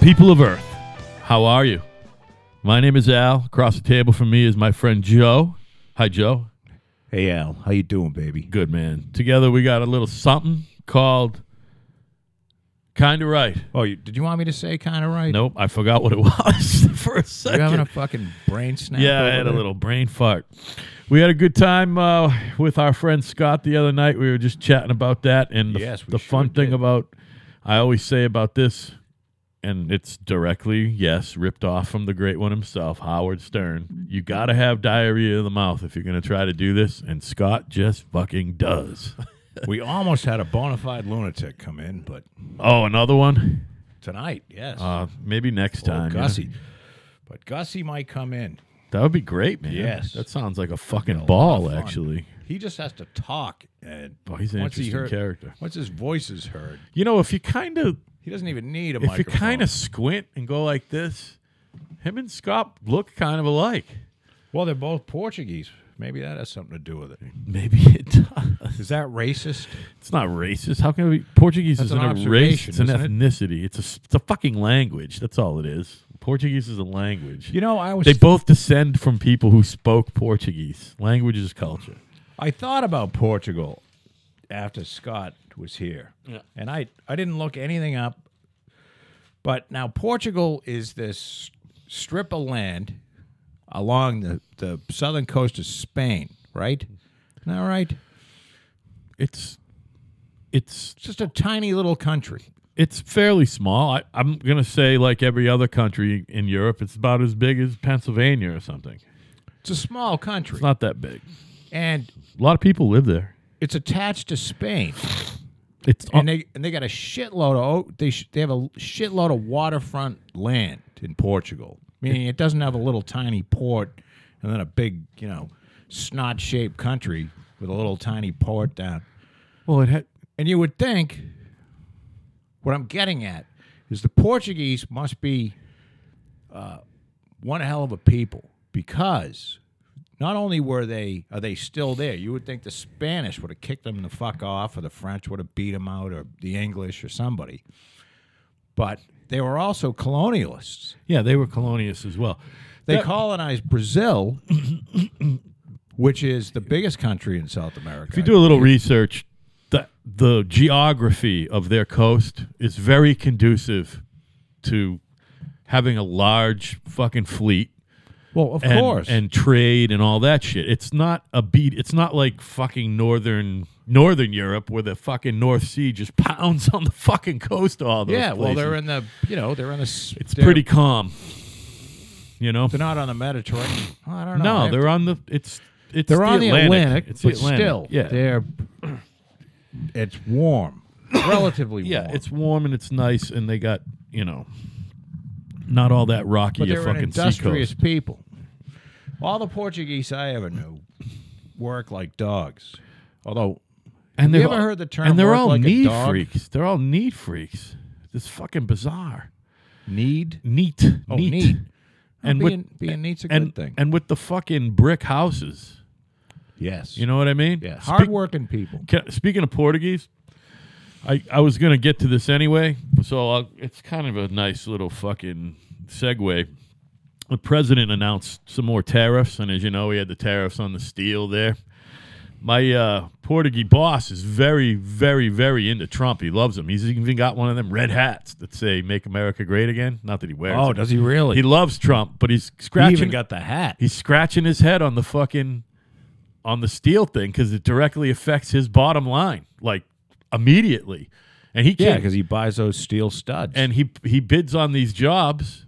People of Earth, how are you? My name is Al. Across the table from me is my friend Joe. Hi, Joe. Hey Al, how you doing, baby? Good man. Together we got a little something called Kinda Right. Oh, you, did you want me to say kind of right? Nope, I forgot what it was for a you having a second. fucking brain snap. Yeah, I over had a there? little brain fart. We had a good time uh, with our friend Scott the other night. We were just chatting about that, and the, Yes, we the fun sure thing did. about I always say about this, and it's directly yes ripped off from the great one himself, Howard Stern. You got to have diarrhea of the mouth if you're going to try to do this, and Scott just fucking does. We almost had a bona fide lunatic come in, but oh, another one. tonight, yes, Uh, maybe next Old time. you know. Gussie. But Gussie might come in. That would be great, man. Yes. That sounds like a fucking lot of ball, fun. actually. He just has to talk, and Oh, he's an once he interesting heard, character. once his voice is heard, You know, if you kind of he doesn't even need a if you microphone. kind of squint and go like this, him and Scott look kind of alike. well, they're both Portuguese. Maybe that has something to do with it. Maybe it does. Is that racist? It's not racist. How can it be? Portuguese That's isn't an a race. observation, It's an isn't it? ethnicity. It's a s- it's a fucking language. That's all it is. Portuguese is a language. You know, I was they both descend from people who spoke Portuguese. Language is culture. I thought about Portugal after Scott was here, and I I didn't look anything up. But now Portugal is this strip of land along the, the southern coast of Spain, right? Isn't that right? It's it's It's just a tiny little country. it's fairly small. I, I'm gonna say like every other country in Europe, it's about as big as Pennsylvania or something. It's a small country, It's not that big. and A lot of people live there. it's attached to Spain, It's and they and they got a shitload of o- they sh- they have a shitload of waterfront land in Portugal. Meaning it doesn't have a little tiny port and then a big you know snot shaped country with a little tiny port down. well, it had And you would think what I'm getting at is the Portuguese must be uh, one hell of a people because not only were they are they still there, you would think the Spanish would have kicked them the fuck off, or the French would have beat them out, or the English or somebody. But they were also colonialists. yeah, they were colonialists as well. They That- colonized Brazil, which is the biggest country in South America. if you do a little research, the the geography of their coast is very conducive to having a large fucking fleet well, of and, course, and trade and all that shit. It's not a beat. It's not like fucking northern northern Europe where the fucking North Sea just pounds on the fucking coast. of All those yeah. Well, they're places. in the you know they're in the s- it's they're- pretty calm, you know. They're not on the Mediterranean. Well, I don't know. I No, have they're to- on the it's it's they're on the Atlantic, It's the but Atlantic. still, yeah, they're it's warm, relatively yeah. warm. It's warm and it's nice, and they got you know not all that rocky. but a they're an fucking industrious seacoast. people. All the Portuguese I ever knew work like dogs. Although And you they're ever all- heard the term And they're work all like a need dog? freaks. They're all need freaks. It's fucking bizarre. need Neat. Oh, neat. neat. And being, with being neat's a and good thing. and with the fucking brick houses. yes, You know what I mean? yeah, Speak- hardworking people. Ca- speaking of Portuguese, I, I was going to get to this anyway, so I'll, it's kind of a nice little fucking segue. The president announced some more tariffs, and as you know, he had the tariffs on the steel there. My uh, Portuguese boss is very, very, very into Trump. He loves him. He's even got one of them red hats that say "Make America Great Again." Not that he wears. it. he really? Oh, He Oh, He, loves Trump, but he's scratching. even got the hat. He's scratching his head on the fucking on the steel thing because it directly affects his bottom line, like immediately. And he yeah, can't. because he buys those steel studs. and he he bids on these jobs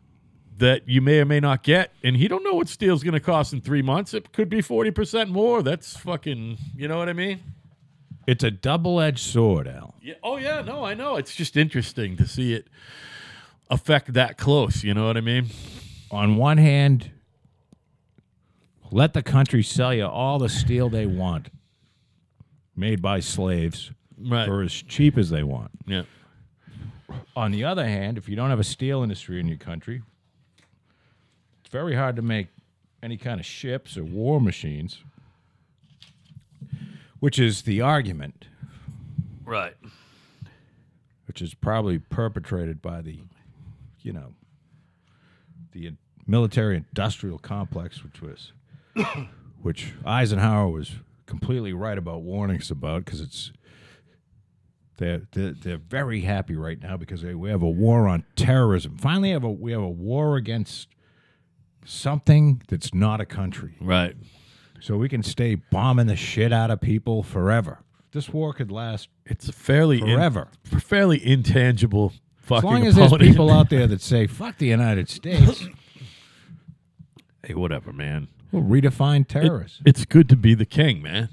that you may or may not get, and he don't know what steel's going to cost in three months. It could be forty percent more. That's fucking. You know what I mean? it's a double-edged sword, Al. Yeah. Oh yeah. No, I know. It's just interesting to see it affect that close. You know what I mean? on one hand, let the country sell you all the steel they want, made by slaves, Right. for as cheap as they want. Yeah. On the other hand, if you don't have a steel industry in your country, it's very hard to make any kind of ships or war machines, which is the argument, Right. which is probably perpetrated by the you know, the in- military industrial complex, which was, which Eisenhower was completely right about warnings about because it's, they're, they're, they're very happy right now because they, we have a war on terrorism. Finally, have a, we have a war against something that's not a country. Right. So we can stay bombing the shit out of people forever. This war could last It's a fairly in- forever. fairly intangible as fucking. long as there's opponent. people out there that say, fuck the United States, hey, whatever, man. we'll redefine terrorists. It's good to be the king, man.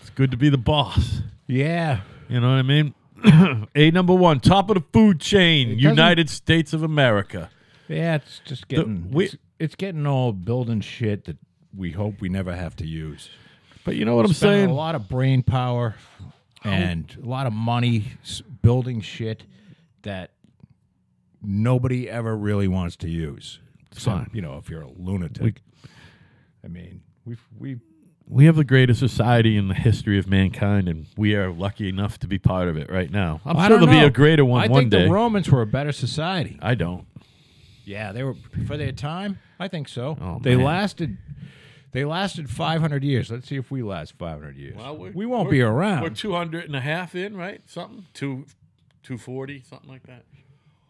It's good to be the boss. yeah. You know what I mean? A number one, top of the food chain, doesn't- United States of America. Yeah, it's just getting we- it's, it's getting old building shit that we hope we never have to use. But you know what I'm Spending saying? a lot of brain power and a lot of money s- building shit that nobody ever really wants to use. So, Fine. you know, if you're a lunatic. I mean, we've we We have the greatest society in the history of mankind, and we are lucky enough to be part of it right now. I'm I sure don't there'll be know. a greater one I one think day. the Romans were a better society. I don't. Yeah, they were for their time. I think so. Oh, they man. lasted. They lasted 500 years. Let's see if we last 500 years. Well, we're- we will not we're- be We're around. 200 and a half in, right? Something? Two, 240, something like that.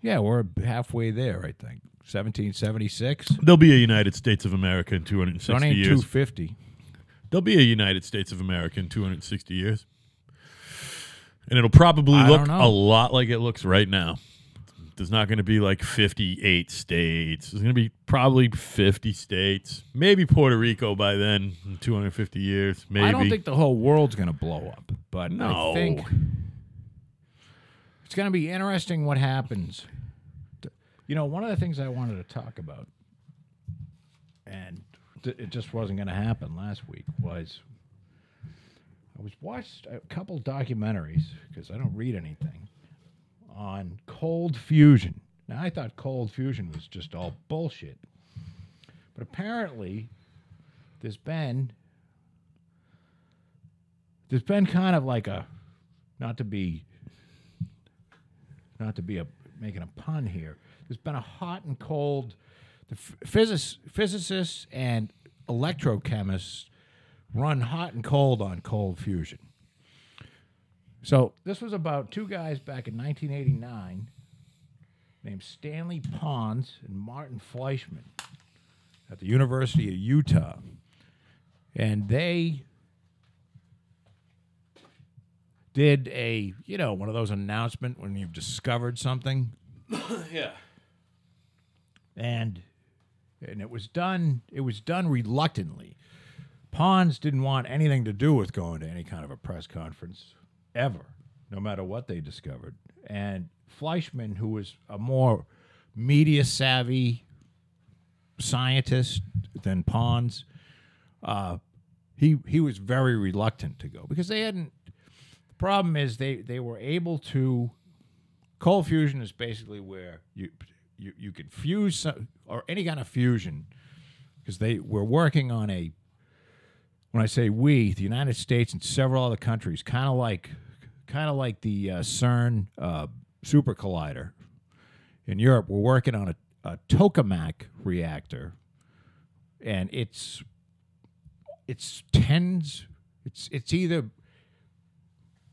yeah, we're halfway there. I think 1776. There'll be a United States of America in Don't 260 ain't years. 250. There'll be a United States of America in 260 years. And it'll probably I look don't a know. lot like it looks right now. There's not going to be like 58 states. There's going to be probably 50 states. Maybe Puerto Rico by then in 250 years. Maybe. I don't think the whole world's going to blow up, but No. I think it's going to be interesting what happens. You know, one of the things I wanted to talk about, and th- it just wasn't going to happen last week, was I was watched a couple documentaries because I don't read anything on cold fusion. Now I thought cold fusion was just all bullshit, but apparently there's been there's been kind of like a not to be not to be a making a pun here there's been a hot and cold the ph- physis, physicists and electrochemists run hot and cold on cold fusion so this was about two guys back in 1989 named stanley pons and martin fleischman at the university of utah and they did a you know one of those announcement when you've discovered something Yeah. and and it was done it was done reluctantly pons didn't want anything to do with going to any kind of a press conference ever no matter what they discovered and fleischman who was a more media savvy scientist than pons uh, he he was very reluctant to go because they hadn't the problem is they they were able to cold fusion is basically where you you, you can fuse some, or any kind of fusion because they were working on a when I say we the United States and several other countries kind of like kind of like the uh, CERN uh, super collider in Europe we're working on a, a tokamak reactor and it's it's tens it's it's either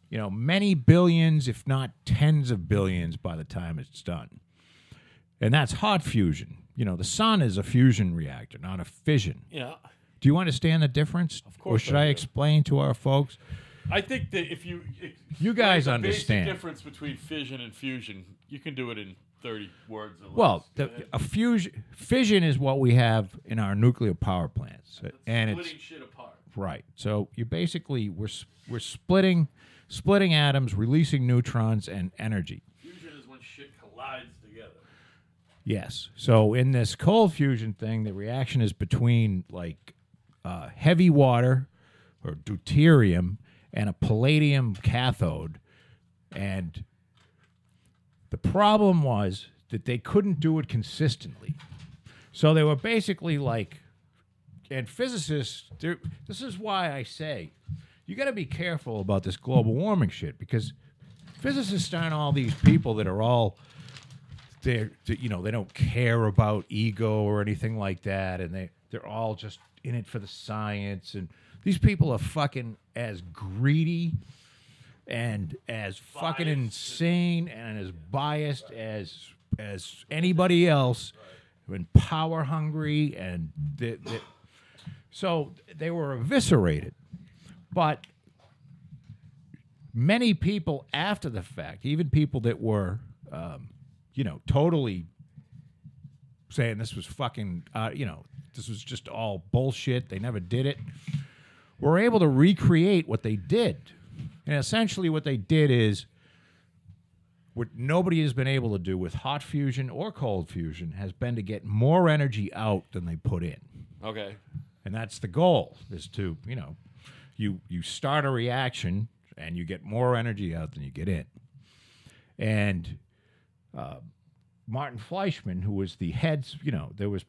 you know, many billions, if not tens of billions, by the time it's done. And that's hot fusion. You know, the sun is a fusion reactor, not a fission. Yeah. Do you understand the difference? Of Or course should I I, do. explain to our folks? I think that if you. You guys the basic understand. difference between fission and fusion, you can do it in 30 words or less. Well, the, a fusion fission is what we have in our nuclear power plants, and it's shit apart. Right. So you basically we're s- we're splitting splitting atoms, releasing neutrons and energy. Fusion is when shit collides together. Yes. So in this cold fusion thing, the reaction is between like uh, heavy water or deuterium and a palladium cathode. And the problem was that they couldn't do it consistently. So they were basically like, and physicists, they're- this is why I say you got to be careful about this global warming shit because physicists aren't all these people that are all they're they- you know they don't care about ego or anything like that, and they they're all just in it for the science. And these people are fucking as greedy and as fucking insane and as biased as as anybody else, and power hungry, and they, they, so they were eviscerated. But many people after the fact, even people that were, um, you know, totally saying this was fucking, uh, you know, this was just all bullshit. They never did it. Were able to recreate what they did, and essentially what they did is what nobody has been able to do with hot fusion or cold fusion has been to get more energy out than they put in Okay. and that's the goal is to you know you you start a reaction and you get more energy out than you get in and uh, martin fleischman who was the head you know there was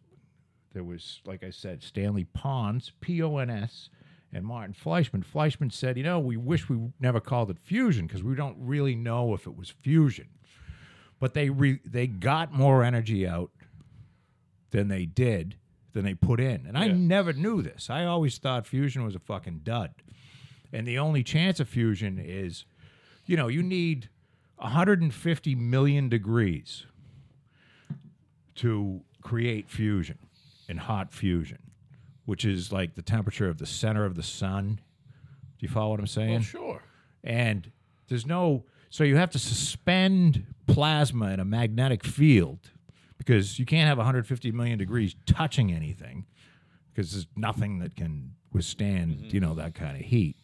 there was like i said stanley pons p-o-n-s and martin fleischman fleischman said you know we wish we never called it fusion because we don't really know if it was fusion but they re- they got more energy out than they did than they put in. And I Yeah. never knew this. I always thought fusion was a fucking dud. And the only chance of fusion is, you know, you need 150 million degrees to create fusion and hot fusion, which is like the temperature of the center of the sun. Do you follow what I'm saying? sure. and there's no so you have to suspend plasma in a magnetic field because you can't have 150 million degrees touching anything because there's nothing that can withstand you know that kind of heat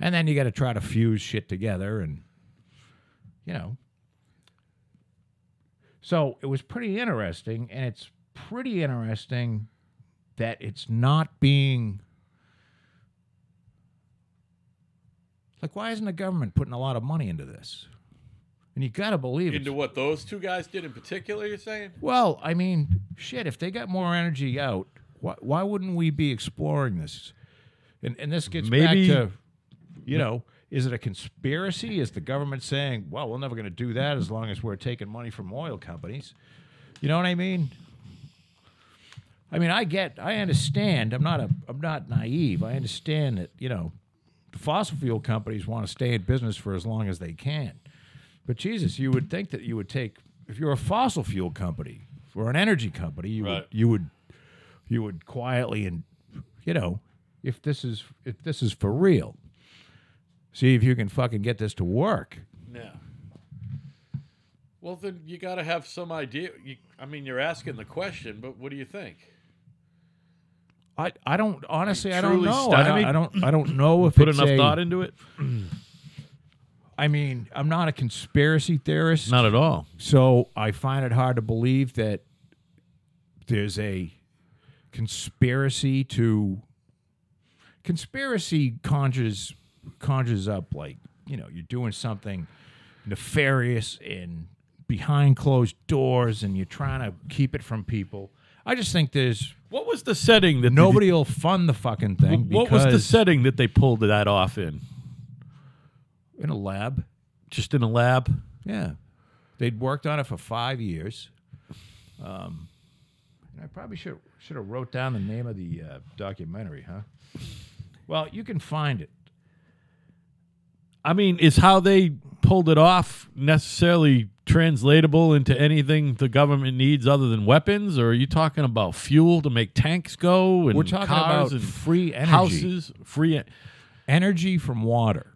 and then you got to try to fuse shit together and you know so it was pretty interesting and it's pretty interesting that it's not being like why isn't the government putting a lot of money into this and you got to believe it's Into what those two guys did in particular, you're saying? Well, I mean, shit, if they got more energy out, why, why wouldn't we be exploring this? And, and this gets Maybe- back to, you know, is it a conspiracy? Is the government saying, well, we're never going to do that as long as we're taking money from oil companies? You know what I mean? I mean, I get, I understand. I'm not a, I'm not naive. I understand that, you know, the fossil fuel companies want to stay in business for as long as they can. But Jesus, you would think that you would take if you're a fossil fuel company or an energy company, you would Right. you would you would quietly and you know, if this is if this is for real, see if you can fucking get this to work. No. Well, then you got to have some idea. You, I mean, you're asking the question, but what do you think? I, I don't honestly I don't truly know. I don't, stymied? I don't I don't know if Put it's enough a- thought into it? I mean, I'm not a conspiracy theorist. Not at all. So I find it hard to believe that there's a conspiracy to conspiracy conjures conjures up like you know you're doing something nefarious and behind closed doors and you're trying to keep it from people. I just think there's What was the setting that nobody will fund the fucking thing. what was the because- setting that they pulled that off in? in a lab? Just in a lab? Yeah. They'd worked on it for five years. Um, and I probably should should have wrote down the name of the uh, documentary, huh? Well, you can find it. I mean, is how they pulled it off necessarily translatable into anything the government needs other than weapons? Or are you talking about fuel to make tanks go and We're talking Mm, cars about and free energy, houses? Free. e-, en- energy from water,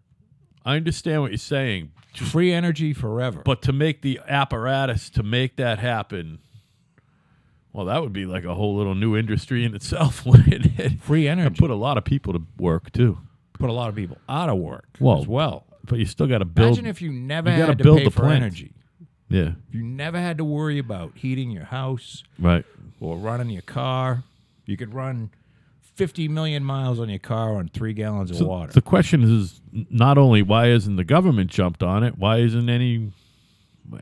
I understand what you're saying, free energy forever. but to make the apparatus to make that happen, well, that would be like a whole little new industry in itself. When it hit. free energy put a lot of people to work too. put a lot of people out of work Well, as well. But you still got to build. Imagine if you never you gotta had to build pay the for plant. energy. yeah, You never had to worry about heating your house right. or running your car. You could run 50 million miles on your car on three gallons of So water. The question is n- not only why isn't the government jumped on it, why isn't any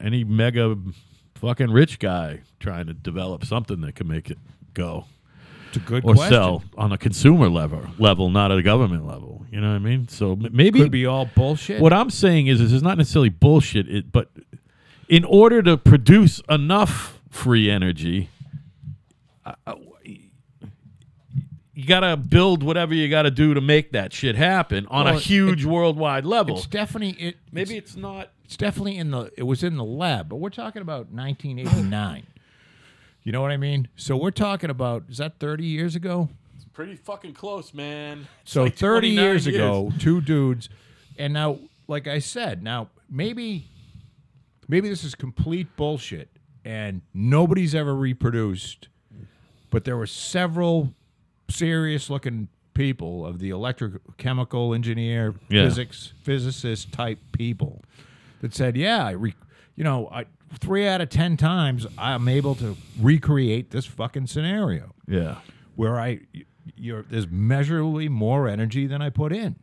any mega fucking rich guy trying to develop something that can make it go It's a good or question. sell on a consumer level level, not at a government level? You know what I mean? So m- maybe Could be all bullshit. what I'm saying is, is it's not necessarily bullshit, it, but in order to produce enough free energy, uh, uh, you got to build whatever you got to do to make that shit happen on Well, a it- huge worldwide level. It's definitely it. Maybe it's not. it's definitely in the it was in the lab but we're talking about 1989 you know what i mean so we're talking about is that 30 years ago It's pretty fucking close, man. It's so like 30 29 years, ago two dudes and now like i said now maybe maybe this is complete bullshit and nobody's ever reproduced but there were several serious looking people of the electrochemical engineer Yeah. physics physicist type people that said yeah i re- you know I, three out of ten times i'm able to recreate this fucking scenario Yeah. where I y- you're there's measurably more energy than I put in.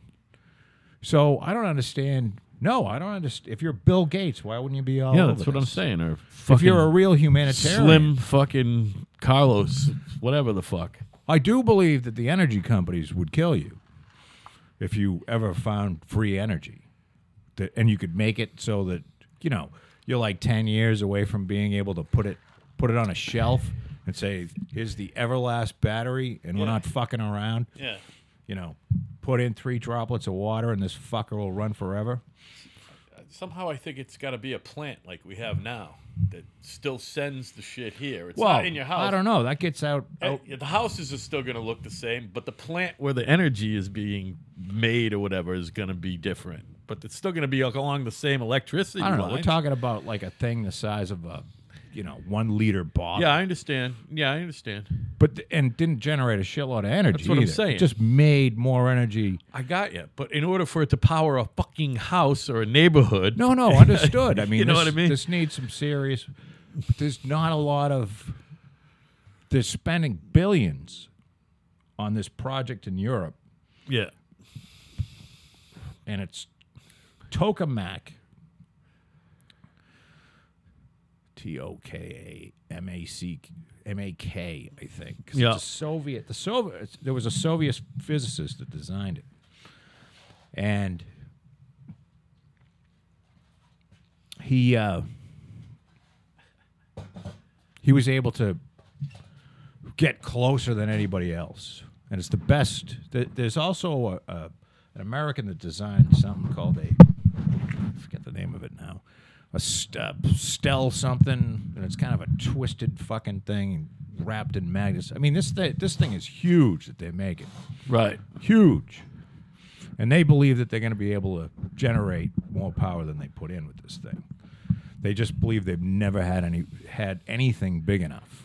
So I don't understand. No, I don't understand. If you're Bill Gates, why wouldn't you be all? Yeah, over that's what I'm this? saying. Or fucking If you're a real humanitarian, slim fucking Carlos, whatever the fuck. I do believe that the energy companies would kill you if you ever found free energy, that, and you could make it so that you know you're like ten years away from being able to put it put it on a shelf and say, "Here's the Everlast battery," and we're Yeah. not fucking around. Yeah. you know, put in three droplets of water and this fucker will run forever. somehow I think it's got to be a plant like we have now that still sends the shit here. It's Well, not in your house. I don't know. That gets out. Uh, out The houses are still going to look the same, but the plant where the energy is being made or whatever is going to be different. But it's still going to be like along the same electricity I don't know. lines. We're talking about like a thing the size of a, you know, one liter bottle. yeah, I understand. Yeah, I understand. But th- and didn't generate a shitload of energy. That's what I'm either. It saying. just made more energy. I got you. But in order for it to power a fucking house or a neighborhood, No, no, understood. I mean, You know this- what I mean? This needs some serious. but There's not a lot of. They're spending billions on this project in Europe yeah, and it's Tokamak. T O K A M A C M A K, I think. 'Cause Yeah. It's a Soviet. The Soviet. There was a Soviet physicist that designed it, and he uh, he was able to get closer than anybody else, and it's the best. th- There's also a, a, an American that designed something called a I forget the name of it now, a st- uh, stell something, and it's kind of a twisted fucking thing wrapped in magnets. I mean, this th- this thing is huge that they make it right. huge. And they believe that they're going to be able to generate more power than they put in with this thing. They just believe they've never had any had anything big enough.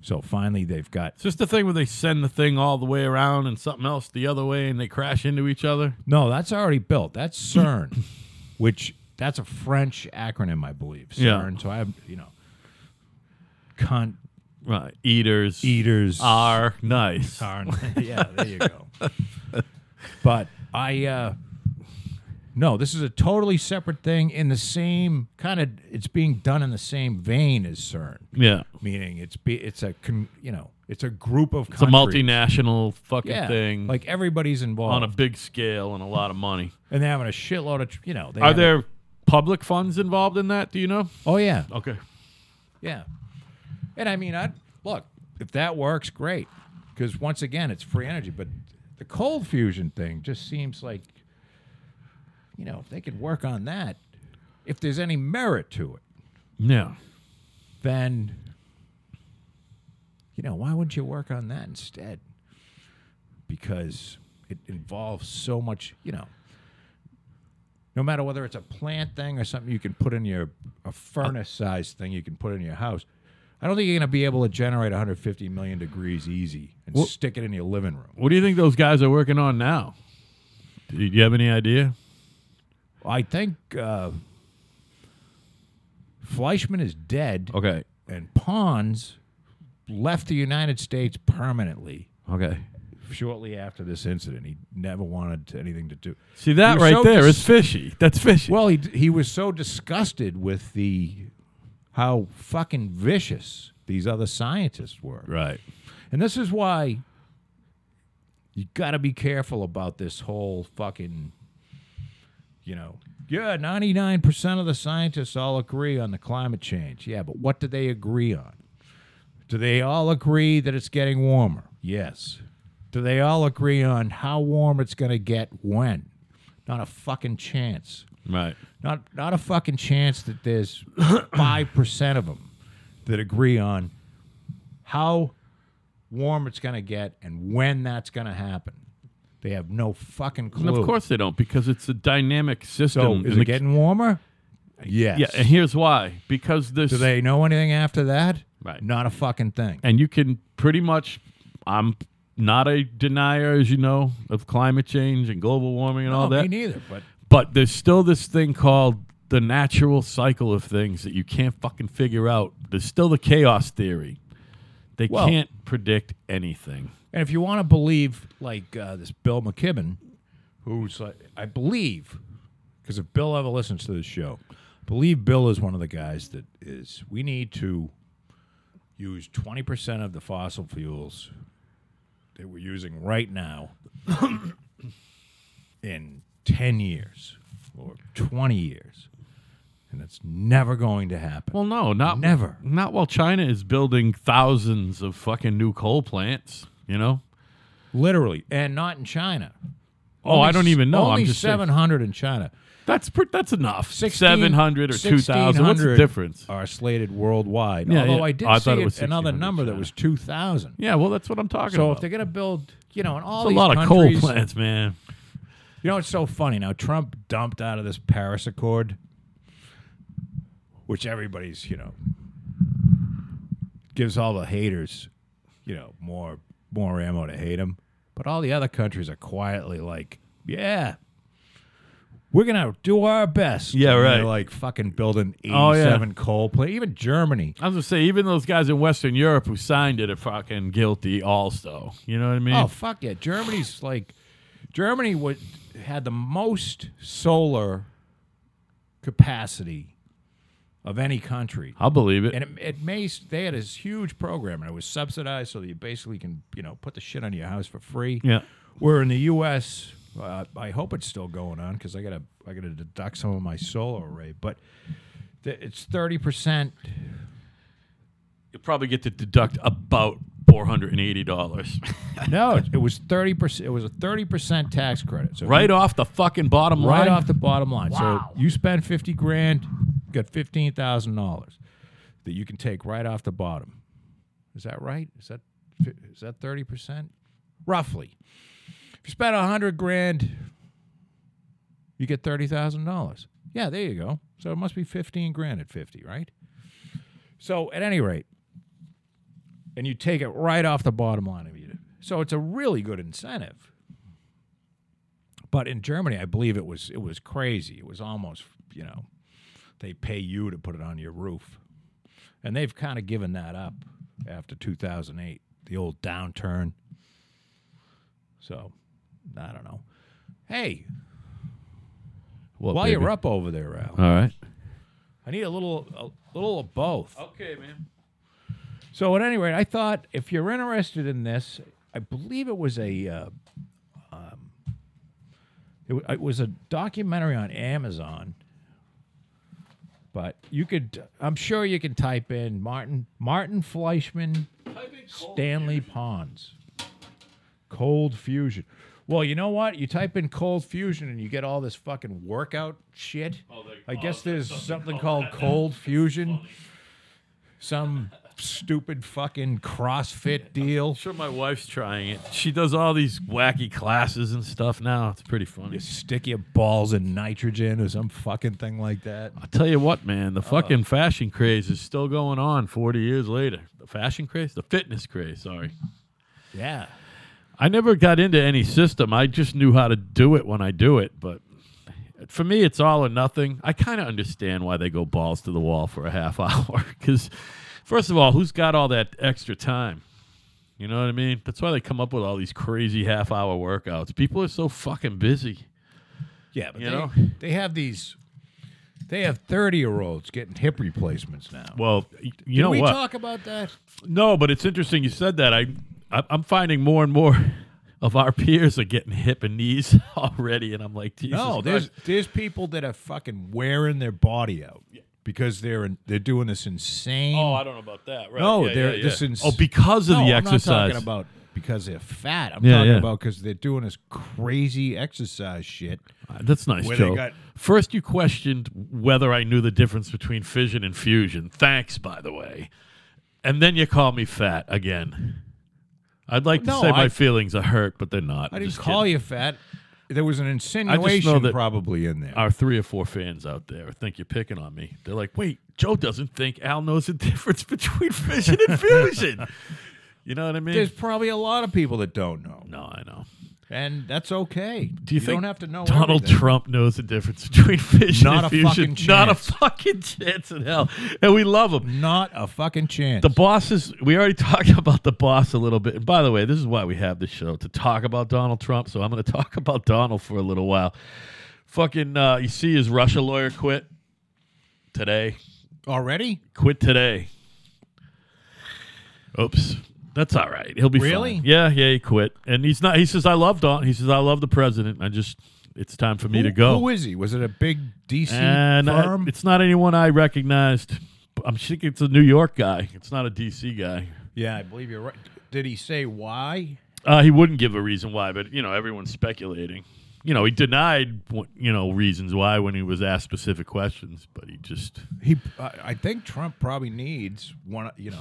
So finally, they've got It's just the thing where they send the thing all the way around and something else the other way, and they crash into each other. no. That's already built. That's CERN, which that's a French acronym, I believe. Yeah. CERN. So I have you know, cunt Right, eaters, eaters are nice. Darn. yeah, there you go. but I uh no, this is a totally separate thing in the same kind of it's being done in the same vein as CERN, Yeah. meaning it's be it's a con, you know, it's a group of It's a multinational fucking yeah, thing Like everybody's on involved a big scale and a lot of money. and they're having a shitload of tr- you know, they Are have- there public funds involved in that? Do you know? Oh yeah. Okay. Yeah. And I mean, I look, if that works, great. Because once again, it's free energy. But the cold fusion thing just seems like, you know, if they could work on that, if there's any merit to it, Yeah. then, you know, why wouldn't you work on that instead? Because it involves so much, you know. No matter whether it's a plant thing or something you can put in your a furnace sized thing you can put in your house, I don't think you're going to be able to generate 150 million degrees easy and Well- stick it in your living room. What do you think those guys are working on now? Do you have any idea? I think uh, Fleischman is dead Okay. and Pons left the United States permanently. Okay. shortly after this incident. He never wanted to- anything to do. See that You're right so there dis- is fishy. That's fishy. Well, he he was so disgusted with the how fucking vicious these other scientists were, right. and this is why you got to be careful about this whole fucking, you know, Yeah, 99% of the scientists all agree on the climate change. Yeah, but what do they agree on? Do they all agree that it's getting warmer? Yes. Do they all agree on how warm it's going to get when? Not a fucking chance. Right. Not not a fucking chance that there's 5% of them that agree on how warm it's going to get and when that's going to happen. They have no fucking clue. And of course they don't because it's a dynamic So system. is and it the- getting warmer? Yes. Yeah, and here's why. Because this Do they know anything after that? Right. Not a fucking thing. and you can pretty much I'm not a denier, as you know, of climate change and global warming and all No, that. Oh, Me neither. But But there's still this thing called the natural cycle of things that you can't fucking figure out. There's still the chaos theory. They Well- can't predict anything. and if you want to believe like uh, this Bill McKibben, who's like, I believe, because if Bill ever listens to this show, I believe Bill is one of the guys that is. We need to use twenty percent of the fossil fuels that we're using right now in ten years or twenty years, and it's never going to happen. Well, no, not Never. Not while China is building thousands of fucking new coal plants. You know. Literally, and not in China. Oh, I don't even know. Only I'm just saying. seven hundred in China. That's pre- that's enough. 16 Seven hundred or two thousand. What's the 1600 difference? Are slated worldwide. Yeah, Although yeah. Oh, I did I see thought it was it- another 1600 number that China. was two thousand. Yeah, well, that's what I'm talking So about. if they're gonna build, you know, in all It's a these lot of coal countries- plants, man. You know, it's so funny now. Trump dumped out of this Paris Accord, which everybody's you know gives all the haters, you know, more more ammo to hate him. But all the other countries are quietly like, yeah. We're gonna do our best. Yeah, And they're, right. Like fucking building Oh, yeah. eighty-seven coal plant. Even Germany. I was gonna say, even those guys in Western Europe who signed it are fucking guilty, also. You know what I mean? Oh fuck yeah! Germany's like Germany would had the most solar capacity of any country, I'll believe it. and it, it may they had this huge program and it was subsidized, so that you basically can you know put the shit on your house for free. Yeah. Where in the U.S., uh, I hope it's still going on because I gotta I gotta deduct some of my solar array, but th- it's thirty percent. You'll probably get to deduct about four hundred and eighty dollars No, it, it was thirty percent. It was a thirty percent tax credit. So if you right off the fucking bottom right line. off the bottom line. Wow. So you spend fifty grand, you got fifteen thousand dollars that you can take right off the bottom. Is that right? Is that fi- is that thirty percent, roughly? If you spend a hundred grand, you get thirty thousand dollars. Yeah, there you go. So it must be fifteen grand at fifty, right? So at any rate, and you take it right off the bottom line of you. So it's a really good incentive. But in Germany, I believe it was it was crazy. It was almost you know, they pay you to put it on your roof, and they've kind of given that up after 2008, the old downturn. So, I don't know. Hey, What, while baby? you're up over there, Al, All right. I need a little a little of both. Okay, man. So at any rate, I thought if you're interested in this, I believe it was a, uh, um, it, wa- it was a documentary on Amazon. But you could, I'm sure you can type in Martin Martin Fleischman, Stanley Pons, Cold Fusion. Well, you know what? You type in Cold Fusion and you get all this fucking workout shit. Oh, I guess there's something called Cold Fusion some stupid fucking CrossFit deal. Sure, my wife's trying it. She does all these wacky classes and stuff now. It's pretty funny. You stick your balls in nitrogen or some fucking thing like that. I'll tell you what, man, the fucking fashion craze is still going on 40 years later. The fashion craze? The fitness craze, sorry. Yeah. I never got into any system. I just knew how to do it when I do it. But for me, it's all or nothing. I kind of understand why they go balls to the wall for a half hour. Because, first of all, who's got all that extra time? You know what I mean? That's why they come up with all these crazy half hour workouts. People are so fucking busy. Yeah, but You they, know? they have these they have 30 year olds getting hip replacements now. Well, you Did know we what? talk about that? No, but it's interesting you said that. I, I I'm finding more and more of our peers are getting hip and knees already, and I'm like, Jesus no, Christ. there's there's people that are fucking wearing their body out because they're in, they're doing this insane. Oh, I don't know about that. Right? No, yeah, they're- yeah, this yeah. is- oh because of No, the I'm exercise. not talking about because they're fat. I'm Yeah, talking yeah. about because they're doing this crazy exercise shit. Uh, That's nice, Where they Joe. got- First, you questioned whether I knew the difference between fission and fusion. Thanks, by the way. And then you call me fat again. I'd like to No, say I- my feelings are hurt, but they're not. I didn't call you fat. There was an insinuation that- probably in there. Our three or four fans out there think you're picking on me. They're like, wait, Joe doesn't think Al knows the difference between fission and fusion. You know what I mean? There's probably a lot of people that don't know, no, I know. and that's okay. Do you, think don't have to know Donald everything. Trump knows the difference between fission Not and a fusion? fucking Not a chance. fucking chance in hell. And we love him. Not a fucking chance. The boss is. We already talked about the boss a little bit. And by the way, this is why we have this show to talk about Donald Trump. So I'm going to talk about Donald for a little while. Fucking, uh, you see, his Russia lawyer quit today. Already? Quit today. Oops. That's all right. He'll be fine. Really? Yeah, yeah. He quit, and he's not. He says, "I love Don." He says, "I love the president." I just, it's time for me to Who- go. Who is he? Was it a big DC And I- firm? it's not anyone I recognized. I'm thinking it's a New York guy. It's not a DC guy. yeah, I believe you're right. Did he say why? Uh, he wouldn't give a reason why, but you know everyone's speculating. You know he denied wh- you know reasons why when he was asked specific questions, but he just He, I I think Trump probably needs one. You know,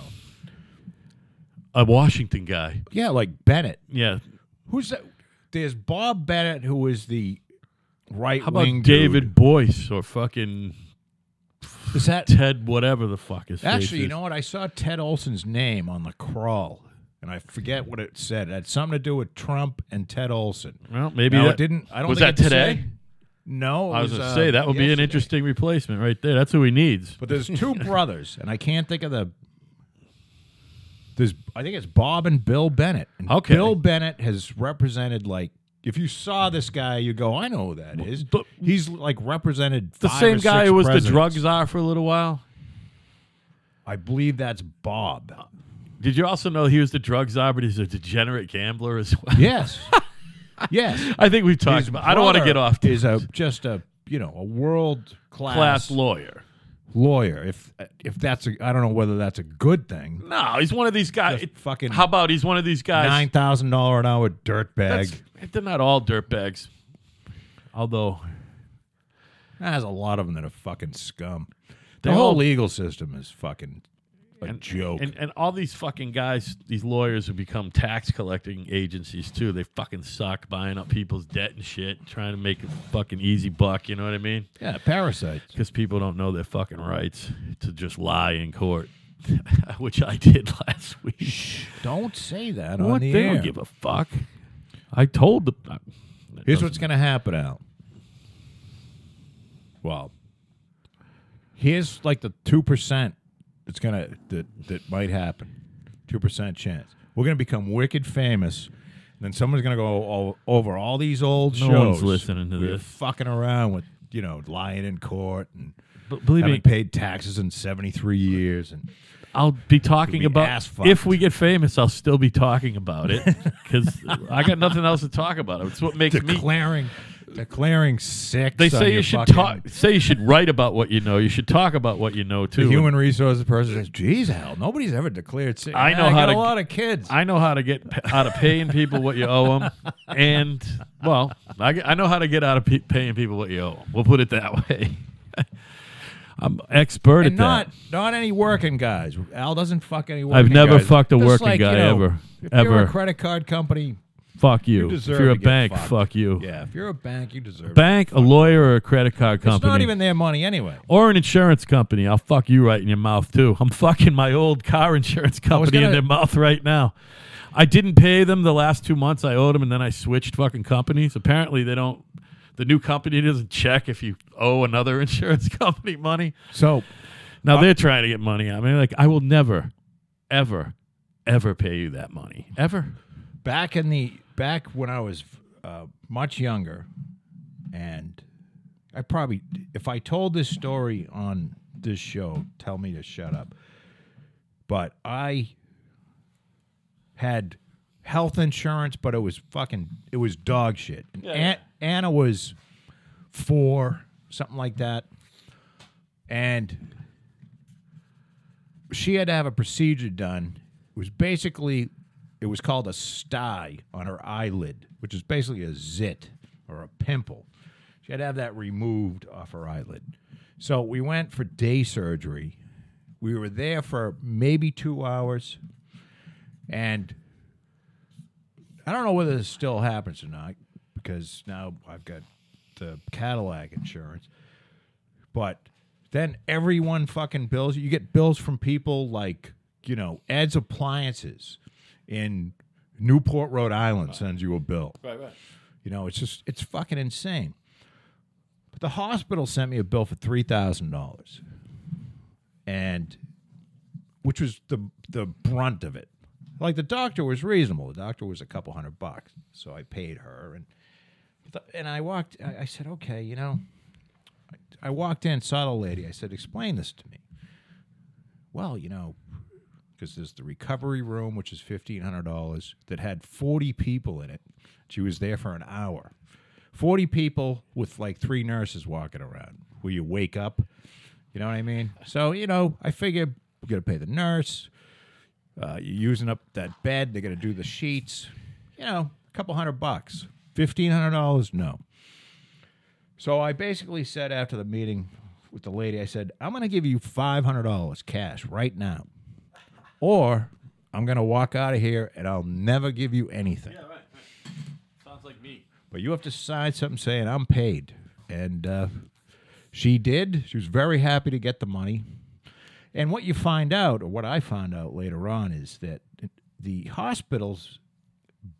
a Washington guy. yeah, like Bennett. Yeah. Who's that? There's Bob Bennett, who is the right How about wing. David Boyce or fucking Is that Ted whatever the fuck his face actually? You is. know what? I saw Ted Olson's name on the crawl, and I forget what it said. It had something to do with Trump and Ted Olson. Well, maybe Now, that, it didn't. I don't. was think that it today? said- no, it I was gonna uh, say that would be an yesterday. interesting replacement right there. That's who he needs. But there's two brothers, and I can't think of the. There's, I think it's Bob and Bill Bennett. And Okay. Bill Bennett has represented like. If you saw this guy, you go, I know who that is. but- He's like represented the five same or guy six who was the presidents. drug czar for a little while. I believe that's Uh. Bob. Did you also know he was the drug czar, but he's a degenerate gambler as well? Yes, yes. I think we've talked His about. I don't want to brother get off Is a just a you know a world class class lawyer. lawyer. If if that's a, I don't know whether that's a good thing. No, he's one of these guys. Just fucking How about he's one of these guys? Nine thousand dollar an hour dirtbag. That's- they're not all dirtbags. Although There's a lot of them that are fucking scum. The They're whole all- legal system is fucking a joke. and, and all these fucking guys, these lawyers who become tax collecting agencies too. They fucking suck buying up people's debt and shit, trying to make a fucking easy buck, you know what I mean? yeah, parasites. Because people don't know their fucking rights to just lie in court. Which I did last week. Don't say that on What the they air. don't give a fuck. I told the uh, Here's what's going to happen, Al. Well, here's like the two percent that's gonna that that might happen. Two percent chance we're gonna become wicked famous. and Then someone's gonna go all, over all these old No shows. one's listening to We're this. Fucking around with you know lying in court and But believe me, haven't paid taxes in seventy three years and I'll be talking be about ass-fucked. if we get famous. I'll still be talking about it because I got nothing else to talk about. It's what makes me. declaring declaring sick. They say you should talk. Say you should write about what you know. You should talk about what you know too. The human resources person says, "Geez, Al, nobody's ever declared sick." I Yeah, know I how got to- a lot of kids. I know how to get p- out of paying people what you owe them, and well, I, g- I know how to get out of pe- paying people what you owe 'em. We'll put it that way. I'm expert at and not that. not any working guys. Al doesn't fuck any working I've never guys. fucked a Just working like, you guy know, ever, If you're ever. a credit card company, Fuck you. if deserve you're a to get bank, fucked. fuck you. yeah, if you're a bank, you deserve it. Bank, a lawyer, or a credit card company. It's not even their money anyway. or an insurance company. I'll fuck you right in your mouth too. I'm fucking my old car insurance was company in gonna- their mouth right now. I didn't pay them the last two months I owed them, and then I switched fucking companies. Apparently, they don't. The new company doesn't check if you owe another insurance company money. So Now they're trying to get money out. I mean, like I will never, ever, ever pay you that money ever. back in the back when I was uh, much younger, and I probably if I told this story on this show, tell me to shut up. But I had health insurance, but it was fucking it was dog shit. And Yeah, An- Anna was four, something like that, and she had to have a procedure done. It was basically it was called a sty on her eyelid, which is basically a zit or a pimple. She had to have that removed off her eyelid. So we went for day surgery. We were there for maybe two hours. And I don't know whether this still happens or not because now I've got the Cadillac insurance. But then everyone fucking bills you. You get bills from people like, you know, Ed's Appliances in Newport, Rhode Island sends you a bill. Right, right. You know, it's just it's fucking insane. But the hospital sent me a bill for three thousand dollars, and which was the the brunt of it. Like the doctor was reasonable. The doctor was a couple hundred bucks, so I paid her and and I walked. I, I said, okay, you know. I- I walked in, saw the lady. I said, explain this to me. Well, you know, because there's the recovery room, which is fifteen hundred dollars, that had forty people in it. She was there for an hour. Forty people with like three nurses walking around. Will you wake up? You know what I mean? So you know, I figure we're gonna pay the nurse. Uh, you're using up that bed. They're gonna do the sheets. You know, a couple hundred bucks. Fifteen hundred dollars? No. So I basically said after the meeting with the lady, I said, I'm going to give you $500 cash right now, or I'm going to walk out of here and I'll never give you anything. right, right. Sounds like me. But you have to sign something saying, I'm paid. And uh, she did. She was very happy to get the money. And what you find out, or what I found out later on, is that the hospitals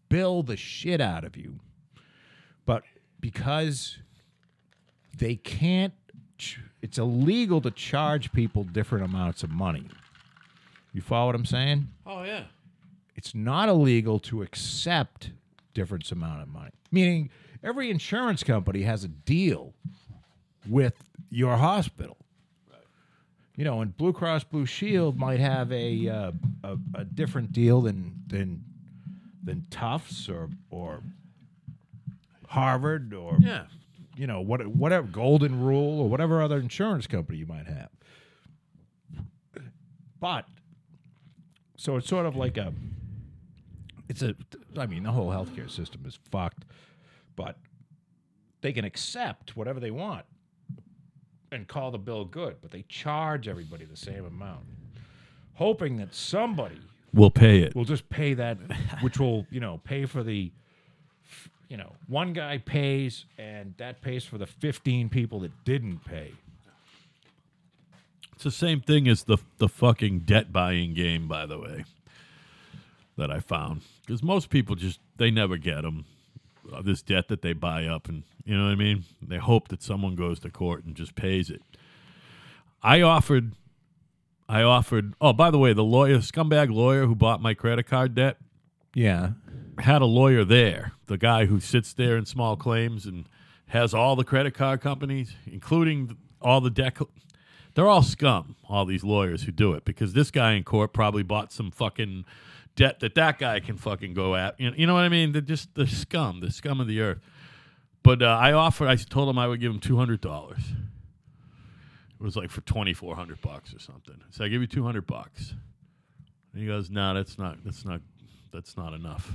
bill the shit out of you. But because they can't, ch- it's illegal to charge people different amounts of money. You follow what I'm saying? Oh yeah. it's not illegal to accept difference amount of money. Meaning every insurance company has a deal with your hospital. You know, and Blue Cross Blue Shield might have a uh, a, a different deal than than than Tufts or or Harvard or Yeah. you know what whatever Golden Rule or whatever other insurance company you might have. But so it's sort of like a it's a I mean the whole healthcare system is fucked, but they can accept whatever they want and call the bill good, but they charge everybody the same amount, hoping that somebody We'll pay it. we'll just pay that, which will you know pay for the, you know, one guy pays and that pays for the fifteen people that didn't pay. It's the same thing as the the fucking debt buying game, by the way. That I found because most people just they never get them. This debt that they buy up, and you know what I mean. They hope that someone goes to court and just pays it. I offered, I offered. Oh, by the way, the lawyer, scumbag lawyer who bought my credit card debt, Yeah, had a lawyer there, the guy who sits there in small claims and has all the credit card companies, including all the debt. co- They're all scum, all these lawyers who do it, because this guy in court probably bought some fucking debt that that guy can fucking go at. You know, you know what I mean? They're just the scum, the scum of the earth. But uh, I offered, I told him I would give him two hundred dollars. It was like for twenty four hundred bucks or something. So I give you two hundred bucks. And he goes, "No, that's not, that's not, that's not enough."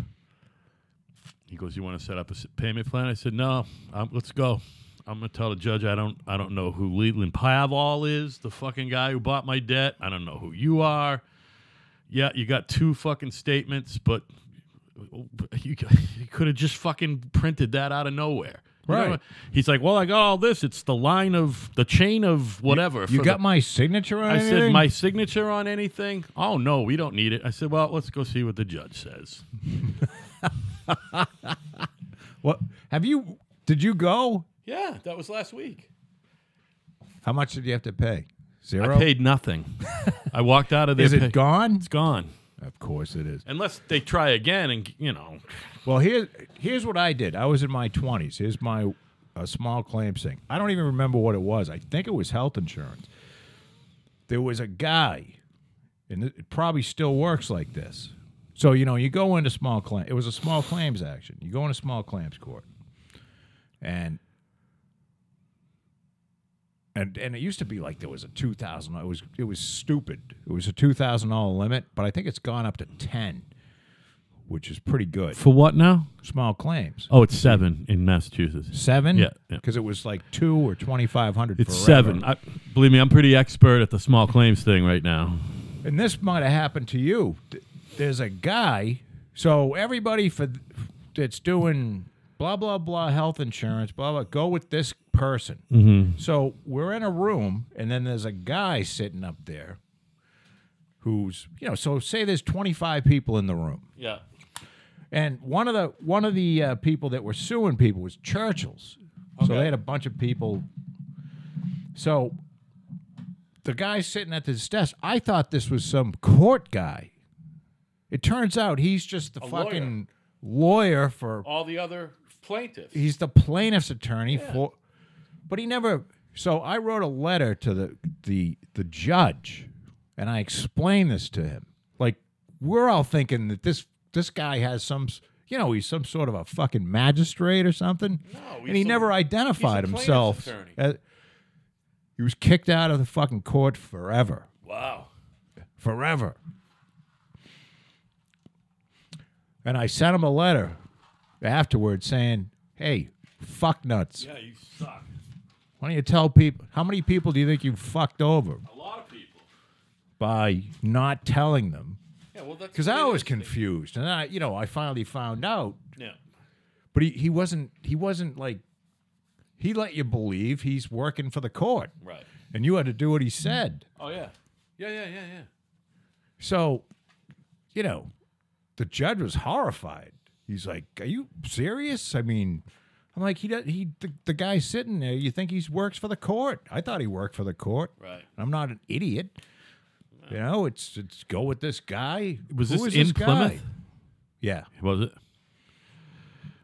He goes, "You want to set up a s- payment plan?" I said, "No, um, let's go." I'm gonna tell the judge I don't I don't know who Leland Pavol is, the fucking guy who bought my debt. I don't know who you are. Yeah, you got two fucking statements, but you, you could have just fucking printed that out of nowhere. You know Right. what- He's like, "Well, I got all this. It's the line of the chain of whatever." you for got the- my signature on I said anything? my signature on anything. Oh no, we don't need it. I said, well, let's go see what the judge says. What have you? Did you go? Yeah, that was last week. How much did you have to pay? Zero. I paid nothing. I walked out of there. Is it pay- gone? It's gone. Of course it is. Unless they try again, and you know, Well, here's here's what I did. I was in my twenties. Here's my a small claim thing. I don't even remember what it was. I think it was health insurance. There was a guy, and it it probably still works like this. So you know, you go into small claim. It was a small claims action. You go into small claims court, and and and it used to be like there was a two thousand. It was it was stupid. It was a two thousand dollar limit, but I think it's gone up to ten, which is pretty good. For what now? Small claims Oh, it's seven in Massachusetts. seven. Yeah, yeah. because it was like two or twenty five hundred. It's seven. I, believe me, I'm pretty expert at the small claims thing right now. and this might have happened to you. Th- There's a guy, so everybody for th- that's doing blah blah blah health insurance, blah blah, go with this person. Mm-hmm. So we're in a room, and then there's a guy sitting up there who's you know. So say there's 25 people in the room, Yeah. and one of the one of the uh, people that were suing people was Churchill's. So Okay. they had a bunch of people. So the guy sitting at his desk, I thought this was some court guy. It turns out he's just the lawyer. fucking lawyer for All the other plaintiffs. he's the plaintiff's attorney for but he never so I wrote a letter to the the the judge and I explained this to him. Like we're all thinking that this this guy has some s- you know, he's some sort of a fucking magistrate or something. he's and he some- never identified he's a plaintiff's himself. attorney. as- he was kicked out of the fucking court forever Wow. forever. And I sent him a letter afterwards saying, "Hey, fuck nuts. Yeah, you suck. Why don't you tell people how many people do you think you fucked over A lot of people. by not telling them?" Yeah, well, that's Because I was confused, and I, you know, I finally found out. Yeah. But he, he wasn't he wasn't like he let you believe he's working for the court, Right. and you had to do what he said. Oh yeah. Yeah, yeah, yeah, yeah. So, you know, the judge was horrified. He's like, "Are you serious?" I mean, I'm like, he does, he the, the guy sitting there. You think he works for the court? I thought he worked for the court. Right. I'm not an idiot. You know, it's it's go with this guy. Was Who this in is guy? Plymouth? Yeah, Was it?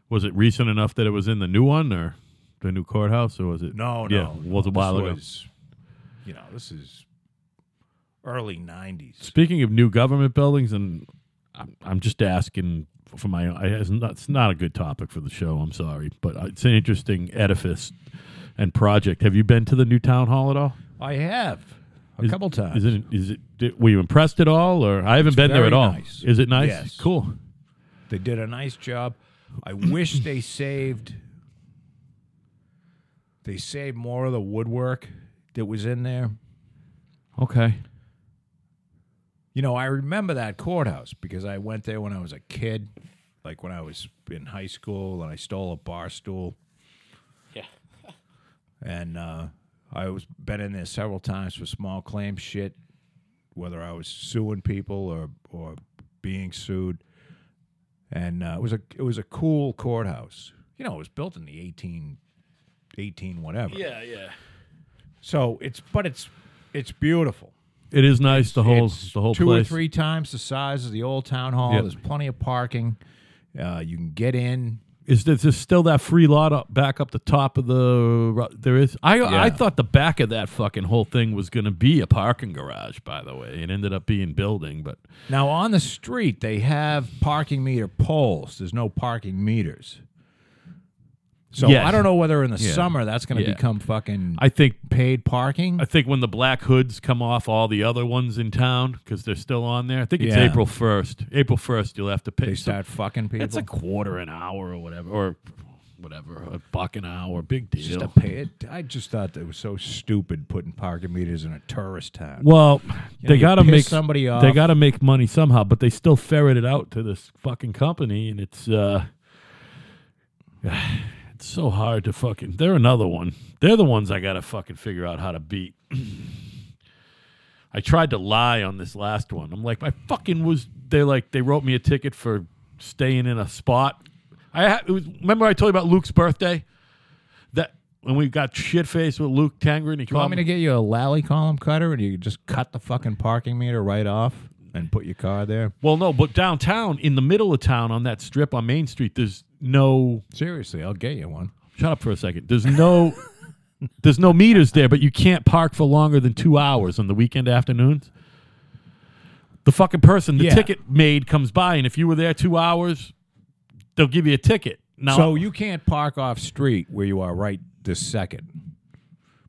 Was it recent enough that it was in the new one or the new courthouse or was it? no, yeah, no, it was a no, while this ago. was- you know, this is early '90s. Speaking of new government buildings, and I'm, I'm just asking for my. I, it's, not, it's not a good topic for the show. I'm sorry, but it's an interesting edifice and project. Have you been to the new town hall at all? I have a couple times. Is it? Is it? Did, were you impressed at all, or I haven't been there very at all? nice. Is it nice? Yes. Cool. They did a nice job. I wish they saved they saved more of the woodwork that was in there. Okay. You know, I remember that courthouse because I went there when I was a kid, like when I was in high school and I stole a bar stool. Yeah. And uh, I was been in there several times for small claim shit, whether I was suing people or or being sued. And uh, it was a it was a cool courthouse. You know, it was built in the 18, 18 whatever. Yeah, yeah. So it's but it's it's beautiful. It is nice. the whole It's the whole two place. or three times the size of the old town hall. Yep. There's plenty of parking. Uh, you can get in. Is there, there's still that free lot up back up the top of the ru- there is I I Yeah. thought the back of that fucking whole thing was going to be a parking garage by the way it ended up being building but Now on the street they have parking meter poles. There's no parking meters. So Yes. I don't know whether in the Yeah. summer that's going to Yeah. become fucking I think paid parking. I think when the black hoods come off all the other ones in town cuz they're still on there I think it's Yeah. April 1st April 1st you'll have to pay they start fucking people. it's a quarter an hour or whatever or whatever a buck an hour big deal just a pay. It, I just thought that was so stupid putting parking meters in a tourist town. Well, they you got to piss make somebody They off. got to make money somehow, but they still ferret it out to this fucking company, and it's uh, it's so hard to fucking. They're another one. They're the ones I got to fucking figure out how to beat. I tried to lie on this last one. I'm like, I fucking was. They like they wrote me a ticket for staying in a spot. I ha- it was, remember I told you about Luke's birthday. That when we got shit faced with Luke Tangren, he You want called me to get you a lally column cutter and you just cut the fucking parking meter right off and put your car there? Well, no, but downtown, in the middle of town, on that strip on Main Street, there's no. Seriously, I'll get you one. Shut up for a second. There's no. there's no meters there, but you can't park for longer than two hours on the weekend afternoons. The fucking person, the Yeah. ticket maid comes by, and if you were there two hours, they'll give you a ticket. Now, So you can't park off street where you are right this second.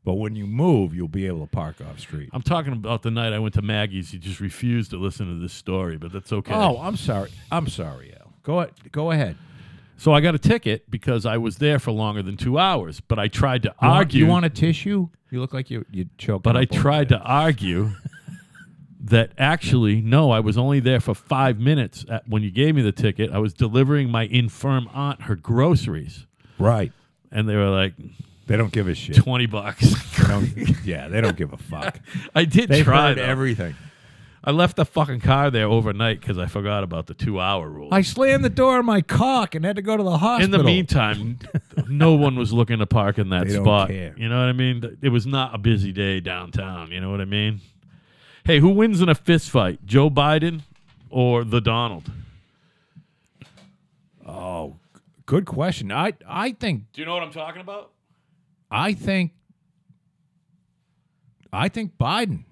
But when you move, you'll be able to park off street. I'm talking about the night I went to Maggie's. He just refused to listen to this story, but that's okay. Oh, I'm sorry. I'm sorry, Al. Go a- go ahead. So I got a ticket because I was there for longer than two hours, but I tried to You want- argue. You want a tissue? You look like you you choke. but I tried to argue that actually, no, I was only there for five minutes at, when you gave me the ticket. I was delivering my infirm aunt her groceries, Right. and they were like They don't give a shit. twenty bucks. They don't- yeah, they don't give a fuck. I did They've try. heard though. everything. I left the fucking car there overnight because I forgot about the two-hour rule. I slammed the door on my cock and had to go to the hospital. in the meantime, no one was looking to park in that They don't spot. care. You know what I mean? Th- It was not a busy day downtown. You know what I mean? Hey, who wins in a fist fight, Joe Biden or the Donald? Oh, good question. I I think Do you know what I'm talking about? I think I think Biden.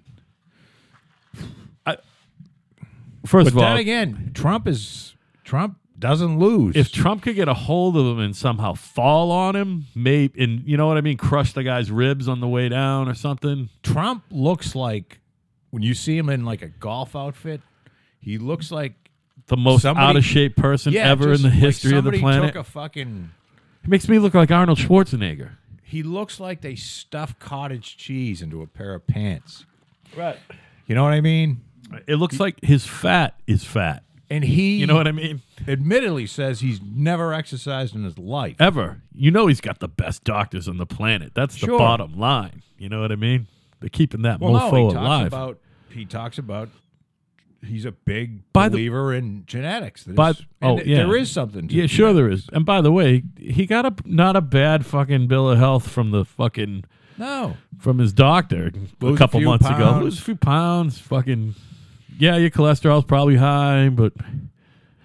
First But of all, then again, Trump is Trump doesn't lose. if Trump could get a hold of him and somehow fall on him, maybe, and you know what I mean, crush the guy's ribs on the way down or something. Trump looks like when you see him in like a golf outfit, he looks like The most Somebody- out of shape person yeah, ever in just the like history of the somebody planet. Took a fucking. it makes me look like Arnold Schwarzenegger. He looks like they stuffed cottage cheese into a pair of pants. Right. You know what I mean? It looks like his fat is fat. And he, You know what I mean? admittedly says he's never exercised in his life. ever. You know he's got the best doctors on the planet. That's the Sure. bottom line. You know what I mean? They're keeping that Well, mofo no, he talks alive. about he talks about he's a big By the- believer in genetics. That By- is- oh, and yeah. there is something. To yeah, sure there is. And by the way, he got a not a bad fucking bill of health from the fucking No, from his doctor Lose a a couple few months ago. pounds. Lose a few pounds. Fucking yeah, your cholesterol's probably high, but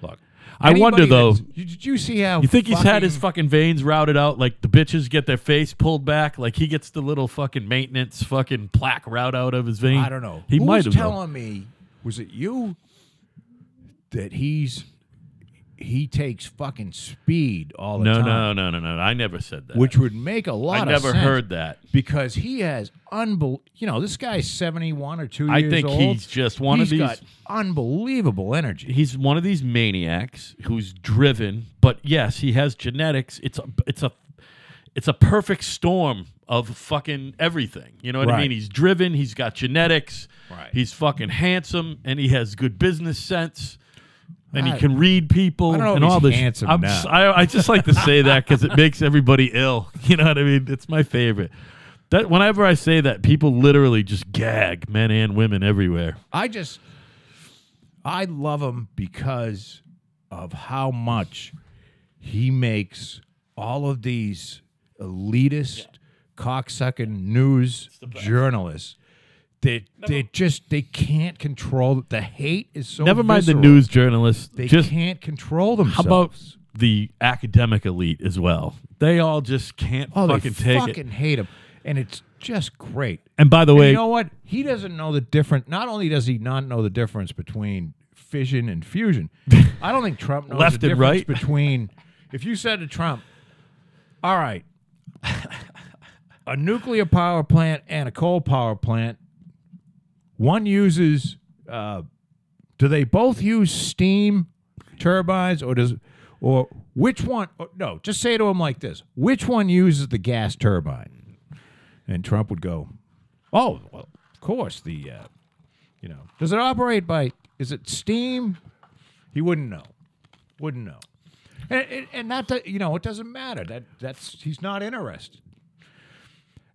look. I wonder, anybody though, that's- you- Did you see how you think he's had his fucking- fucking veins routed out? Like the bitches get their face pulled back. Like he gets the little fucking maintenance fucking plaque route out of his vein. I don't know. He Who's might have. though. telling me? Was it you that he's he takes fucking speed all the No, time? no, no, no, no. I never said that. Which would make a lot I of never sense heard that. because he has unbel. You know, this guy's seventy one or two. I years think old. he's just one of He's these- got unbelievable energy. He's one of these maniacs who's driven, but yes, he has genetics. It's a, it's a, it's a perfect storm of fucking everything. You know what I Right. mean? He's driven. He's got genetics. Right. He's fucking handsome, and he has good business sense. And I- he can read people I don't know if and all he's this. handsome I'm now. s- I, I just like to say that because it makes everybody ill. You know what I mean? It's my favorite. That whenever I say that, people literally just gag, men and women everywhere. I just I love him because of how much he makes all of these elitist cocksucking news journalists that they just they can't control the hate is so Never mind the visceral. news journalists. they just can't control how themselves about the academic elite as well? They all just can't oh fucking they take it. fucking hate him and it's just great And by the And way, you know what? He doesn't know the difference. Not only does he not know the difference between fission and fusion, I don't think Trump knows Left the and right. difference between. If you said to Trump, "All right, a nuclear power plant and a coal power plant, one uses, uh, do they both use steam turbines, or does, or which one? or- no, just say to him like this: Which one uses the gas turbine? And Trump would go, Oh, well, of course. The, uh, you know, does it operate by, is it steam? He wouldn't know. Wouldn't know. And, and, and that, do- you know, it doesn't matter. That That's, he's not interested.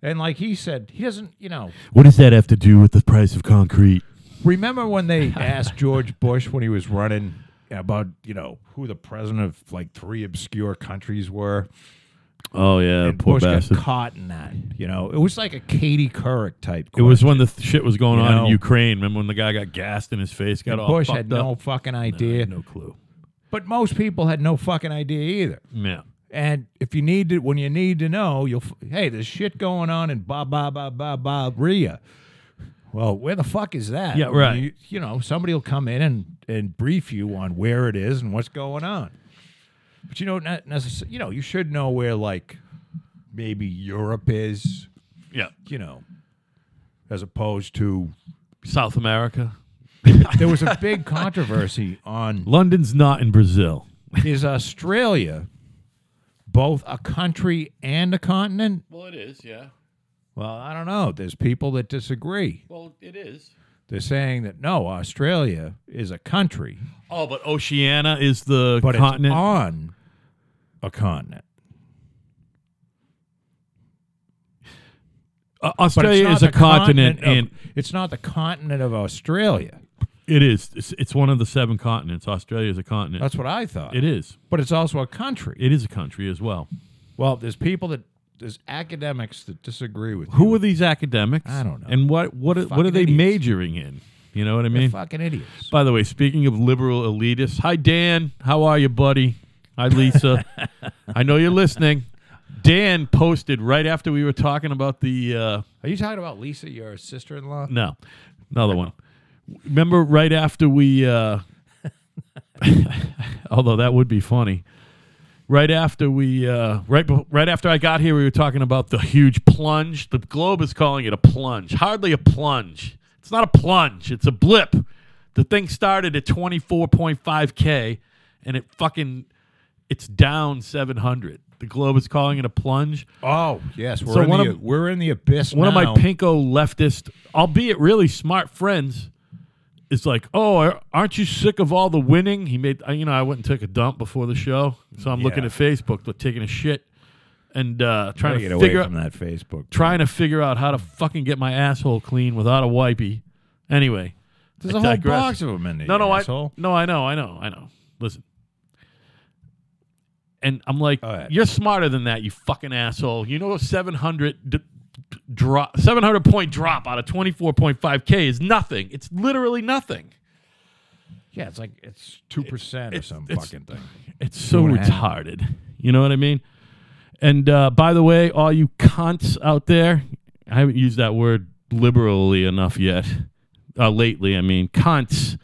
And like he said, he doesn't, you know, what does that have to do with the price of concrete? remember when they asked George Bush when he was running about, you know, who the president of like three obscure countries were? Oh yeah, And poor Bush bastard. got caught in that. You know, it was like a Katie Couric type. It was when the th- shit was going You on know. in Ukraine. Remember when the guy got gassed in his face? Got all Bush fucked had up? no fucking idea. no clue. But most people had no fucking idea either. Yeah. And if you need to, when you need to know, you'll, f- hey, there's shit going on in ba ba ba ba ba Ria. Well, where the fuck is that? Yeah, right. You, you know, somebody will come in and, and brief you on where it is and what's going on. But you know, not necessarily, you know, you should know where like maybe Europe is, Yeah. you know, as opposed to South America. there was a big controversy on London's not in Brazil. is Australia both a country and a continent? Well, it is, yeah. Well, I don't know. There's people that disagree. Well, it is. They're saying that no, Australia is a country, Oh, but Oceania is the but continent. it's on a continent. Uh, But it's Australia not is a the continent, and of- it's not the continent of Australia. it is. It's, it's one of the seven continents. Australia is a continent. That's what I thought. it is. but it's also a country. It is a country as well. well, there's people that there's academics that disagree with Who you. are these academics? I don't know. And what what are- what are Fucking they idiots. majoring in? You know what I They're mean? fucking idiots. By the way, speaking of liberal elitists, hi Dan, how are you, buddy? Hi Lisa, I know you're listening. Dan posted right after we were talking about the uh, Are you talking about Lisa, your sister-in-law? no, another one. Remember right after we, uh, although that would be funny. Right after we, uh, right bef- right after I got here, we were talking about the huge plunge. The Globe is calling it a plunge. Hardly a plunge. It's not a plunge. It's a blip. The thing started at twenty four point five k, and it fucking, it's down seven hundred. The Globe is calling it a plunge. Oh yes, we're So in one the of- we're in the abyss. One now. of my pinko leftist, albeit really smart friends, is like, "Oh, ar- aren't you sick of all the winning?" He made, I- you know, I went and took a dump before the show, so I'm looking Yeah. at Facebook, like, taking a shit, and uh, Gotta trying get to away figure out, from that Facebook. trying to figure out how to fucking get my asshole clean without a wipey. Anyway, There's I a whole digress. box of them in there. No, no, you I asshole. no, I know, I know, I know. Listen, and I'm like, All right. you're smarter than that, you fucking asshole. You know, a 700 d- d- drop, 700 point drop out of 24.5 k is nothing. It's literally nothing. Yeah, it's like it's two percent or it's- some it's- fucking thing. It's so and a half. retarded. You know what I mean? And uh, by the way, all you cunts out there, I haven't used that word liberally enough yet. Uh, lately, I mean, cunts.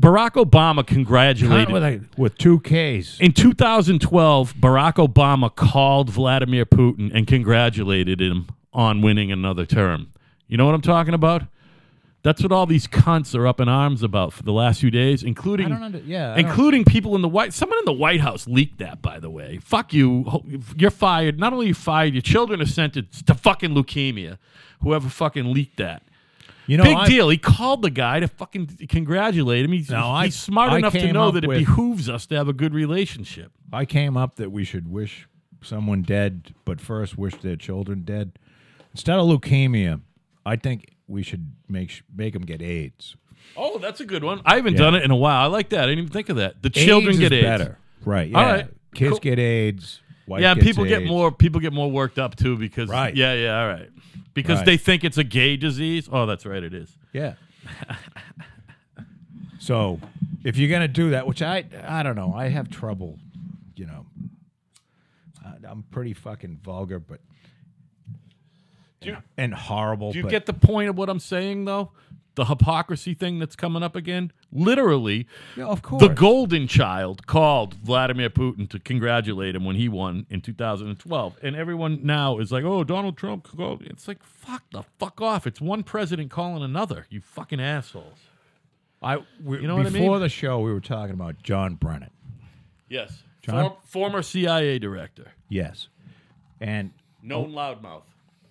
Barack Obama congratulated. Not with, a, with two Ks. In 2012, Barack Obama called Vladimir Putin and congratulated him on winning another term. You know what I'm talking about? That's what all these cunts are up in arms about for the last few days, including I don't under, yeah. I don't- including people in the White. Someone in the White House leaked that, by the way. Fuck you. Ho- You're fired. Not only are you fired, your children are sentenced to fucking leukemia. Whoever fucking leaked that. you know, Big I, deal. He called the guy to fucking congratulate him. He's, No, I- he's smart I enough to came know up that it with- behooves us to have a good relationship. I came up that we should wish someone dead, but first wish their children dead. Instead of leukemia, I think we should make sh- make them get AIDS. Oh, that's a good one. I haven't done it in a while. I like that. I didn't even think of that. The children AIDS get is AIDS. better, right? Yeah, All right, kids cool. get AIDS. Wife Yeah, and gets people get AIDS. more people get more worked up too because Right. yeah, yeah, all right. Because Right. they think it's a gay disease. Oh, that's right, it is. Yeah. so, if you're gonna do that, which I I don't know, I have trouble, you know. I, I'm pretty fucking vulgar, but Do you, and horrible. do you but get the point of what I'm saying though? The hypocrisy thing that's coming up again? Literally, Yeah, of course the golden child called Vladimir Putin to congratulate him when he won in 2012. And everyone now is like, "Oh, Donald Trump called." It's like, "Fuck the fuck off. It's one president calling another. You fucking assholes." I we, You know what I before mean? the show we were talking about John Brennan. Yes. John? Form- former CIA director, Yes, and known loudmouth.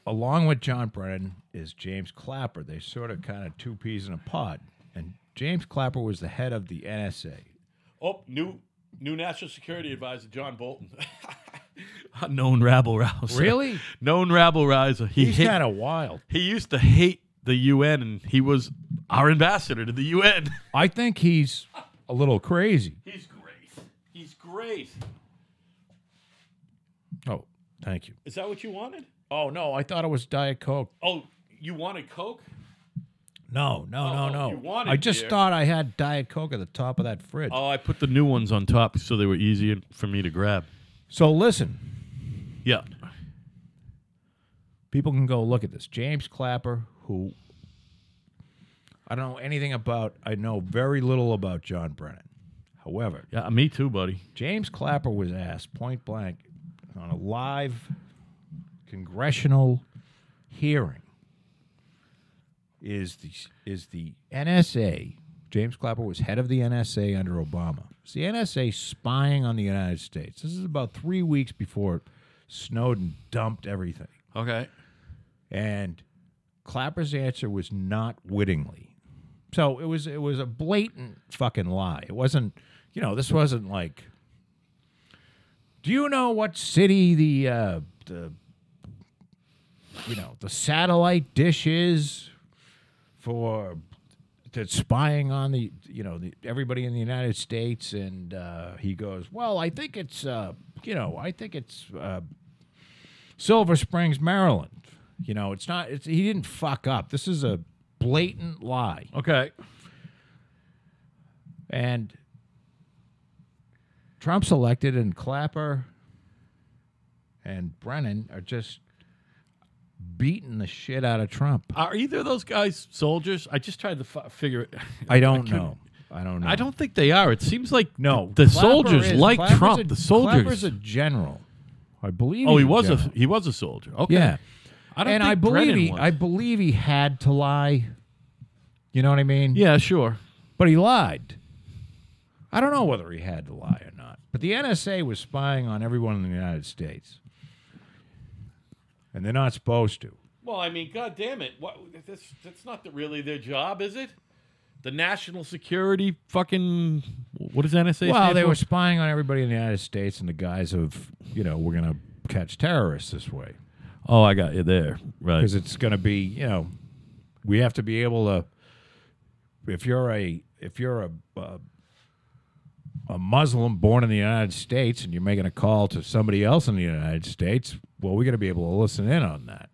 along with John Brennan is James Clapper. They sort of kind of two peas in a pod. And James Clapper was the head of the NSA. Oh, new new national security advisor John Bolton. known rabble rouser. Really? Known rabble rouser. He He's hate- kind of wild. he used to hate the UN, and he was our ambassador to the UN. I think he's a little crazy. He's great. He's great. Oh, thank you. Is that what you wanted? Oh no, I thought it was Diet Coke. Oh, you wanted Coke? No, no, Oh, no, no. you wanted I just beer. thought I had Diet Coke at the top of that fridge. Oh, I put the new ones on top so they were easier for me to grab. So listen, Yeah. people can go look at this. James Clapper, who I don't know anything about. I know very little about John Brennan. However, Yeah, me too, buddy. James Clapper was asked point blank on a live congressional hearing is the is the NSA James Clapper was head of the NSA under Obama. Is the NSA spying on the United States? This is about 3 weeks before Snowden dumped everything. Okay. And Clapper's answer was not wittingly. So it was it was a blatant fucking lie. It wasn't you know, this wasn't like Do you know what city the uh the you know, the satellite dish is for that's spying on the you know the, everybody in the United States and uh, he goes well I think it's uh, you know I think it's uh, Silver Springs, Maryland. You know, it's not. It's he didn't fuck up. This is a blatant lie. Okay. And Trump's elected, and Clapper and Brennan are just beating the shit out of Trump. Are either of those guys soldiers? I just tried to fi- figure it. I don't couldn't- know. I don't know. I don't think they are. It seems like No, The, the Clapper soldiers is- like Clapper's Trump. a- the soldiers. Clapper's a general, I believe. oh, he he's was a general. he was a soldier. Okay. yeah. I don't and think I believe Brennan he, was. I believe he had to lie. You know what I mean? yeah, sure. But he lied. I don't know whether he had to lie or not. But the NSA was spying on everyone in the United States. And they're not supposed to. Well, I mean, God damn it! What, this, that's not the, really their job, is it? The national security fucking what does NSA Well, stand they for? were spying on everybody in the United States in the guise of, you know, we're going to catch terrorists this way. oh, I got you there. Right. because it's going to be you know we have to be able to if you're a if you're a uh, a Muslim born in the United States and you're making a call to somebody else in the United States, well, we're going to be able to listen in on that.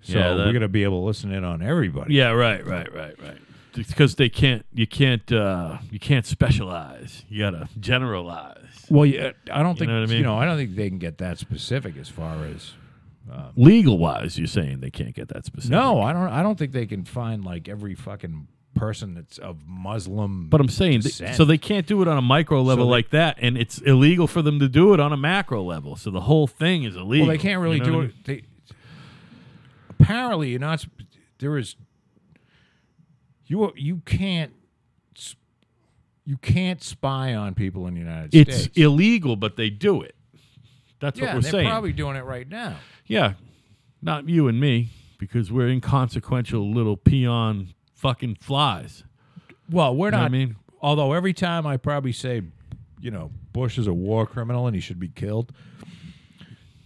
So Yeah, that- we're going to be able to listen in on everybody. Yeah, right, right, right, right. Because they can't, you can't, uh, you can't specialize. You gotta generalize. Well, yeah, I don't think know what I mean? you know. I don't think they can get that specific as far as Legal wise, you're saying they can't get that specific. no. I don't. I don't think they can find like every fucking person that's of Muslim. but I'm saying, th- Dissent. so they can't do it on a micro level they- like that, and it's illegal for them to do it on a macro level. So the whole thing is illegal. Well, they can't really You know do what I it. They, apparently, you're not. sp- There is. You are- you can't. s- You can't spy on people in the United mean? It's States. illegal, but they do it. That's yeah, what we're they're saying. probably doing it right now. yeah, not you and me, because we're inconsequential little peon fucking flies. Well, we're know what not. I mean? although every time I probably say, you know, Bush is a war criminal and he should be killed.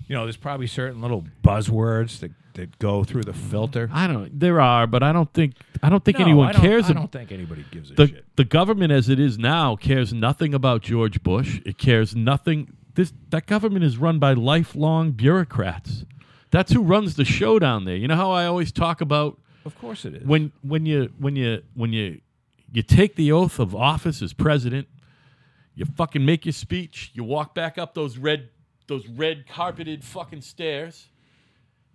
You know, there's probably certain little buzzwords that, that go through the filter. I don't. There are, but I don't think I don't think No, anyone I don't- cares. I ab- don't think anybody gives a the shit. the government as it is now cares nothing about George Bush. It cares nothing. This that government is run by lifelong bureaucrats. That's who runs the show down there. You know how I always talk about Of course it is. when when you when you when you you take the oath of office as president, you fucking make your speech, you walk back up those red those red carpeted fucking stairs,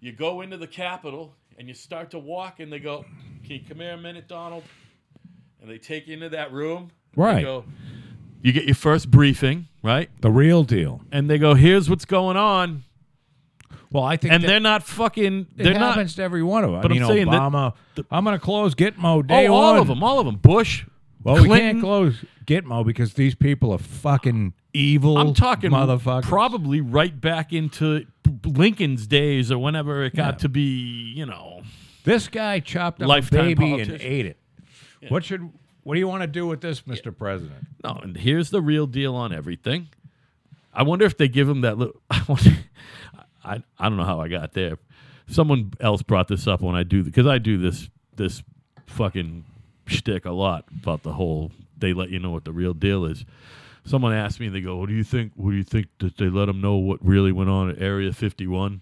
you go into the Capitol and you start to walk and they go, Can you come here a minute, Donald? And they take you into that room. and they Right. go- you get your first briefing, right? the real deal. And they go, Here's what's going on. Well, I think And that they're not fucking it they're not happens to every one of them. But I I'm mean, saying that Obama. I'm going to close Gitmo day Oh, one. all of them, all of them. Bush. Well, we Clinton, can't close Gitmo because these people are fucking evil. I'm talking motherfuckers. Probably right back into Lincoln's days or whenever it got Yeah. to be, you know. this guy chopped up Lifetime a baby and politician. ate it. What should? What do you want to do with this, Mr. President? No, and here's the real deal on everything. I wonder if they give him that little. I wonder. I I don't know how I got there. Someone else brought this up when I do because I do this this fucking shtick a lot about the whole. They let you know what the real deal is. Someone asked me, they go, "What do you think? What do you think that they let them know what really went on at Area 51?"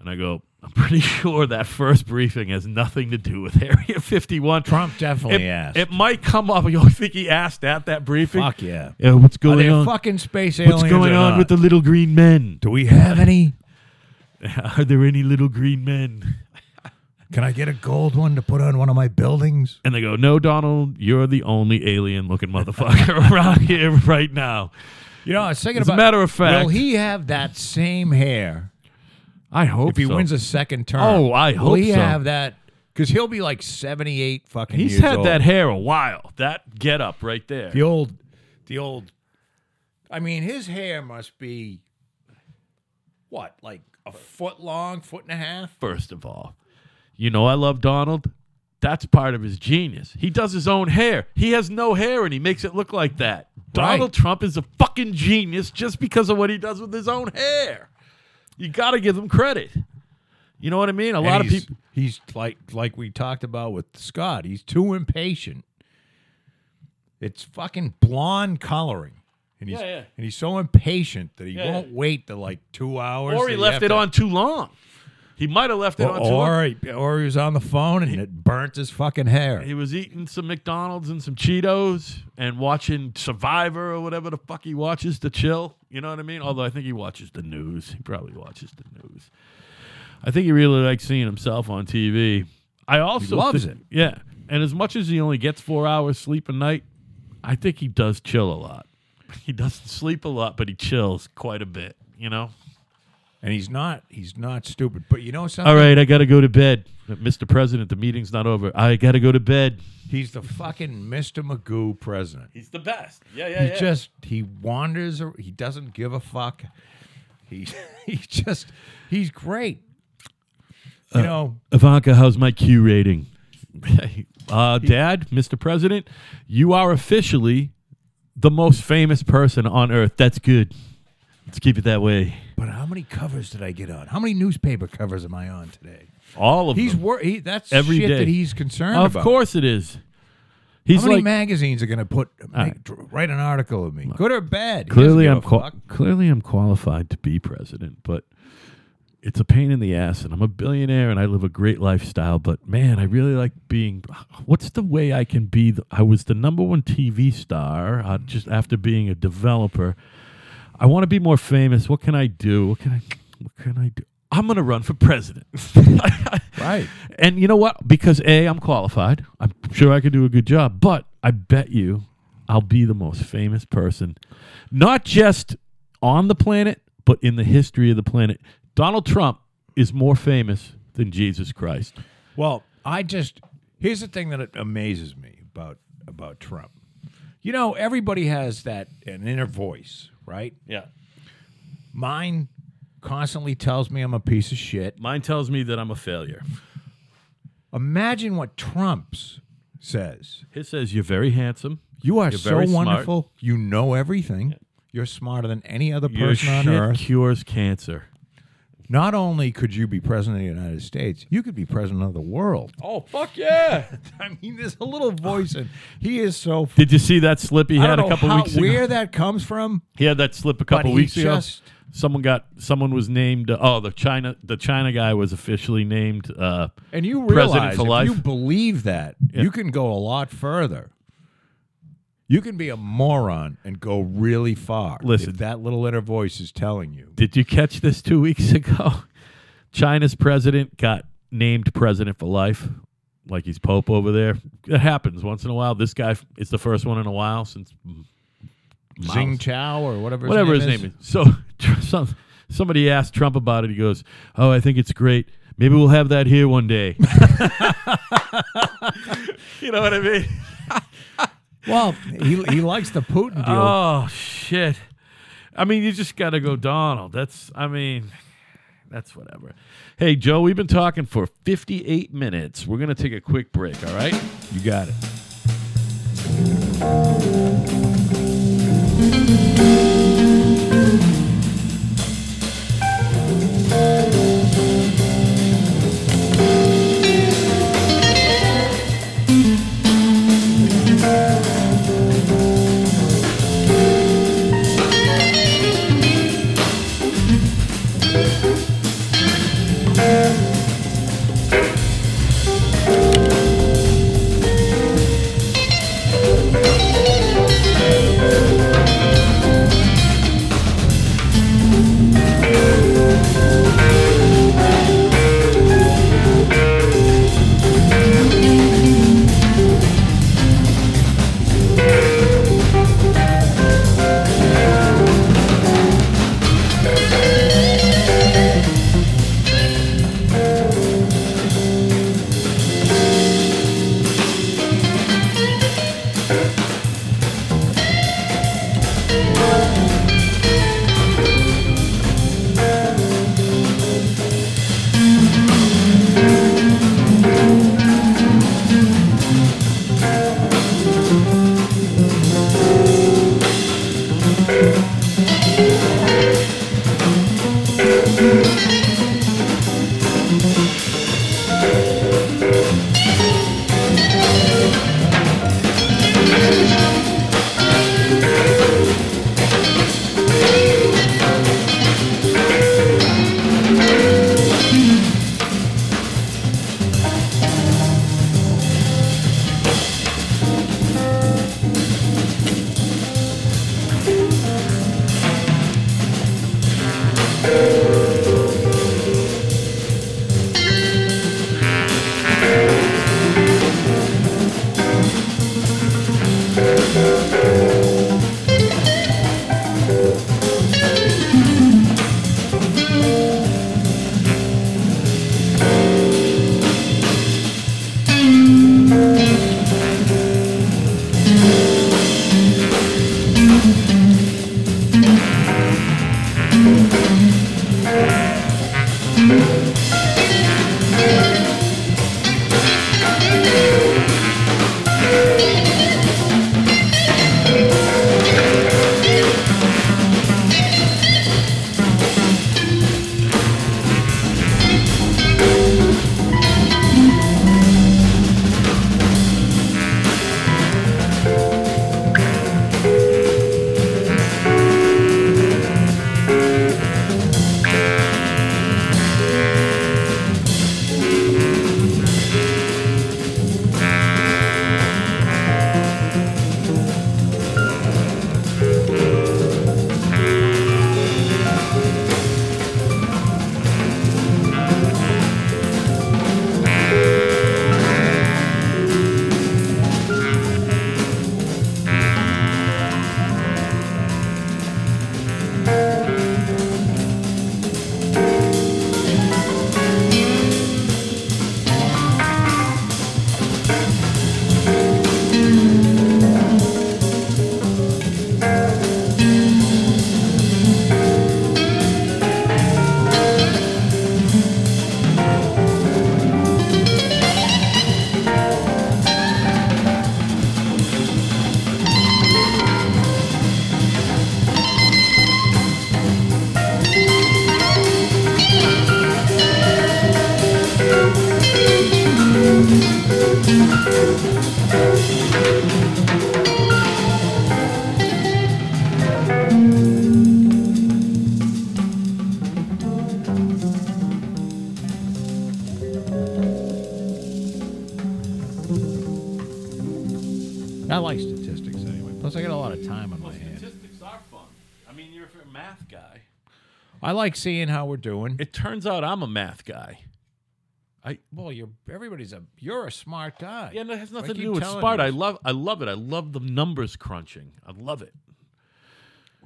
And I go, "I'm pretty sure that first briefing has nothing to do with Area 51." Trump It, definitely asked. it might come up. You think he asked at that briefing? Fuck yeah. Yeah, what's Are they going on? fucking space aliens? What's going or on not? with the little green men? Do we have any? Are there any little green men? Can I get a gold one to put on one of my buildings? And they go, No, Donald, you're the only alien looking motherfucker around here right now. You know, I was thinking As a about. matter of fact- will he have that same hair I hope if he so. wins a second term? Oh, I Will hope he so. have that? Because he'll be like seventy-eight fucking. He's years had old. that hair a while. That get up right there. The old, the old. I mean, his hair must be what, like a foot long, foot and a half. First of all, you know I love Donald. That's part of his genius. He does his own hair. He has no hair and he makes it look like that. Donald Trump is a fucking genius just because of what he does with his own hair. You got to give him credit. You know what I mean? A lot of people He's like, like we talked about with Scott. He's too impatient. It's fucking blonde coloring. And he's, Yeah, yeah. and he's so impatient that he Yeah, won't wait the like two hours. or that he you have left it to- on too long. He might have left it Or, on too long. or, he, or he was on the phone and it burnt his fucking hair. He was eating some McDonald's and some Cheetos and watching Survivor or whatever the fuck he watches to chill. You know what I mean? Although I think he watches the news. He probably watches the news. I think he really likes seeing himself on TV. I also loves think- it. Yeah, and as much as he only gets four hours sleep a night, I think he does chill a lot. He doesn't sleep a lot, but he chills quite a bit. You know. and he's not he's not stupid. But you know something? All right, I gotta go to bed, Mr. President. The meeting's not over. I gotta go to bed. He's the fucking Mr. Magoo president. He's the best. Yeah, yeah, He just he wanders. ar- He doesn't give a fuck. He he just he's great. You know, Ivanka, how's my Q rating? uh, Dad, Mr. President, you are officially the most famous person on earth. That's good. Let's keep it that way. but how many covers did I get on? How many newspaper covers am I on today? All of He's them. wor- he, that's Every shit day. that he's concerned Of about. course it is. How He's many like magazines are going to put make, dr- write an article of me, good or bad? He clearly doesn't I'm give a qua- fuck. clearly I'm qualified to be president, but it's a pain in the ass and I'm a billionaire and I live a great lifestyle, but man, I really like being what's the way I can be the, I was the number 1 TV star uh, just after being a developer. I want to be more famous. What can I do? What can I what can I do? I'm going to run for president. right. And you know what? Because A, I'm qualified. I'm sure I could do a good job, but I bet you I'll be the most famous person, not just on the planet, but in the history of the planet. Donald Trump is more famous than Jesus Christ. Well, I just here's the thing that amazes me about about Trump. You know, everybody has that an inner voice, right? Yeah. Mine constantly tells me I'm a piece of shit. Mine tells me that I'm a failure. Imagine what Trump's says. His says, You're very handsome. You are You're so very smart. wonderful. You know everything. You're smarter than any other Your person shit on earth. cures cancer. Not only could you be president of the United States, you could be president of the world. Oh, fuck yeah. I mean, there's a little voice, and he is so. F- Did you see that slip he I had don't a know couple how, weeks ago? where that comes from. He had that slip a couple he weeks just- ago. Someone got someone was named. Oh, the China the China guy was officially named. Uh, And you President realize for if life. you believe that, you can go a lot further. You can be a moron and go really far. Listen. if that little inner voice is telling you. did you catch this two weeks ago? China's president got named president for life, like he's pope over there. It happens once in a while. This guy is the first one in a while since Zing Chow or whatever. whatever his name is. So tr- some, somebody asked Trump about it. He goes, "Oh, I think it's great. Maybe we'll have that here one day." you know what I mean? Well, he, he likes the Putin deal. Oh shit! I mean, you just got to go, Donald. That's I mean, that's whatever. Hey, Joe, we've been talking for 58 minutes. We're gonna take a quick break. All right. you got it. a math guy. I like seeing how we're doing. It turns out I'm a math guy. I well, you're everybody's a you're a smart guy. yeah, and it has nothing to keep do with telling smart. you. I love I love it. I love the numbers crunching. I love it.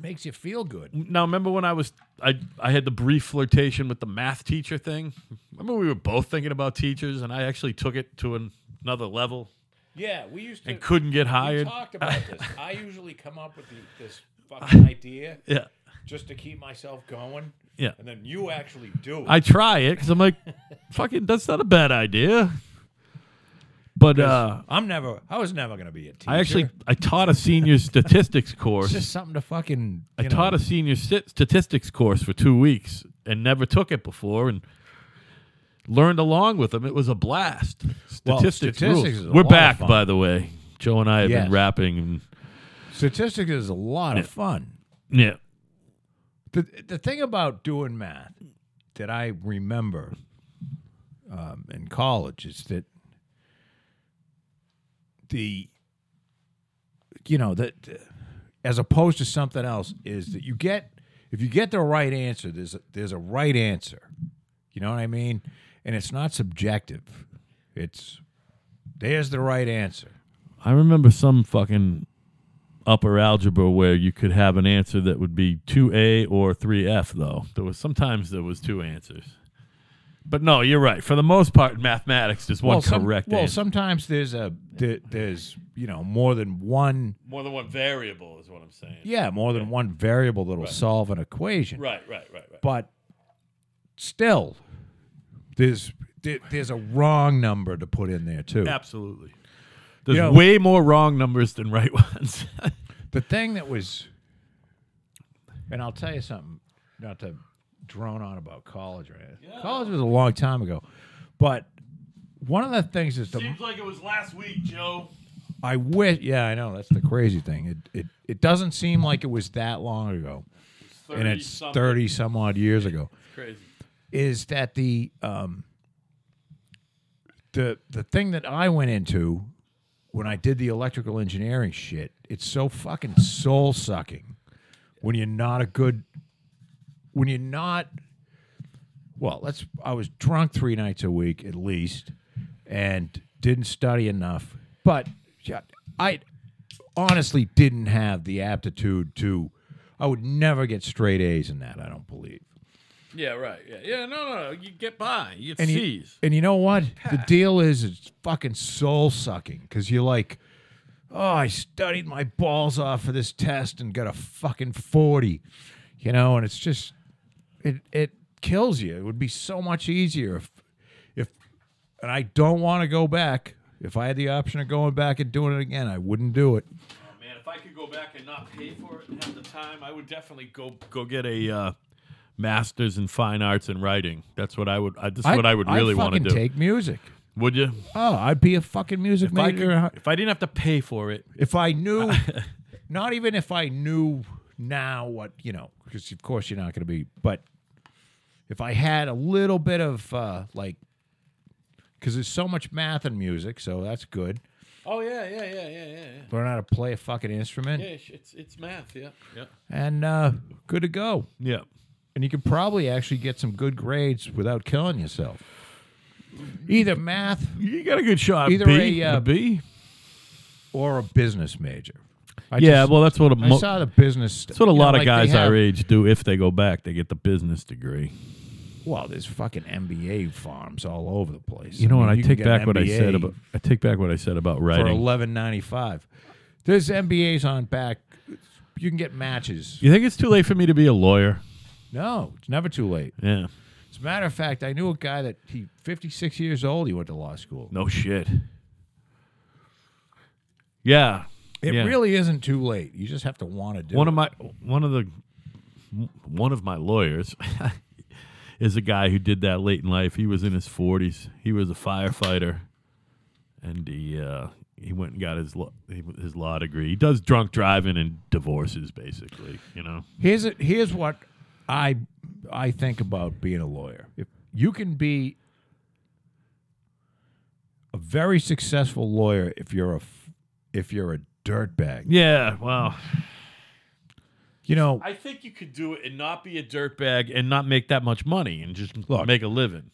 Makes you feel good. Now remember when I was I I had the brief flirtation with the math teacher thing. Remember we were both thinking about teachers, and I actually took it to an, another level Yeah, we used to and couldn't get we hired. talked about this. I usually come up with the, this fucking idea Yeah, just to keep myself going. Yeah. And then you actually do it. I try it because I'm like, fucking, that's not a bad idea. But uh, I'm never I was never gonna be a teacher. I actually I taught a senior statistics course. it's just something to fucking I taught a senior sti- statistics course for two weeks and never took it before and learned along with them. It was a blast. Well, Statistics, statistics rules. is a We're lot of back, fun. by the way. Joe and I have Yes. been rapping. And, statistics is a lot of fun. yeah. The the thing about doing math that I remember um, in college is that the you know that uh, as opposed to something else is that you get if you get the right answer there's a, there's a right answer you know what I mean and it's not subjective it's there's the right answer I remember some fucking upper algebra where you could have an answer that would be 2A or 3F though. There was sometimes there was two answers. But no, you're right. For the most part, in mathematics there's one some- correct well answer. sometimes there's a there, there's you know more than one More than one variable is what I'm saying. Yeah, more than one variable that'll solve an equation. Right, right, right, right. But still, there's there, there's a wrong number to put in there too. Absolutely. There's You know- way more wrong numbers than right ones. The thing that was, and I'll tell you something, not to drone on about college or anything. College was a long time ago, but one of the things is the like it was last week, Joe. I wish. Yeah, I know that's the crazy thing. It it it doesn't seem like it was that long ago, and it's thirty some odd years ago. Crazy. is that the um, the the thing that I went into when I did the electrical engineering shit. It's so fucking soul sucking when you're not a good when you're not. Well, let's. I was drunk three nights a week at least, and didn't study enough. But yeah, I honestly didn't have the aptitude to. I would never get straight A's in that. I don't believe. Yeah, right. Yeah, yeah. No, no, no. You get by. You get And you, C's. and you know what? The deal is it's fucking soul sucking because you're like, oh, I studied my balls off for this test and got a fucking 40, you know, and it's just, it, it kills you. It would be so much easier if, if, and I don't want to go back. If I had the option of going back and doing it again, I wouldn't do it. Man, if I could go back and not pay for it and have the time, I would definitely go go get a uh, master's in fine arts and writing. That's what I would. I, this is what I would really want to fucking do. Take music. Would you? Oh, I'd be a fucking music If I, major. could- if I didn't have to pay for it, if I knew, not even if I knew now what you know, because of course you're not going to be. But if I had a little bit of uh, like, because there's so much math in music, so that's good. oh yeah, yeah, yeah, yeah, yeah, Learn how to play a fucking instrument, It's it's math. Yeah, yeah, and uh, good to go. yeah. And you could probably actually get some good grades without killing yourself. Either math You got a good shot. Either B, a, uh, a B. or a business major. I yeah, just- well, that's what a I mo- saw the business. that's what a lot of guys our age do. If they go back, they get the business degree. Well, there's fucking MBA farms all over the place. You know mean, what? I can take get an back what I said MBA about. I take back what I said about for writing. eleven ninety five. There's MBAs on back. You can get matches. You think it's too late for me to be a lawyer? No, it's never too late. Yeah. As a matter of fact, I knew a guy that he fifty six years old. He went to law school. No shit. Yeah. It yeah. really isn't too late. You just have to want to do. one it. of my one of the one of my lawyers is a guy who did that late in life. He was in his forties. He was a firefighter, and he uh, he went and got his law, his law degree. He does drunk driving and divorces, basically. You know. Here's a, here's what I I think about being a lawyer. If you can be a very successful lawyer if you're a f- if you're a dirtbag. Yeah. Wow. You know, I think you could do it and not be a dirtbag and not make that much money and just Look. make a living.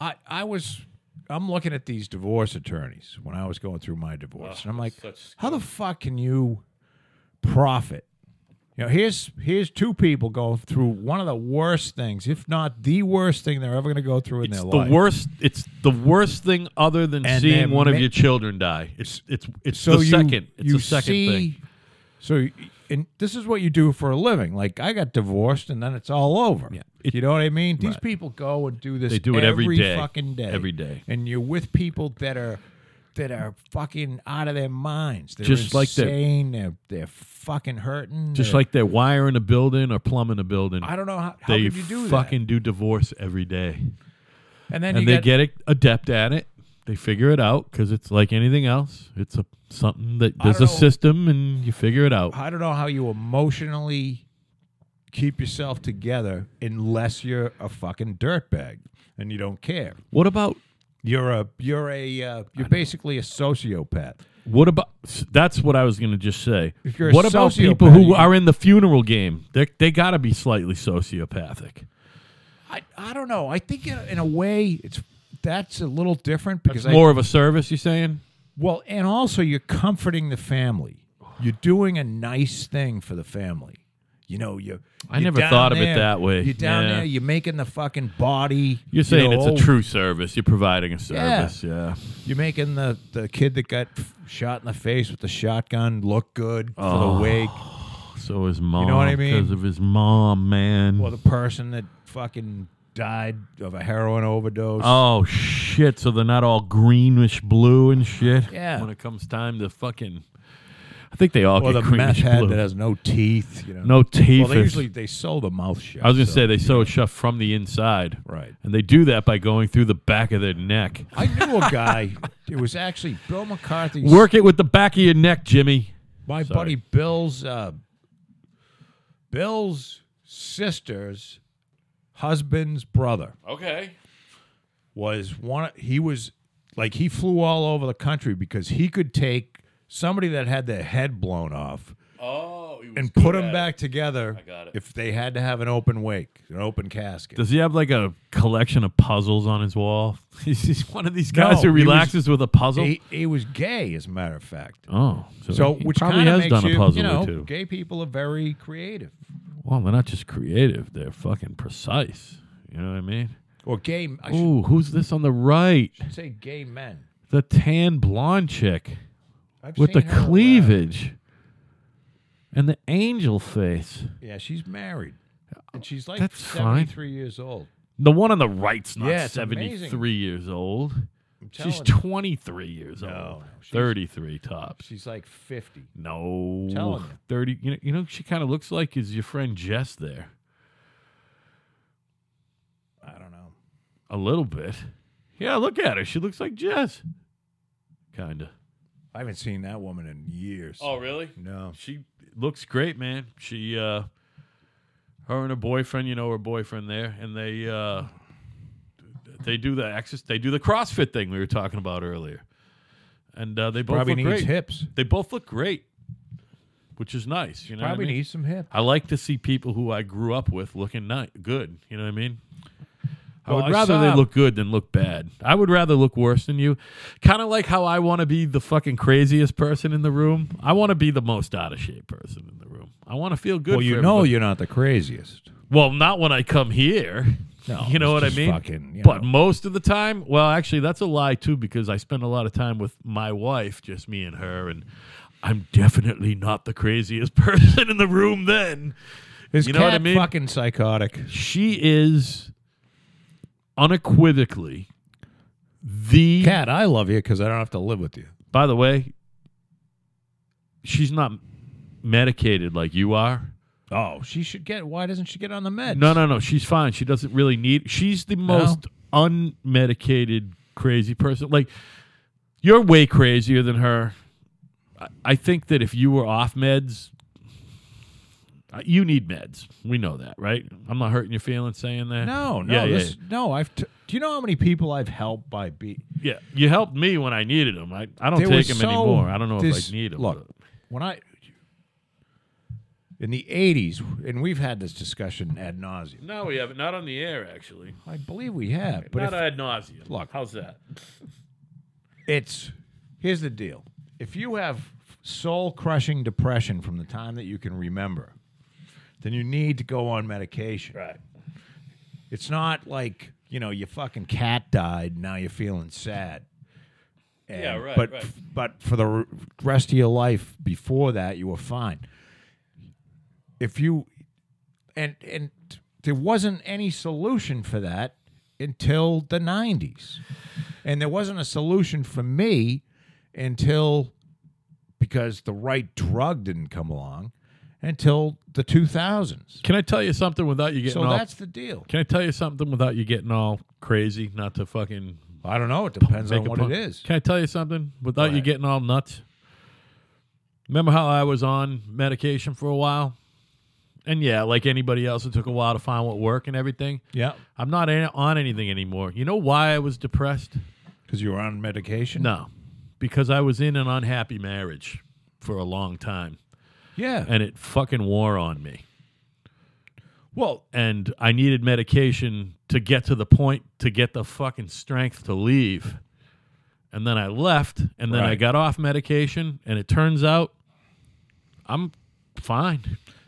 I, I was I'm looking at these divorce attorneys when I was going through my divorce, and I'm like, such how the fuck can you profit? You know, here's here's two people going through one of the worst things, if not the worst thing they're ever going to go through in It's their the life. worst. It's the worst thing other than And seeing they're one of ma- your children die. It's it's it's so the you, second. It's you the second see, thing. So, y- and this is what you do for a living. Like I got divorced, and then it's all over. Yeah. you know what I mean? These people go and do this. They do it every day. fucking day, Every day. And you're with people that are that are fucking out of their minds. They're Just like that- insane. They're they're fucking hurting. Just They're- like they're wiring a building or plumbing a building. I don't know how, how they could you do fucking do divorce every day, that. And then and you they got- get adept at it. They figure it out because it's like anything else. It's a something that there's a don't know. system, and you figure it out. I don't know how you emotionally keep yourself together unless you're a fucking dirtbag and you don't care. What about You're a you're a uh, you're basically a sociopath. What about that's what I was going to just say. If you're a what about sociopath, people who you- are in the funeral game? They they got to be slightly sociopathic. I I don't know. I think in, in a way it's that's a little different because I More of a service, you saying? well and also you're comforting the family. You're doing a nice thing for the family. You know, you I you're never down thought of it there, that way. You're down Yeah. there, you're making the fucking body. You're saying you know, it's oh, a true service. You're providing a service. Yeah. You're making the, the kid that got shot in the face with the shotgun look good for Oh. the wake, So his mom, know what I because mean? of his mom, man. or the person that fucking died of a heroin overdose. oh shit! So they're not all greenish blue and shit. Yeah. When it comes time to fucking, I think they all or the get meth greenish head blue. that has no teeth. You know, no teeth. Well, they It's- usually they sew the mouth shut. I was gonna so- say they sew it shut from the inside. right. And they do that by going through the back of their neck. I knew a guy. It was actually Bill McCarthy's Work it with the back of your neck, Jimmy. My Sorry. buddy Bill's uh, Bill's sister's husband's brother. Okay. was one he was like he flew all over the country because he could take somebody that had their head blown off Oh. and put them back together got it. if they had to have an open wake, an open casket. Does he have like a collection of puzzles on his wall? He's just one of these guys No, who he was- relaxes with a puzzle. he, he was gay, as a matter of fact. oh, So, he which probably kinda has makes done you, a puzzle you know, or two. gay people are very creative. Well, they're not just creative; they're fucking precise. You know what I mean? Or gay, I should Ooh, who's this on the right? say gay men. The tan blonde chick I've with the seen her around. cleavage and the angel face. Yeah, she's married. And she's like That's fine. 73 years old. The one on the right's not Yeah, it's 73 amazing. years old. I'm telling She's you. 23 years No, old. no, she's- 33 tops. She's like 50. No. telling you. 30. You know, you know what she kind of looks like is your friend Jess there. I don't know. A little bit. Yeah, look at her. She looks like Jess. Kind of. I haven't seen that woman in years. Oh, really? No. She looks great, man. She uh her and her boyfriend, you know her boyfriend there, and they uh they do the access they do the CrossFit thing we were talking about earlier. And uh, they both Probably look needs great. hips. They both look great, which is nice. You know, what Probably I mean? needs some hips. I like to see people who I grew up with looking ni- good. You know what I mean? I Well, would I rather saw- they look good than look bad. I would rather look worse than you. Kind of like how I want to be the fucking craziest person in the room. I want to be the most out of shape person in the room. I want to feel good. Well, you for know everybody. you're not the craziest. Well, not when I come here. No, you know it's what I just mean. fucking, you but know. most of the time, well, actually, that's a lie too because I spend a lot of time with my wife, just me and her, and I'm definitely not the craziest person in the room. Then His You know what I cat mean? fucking psychotic. she is unequivocally the. Cat, I love you because I don't have to live with you. By the way, she's not medicated like you are. Oh, she should get. Why doesn't she get on the meds? No, no, no. She's fine. She doesn't really need. She's the most unmedicated crazy person. Like you're way crazier than her. I, I think that if you were off meds, uh, you need meds. We know that, right? I'm not hurting your feelings saying that. no, no. Yeah, yeah, this, No, I've. T- Do you know how many people I've helped by be? yeah. Yeah, You helped me when I needed them. I, I don't They were take them so anymore. I don't know dis- if I need them. Look, when I in the 80s, and we've had this discussion ad nauseum. No, we haven't. Not on the air, actually. I believe we have, but Not if ad nauseum. Look. how's that? it's here's the deal: if you have soul-crushing depression from the time that you can remember, then you need to go on medication. Right. It's not like you know your fucking cat died. Now you're feeling sad. And- Yeah, right, But right. f- but for the r- rest of your life before that, you were fine. If you and and there wasn't any solution for that until the '90s, and there wasn't a solution for me until because the right drug didn't come along until the 2000s. Can I tell you something without you getting So all? that's the deal. can I tell you something without you getting all crazy? Not to fucking I don't know. It depends on Make a what pun- it is. Can I tell you something without you ahead. getting all nuts? Remember how I was on medication for a while? And yeah, like anybody else, it took a while to find what worked and everything. Yeah, I'm not an- on anything anymore. You know why I was depressed? because you were on medication. No, because I was in an unhappy marriage for a long time Yeah. and it fucking wore on me. well, And I needed medication to get to the point to get the fucking strength to leave. And then I left and then I Right. got off medication and it turns out I'm fine.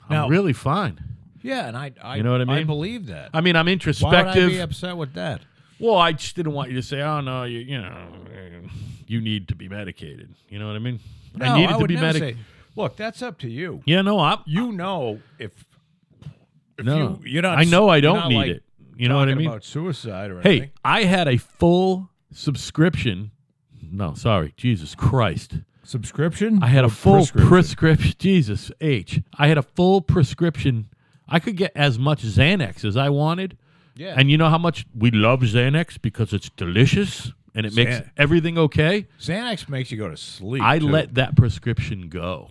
Now- I'm really fine. yeah, and I, I You know what I mean? believe that. I mean, I'm Why would I introspective. be upset with that? well, I just didn't want you to say, "Oh no, you you know, you need to be medicated." You know what I mean? No, I needed to would be never medicated. say- Look, that's up to you. Yeah, no, I You know if, if no, you, you're not. I know I you're don't not, need like, it. You know what I talking mean? About suicide or Hey, anything. I had a full subscription. No, sorry, Jesus Christ. subscription. I had a or full prescription? prescription. Jesus H. I had a full prescription. I could get as much Xanax as I wanted. Yeah. And you know how much we love Xanax because it's delicious and it makes Xan- everything okay? Xanax makes you go to sleep. I too. let that prescription go.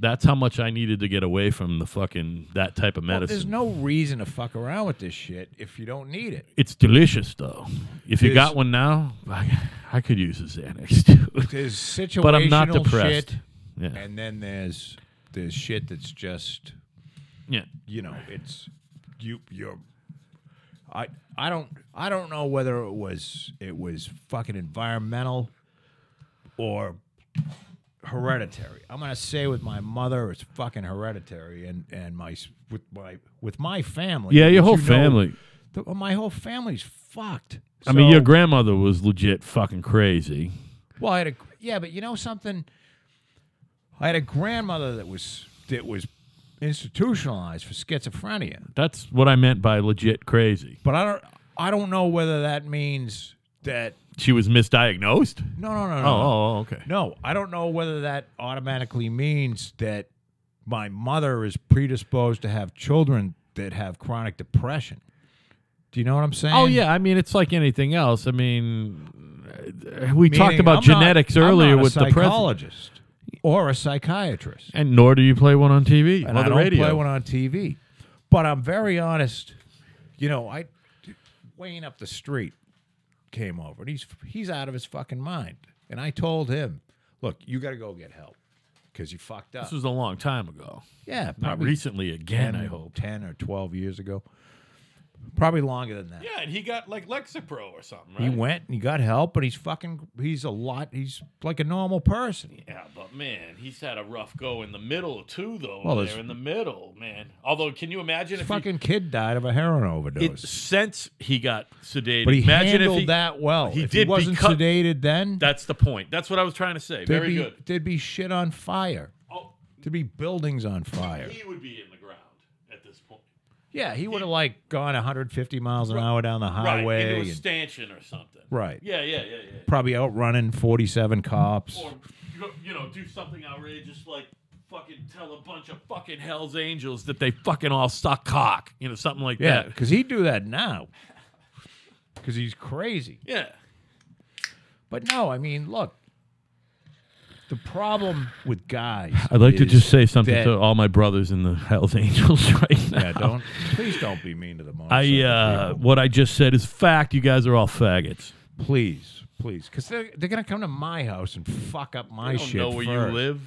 That's how much I needed to get away from the fucking that type of Well, there's medicine. no reason to fuck around with this shit if you don't need it. it's delicious though. If you There's- got one now, I, I could use a Xanax too. There's situational but I'm not depressed. shit, Yeah. and then there's there's shit that's just yeah. you know, it's you you're I I don't I don't know whether it was it was fucking environmental or hereditary. I'm gonna say with my mother it's fucking hereditary and and my s- with my with my family. Yeah, your which whole you know- family. the- my whole family's fucked. I mean, So- your grandmother was legit fucking crazy. Well, I had a yeah, but you know something. I had a grandmother that was that was institutionalized for schizophrenia. That's what I meant by legit crazy. But I don't I don't know whether that means that She was misdiagnosed? no no no Oh, no oh, oh, okay. no I don't know whether that automatically means that my mother is predisposed to have children that have chronic depression. Do you know what I'm saying? Oh, yeah. I mean, it's like anything else. I mean, uh, we talked Meaning about I'm not- genetics I'm earlier not a with the president. psychologist or a psychiatrist. And nor do you play one on TV and or I the don't radio. play one on TV. But I'm very honest. You know, I Wayne up the street came over, and he's he's out of his fucking mind. And I told him, "Look, you got to go get help because you fucked up." This was a long time ago. yeah, Not probably recently again, I hope. ten or twelve years ago, probably longer than that. and he got like Lexapro or something, He went and he got help, but he's fucking. He's a lot. He's like a normal person. Yeah, but man, he's had a rough go in the middle too, though. Well, there it's- in the middle, man. Although, can you imagine His if fucking kid died of a heroin he, overdose. it, since he got sedated? but he imagine handled if he, that well. he if did he wasn't becau- sedated then. That's the point. That's what I was trying to say. There'd Very be, good. There'd be shit on fire. Oh, There'd be buildings on fire. he would be in the ground at this point. Yeah, he would have like gone 150 miles an hour down the highway. right into a and stanchion or something. Right. Yeah, yeah, yeah, yeah. probably outrunning 47 cops. Or you know, you know, do something outrageous like fucking tell a bunch of fucking Hell's Angels that they fucking all suck cock. You know, something like Yeah, that. because he'd do that now. Because he's crazy. Yeah. But no, I mean, look. The problem with guys. I'd like to is just say something that- to all my brothers in the Hells Angels right now. Yeah, don't. Please don't be mean to the monster. I uh, what I just said is fact. You guys are all faggots. please, please, because they're, they're gonna come to my house and fuck up my shit. first. live.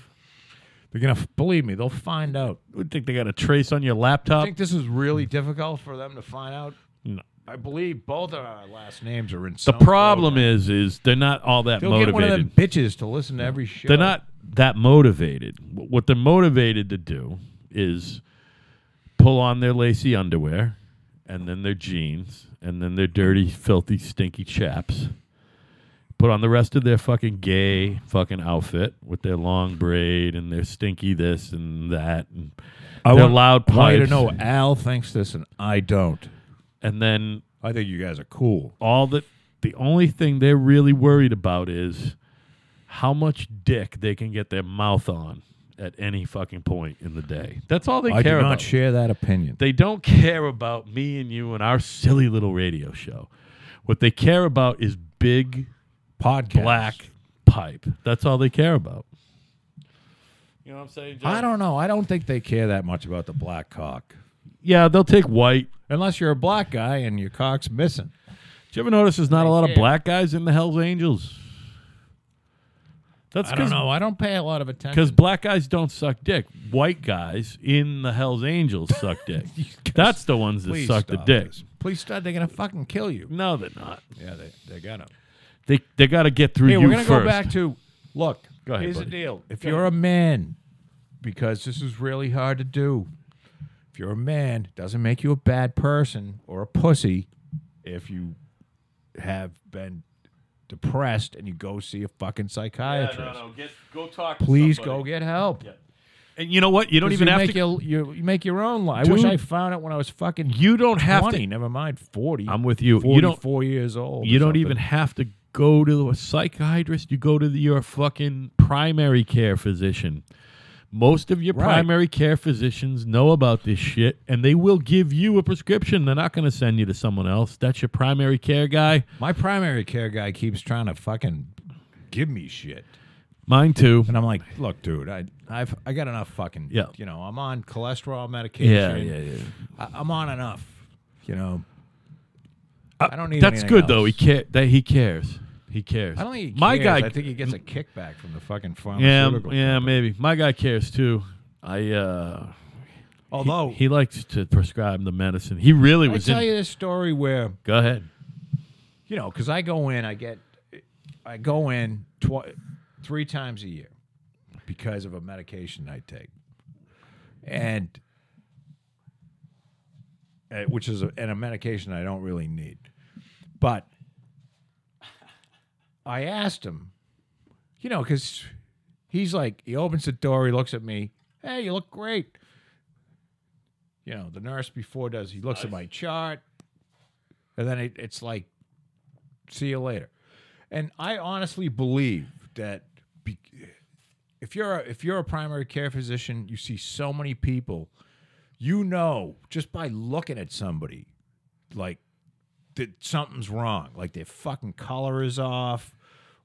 They're gonna believe me. They'll find out. would think they got a trace on your laptop. I think this is really difficult for them to find out. No. I believe both of our last names are in. the problem is, is they're not all that they'll motivated. get one of them bitches to listen to every show. They're not that motivated. Wh- What they're motivated to do is pull on their lacy underwear and then their jeans and then their dirty, filthy, stinky chaps. Put on the rest of their fucking gay fucking outfit with their long braid and their stinky this and that and I their want- loud I want you pipes. to know Al thinks this and I don't. And then I think you guys are cool. all that the only thing they're really worried about is how much dick they can get their mouth on at any fucking point in the day. That's all they I care do not about. share that opinion. they don't care about me and you and our silly little radio show. What they care about is big Podcast. black pipe. That's all they care about. You know what I'm saying? Joe? I don't know. I don't think they care that much about the black cock, Yeah, they'll take white. unless you're a black guy and your cock's missing. Did you ever notice there's not a lot of care. black guys in the Hell's Angels? That's I don't because know. I don't pay a lot of attention. Because black guys don't suck dick. White guys in the Hell's Angels suck dick. That's the ones that Please suck the stop dick. this. Please stop. They're gonna fucking kill you. No, they're not. Yeah, they they gotta. They they got to get through Hey, you we're gonna first. go back to look. Go ahead, here's buddy. the deal: if you're a man, because this is really hard to do. If you're a man, doesn't make you a bad person or a pussy. If you have been depressed and you go see a fucking psychiatrist, go talk. please go get help. And you know what? You don't 'Cause even you have make to. Your, you, you make your own life. I wish Dude, I found it when I was fucking you don't have 20, to. never mind 40. I'm with you. You don't. 44 years old. or You don't something. even have to go to a psychiatrist. You go to the, your fucking primary care physician. Most of your Right. primary care physicians know about this shit and they will give you a prescription. They're not going to send you to someone else. That's your primary care guy. My primary care guy keeps trying to fucking give me shit. Mine too. And I'm like, look, dude, I, I've I got enough fucking. Yeah. You know, I'm on cholesterol medication. Yeah, yeah, yeah. I, I'm on enough. You know, I don't need. Uh, That's anything good though. He else. care that he cares. He cares. I don't think he My cares. guy Mm, I think he gets a kickback from the fucking Yeah, pharmaceutical. yeah, maybe. My guy cares too. I uh Although he likes to prescribe the medicine. He really I was tell in you this story where Go ahead. you know, because I go in, I get, I go in twi- three times a year because of a medication I take, and eh, which is a, and a medication I don't really need, but I asked him, you know, because he's like, he opens the door, he looks at me, hey, you look great. You know, the nurse before does, he looks at my chart, and then it, it's like see you later. And I honestly believe that be, if you're a, if you're a primary care physician, you see so many people, you know, just by looking at somebody, like that something's wrong, like their fucking color is off,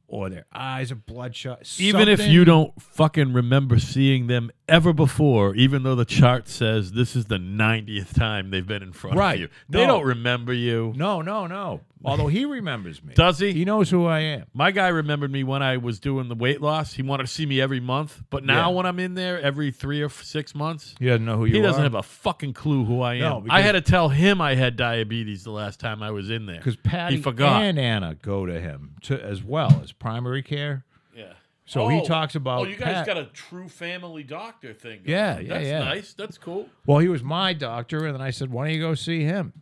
or their eyes are bloodshot. Even if something- you don't fucking remember seeing them ever before, even though the chart says this is the 90th time they've been in front Right. of you, they No. don't remember you. no, no, no. Although he remembers me, Does he? He knows who I am. My guy remembered me when I was doing the weight loss. He wanted to see me every month, but now Yeah. when I'm in there every three or f- six months, He doesn't know who you he are. doesn't have a fucking clue who I am. No, I because- had to tell him I had diabetes the last time I was in there because Patty he forgot. and Anna go to him to, as well as primary care. yeah. So he talks about. Oh, you guys Pat- got a true family doctor thing. Going Yeah, on. yeah, That's yeah. nice. That's cool. Well, he was my doctor, and then I said, "Why don't you go see him?"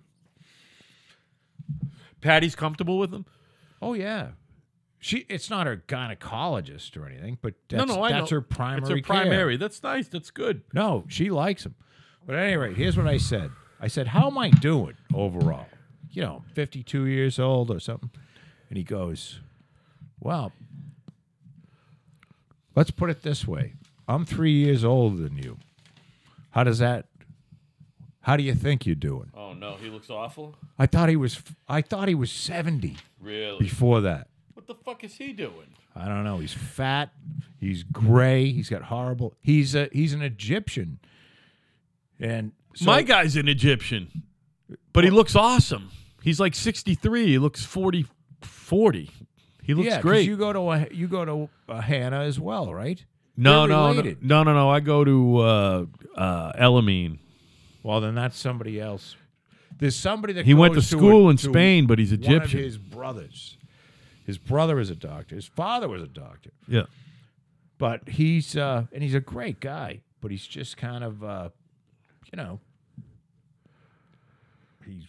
Patty's comfortable with them. Oh yeah, she. It's not her gynecologist or anything, but No, that's, no, I that's know. her primary. It's her care. primary. That's nice. That's good. No, she likes him. But at any rate, here's what I said. I said, How am I doing overall? You know, 52 years old or something. And he goes, Well, let's put it this way I'm three years older than you. How does that, how do you think you're doing? Oh no, he looks awful. I thought he was, I thought he was 70 Really? before that. What the fuck is he doing? I don't know. He's fat. He's gray. He's got horrible. He's a, he's an Egyptian. And so- My guy's an Egyptian, but he looks awesome. He's like 63. He looks 40. 40. He looks yeah, 'cause great. You go to a you go to a Hannah as well, right? No, They're no, no, related. no, no, no. I go to uh, uh, Elamine. Well, then that's somebody else. There's somebody that He went to goes a- school in to Spain, but he's One of Egyptian. his brothers. His brother is a doctor. His father was a doctor, yeah, but he's uh, and he's a great guy. But he's just kind of, uh, you know, he's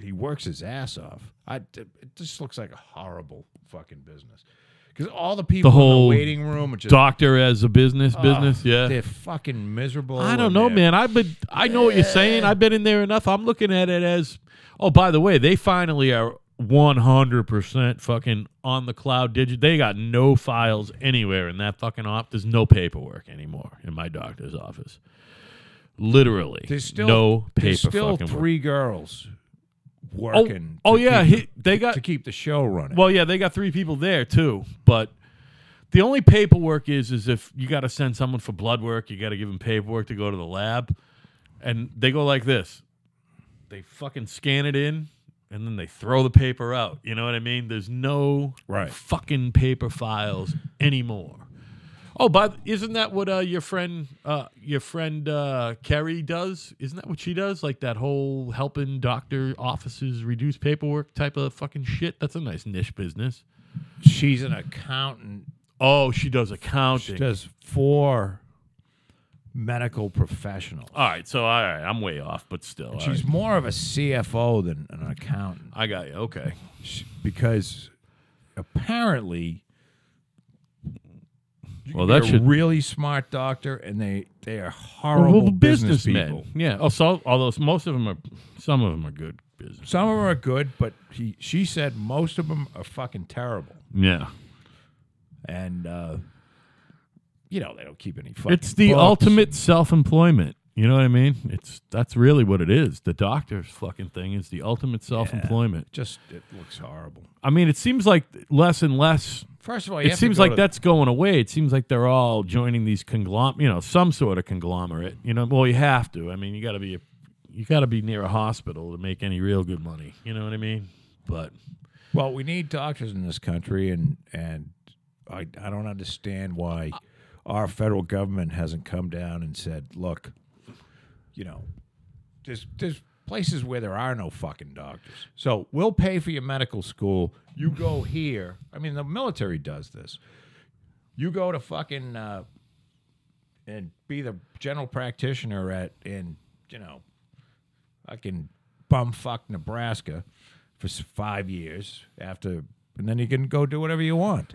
he works his ass off. I it just looks like a horrible fucking business because all the people whole in the waiting room are just doctor as a business, ugh, business. Yeah, they're fucking miserable. Uh, I don't and know, they're- man. I've been. I know what you're saying. I've been in there enough. I'm looking at it as, oh, by the way, they finally are 100 percent fucking on the cloud. Digit. They got no files anywhere in that fucking office. There's no paperwork anymore in my doctor's office. Literally, There's still no paper. There's still fucking work. three girls Oh, working. oh to yeah, keep he, they the- got to keep the show running. Well, yeah, they got three people there too, but the only paperwork is is if you got to send someone for blood work, you got to give them paperwork to go to the lab, and they go like this: they fucking scan it in, and then they throw the paper out. You know what I mean? There's no Right. fucking paper files anymore. Oh, but isn't that what uh, your friend, uh, your friend uh, Carrie does? Isn't that what she does? Like that whole helping doctor offices reduce paperwork type of fucking shit. That's a nice niche business. She's an accountant. Oh, she does accounting. She does for medical professionals. All right, so all right, I'm way off, but still, all She's right. more of a CFO than an accountant I got you. Okay, She- because apparently you Well, can be that a should- really smart doctor and they they are horrible business people. Yeah. Oh, so although most of them are, some of them are good business. Some of them are good, but he she said most of them are fucking terrible. Yeah. and uh, you know they don't keep any fucking. It's the books. ultimate self-employment. You know what I mean? It's that's really what it is. The doctor's fucking thing is the ultimate self-employment. Just it looks horrible. I mean, it seems like less and less. First of all, you It have to seems go like to- that's going away. It seems like they're all joining these conglom, you know, some sort of conglomerate. You know, well, you have to. I mean, you got to be, a, you got to be near a hospital to make any real good money. You know what I mean? But Well, we need doctors in this country, and and I I don't understand why our federal government hasn't come down and said, look, you know, there's there's places where there are no fucking doctors, so we'll pay for your medical school. You go here. I mean, the military does this. You go to fucking uh, and be the general practitioner at in you know fucking bumfuck Nebraska for s- five years after, and then you can go do whatever you want.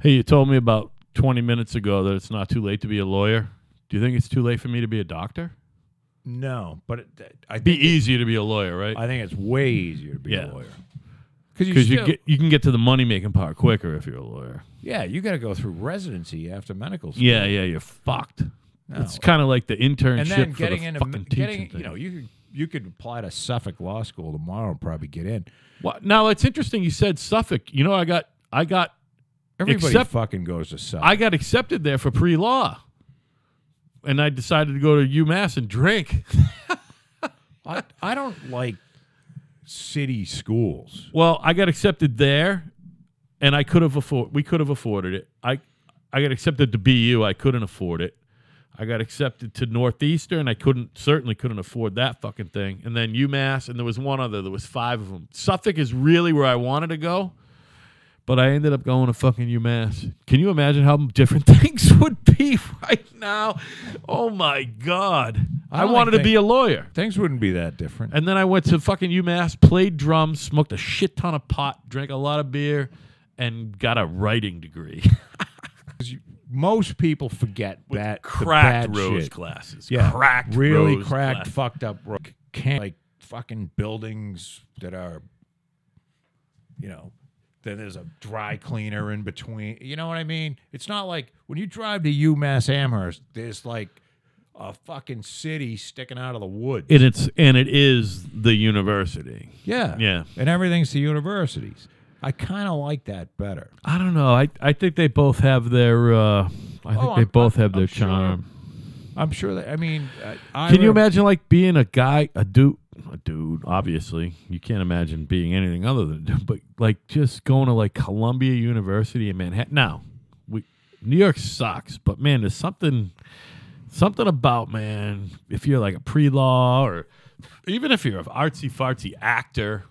hey, you told me about 20 minutes ago that it's not too late to be a lawyer. Do you think it's too late for me to be a doctor? No, but it, th- I Be think easier to be a lawyer, right? I think it's way easier to be Yeah. a lawyer because you, Because you still- get you can get to the money making part quicker if you're a lawyer. yeah you got to go through residency after medical school. Yeah, yeah, you're fucked. No. It's kind of like the internship and then for getting the into fucking m- teaching getting thing. you know you could, you could apply to Suffolk Law School tomorrow and probably get in. Well, now it's interesting. You said Suffolk. You know, I got I got Everybody Except- fucking goes to Suffolk. I got accepted there for pre law, and I decided to go to UMass and drink. I, I don't like city schools. Well, I got accepted there, and I could have afford. We could have afforded it. I I got accepted to BU. I couldn't afford it. I got accepted to Northeastern. I couldn't certainly couldn't afford that fucking thing. And then UMass, and there was one other. There was five of them. Suffolk is really where I wanted to go, but I ended up going to fucking UMass. Can you imagine how different things would be right now? Oh my god! I I, don't wanted to think- be a lawyer. Things wouldn't be that different. And then I went to fucking UMass, played drums, smoked a shit ton of pot, drank a lot of beer, and got a writing degree. most people forget that the cracked bad rose shit. classes. Yeah, cracked, really rose cracked, classes. fucked up. ro- Can't like fucking buildings that are, you know, then there's a dry cleaner in between. You know what I mean? It's not like when you drive to UMass Amherst, there's like a fucking city sticking out of the woods. And it's and it is the university. yeah, Yeah. and everything's the universities. I kind of like that better. I don't know. I I think they both have their. Uh, I think Oh, they I'm- both I'm- have their I'm sure. charm. I'm sure that. I mean, uh, I, I Can you rem- imagine like being a guy, a dude, a dude? Obviously, you can't imagine being anything other than, a dude, but like just going to like Columbia University in Manhattan. Now, we New York sucks, but man, there's something something about man. If you're like a pre-law, or even if you're an artsy fartsy actor,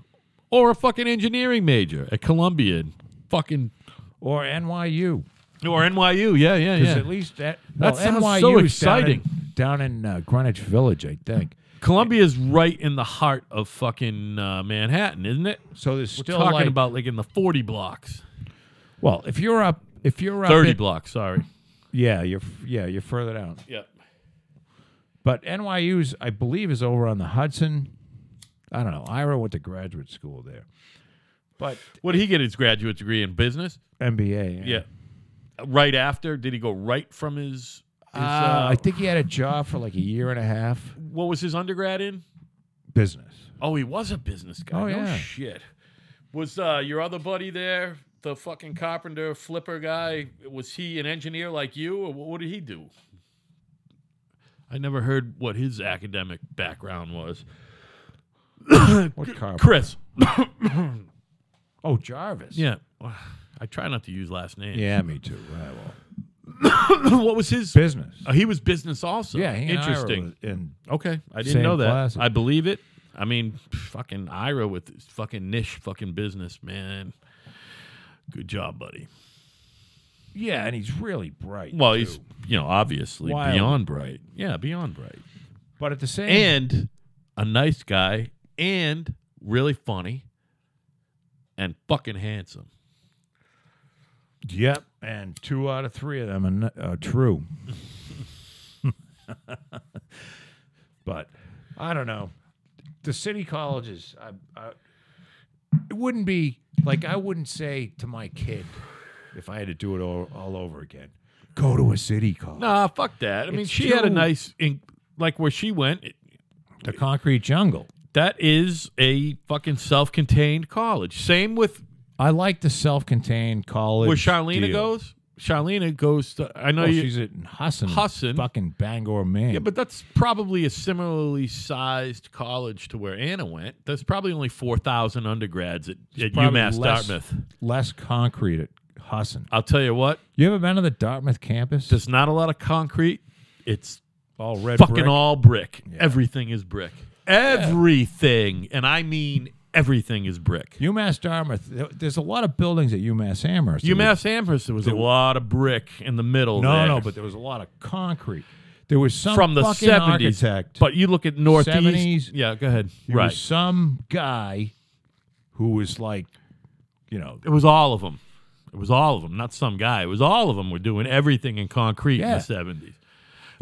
or a fucking engineering major at Columbia, and fucking or NYU. or NYU, yeah, yeah, Because yeah. at least that, That well, sounds NYU so is down in- exciting. down in, uh, Greenwich Village, I think. Columbia's right in the heart of fucking uh, Manhattan, isn't it? So there's We're still talking like, about like in the 40 blocks, well, if you're up, if you're up, 30 at- blocks, sorry. yeah, you're f- yeah, you're further down. Yeah. But NYU's, I believe, is over on the Hudson. I don't know. Ira went to graduate school there, but What did he get his graduate degree in business? MBA. Yeah. Right after, did he go right from his? his Uh, I think he had a job for like a year and a half. what was his undergrad in? Business. Oh, he was a business guy. Oh, no yeah. shit. Was uh, your other buddy there, the fucking carpenter flipper guy? Was he an engineer like you, or what did he do? I never heard what his academic background was. What car? Uh, Chris. Oh, Jarvis. Yeah. I try not to use last names. Yeah, me too. Right, well, what was his? business. Uh, he was business also. yeah, he and Ira interesting. was- and Okay, I didn't Same know that. classes. I believe it. I mean, fucking Ira with his fucking niche fucking business, man. Good job, buddy. yeah, and he's really bright. Well, too. he's you know obviously Wild. beyond bright. Yeah, beyond bright, but at the same and a nice guy, and really funny, and fucking handsome. Yep, and two out of three of them are n- are true. but I don't know. The city colleges, I, I, it wouldn't be like I wouldn't say to my kid if I had to do it all, all over again. Go to a city college. Nah, fuck that. I mean, It's she had a too- nice in, like where she went. it- The concrete jungle. that is a fucking self-contained college. Same with I like the self-contained college. where Charlena deal. goes. Charlena goes to. I know Well, you. she's at Husson, Husson. fucking Bangor, Maine. Yeah, but that's probably a similarly sized college to where Anna went. There's probably only 4,000 undergrads at, at probably UMass less- Dartmouth. less concrete at Husson. I'll tell you what, You ever been to the Dartmouth campus? there's not a lot of concrete. It's all red fucking brick. all brick. Everything is brick. Everything. And I mean everything is brick. UMass Dartmouth. th- There's a lot of buildings at UMass Amherst. UMass Amherst, there was a lot of brick in the middle. No, there. no, but there was a lot of concrete. There was some from the fucking 70s. architect. But you look at Northeast. 70s. Yeah, go ahead. there right. was some guy who was like, you know, It was all of them. It was all of them, not some guy. It was all of them were doing everything in concrete in Yeah. the seventies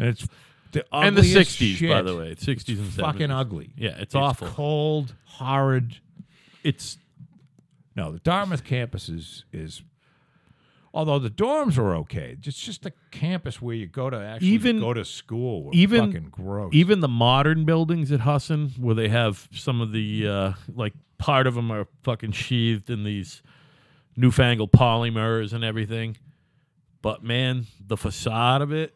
and it's the and the ugliest sixties, by shit. the way, sixties and seventies. fucking ugly. Yeah, it's, awful. Cold, horrid. It's No, the Dartmouth campus is is. Although the dorms were okay, it's just the campus where you go to actually Even- go to school. Were even- fucking gross. even the modern buildings at Husson, where they have some of the uh, like part of them are fucking sheathed in these newfangled polymers and everything. But man, the facade of it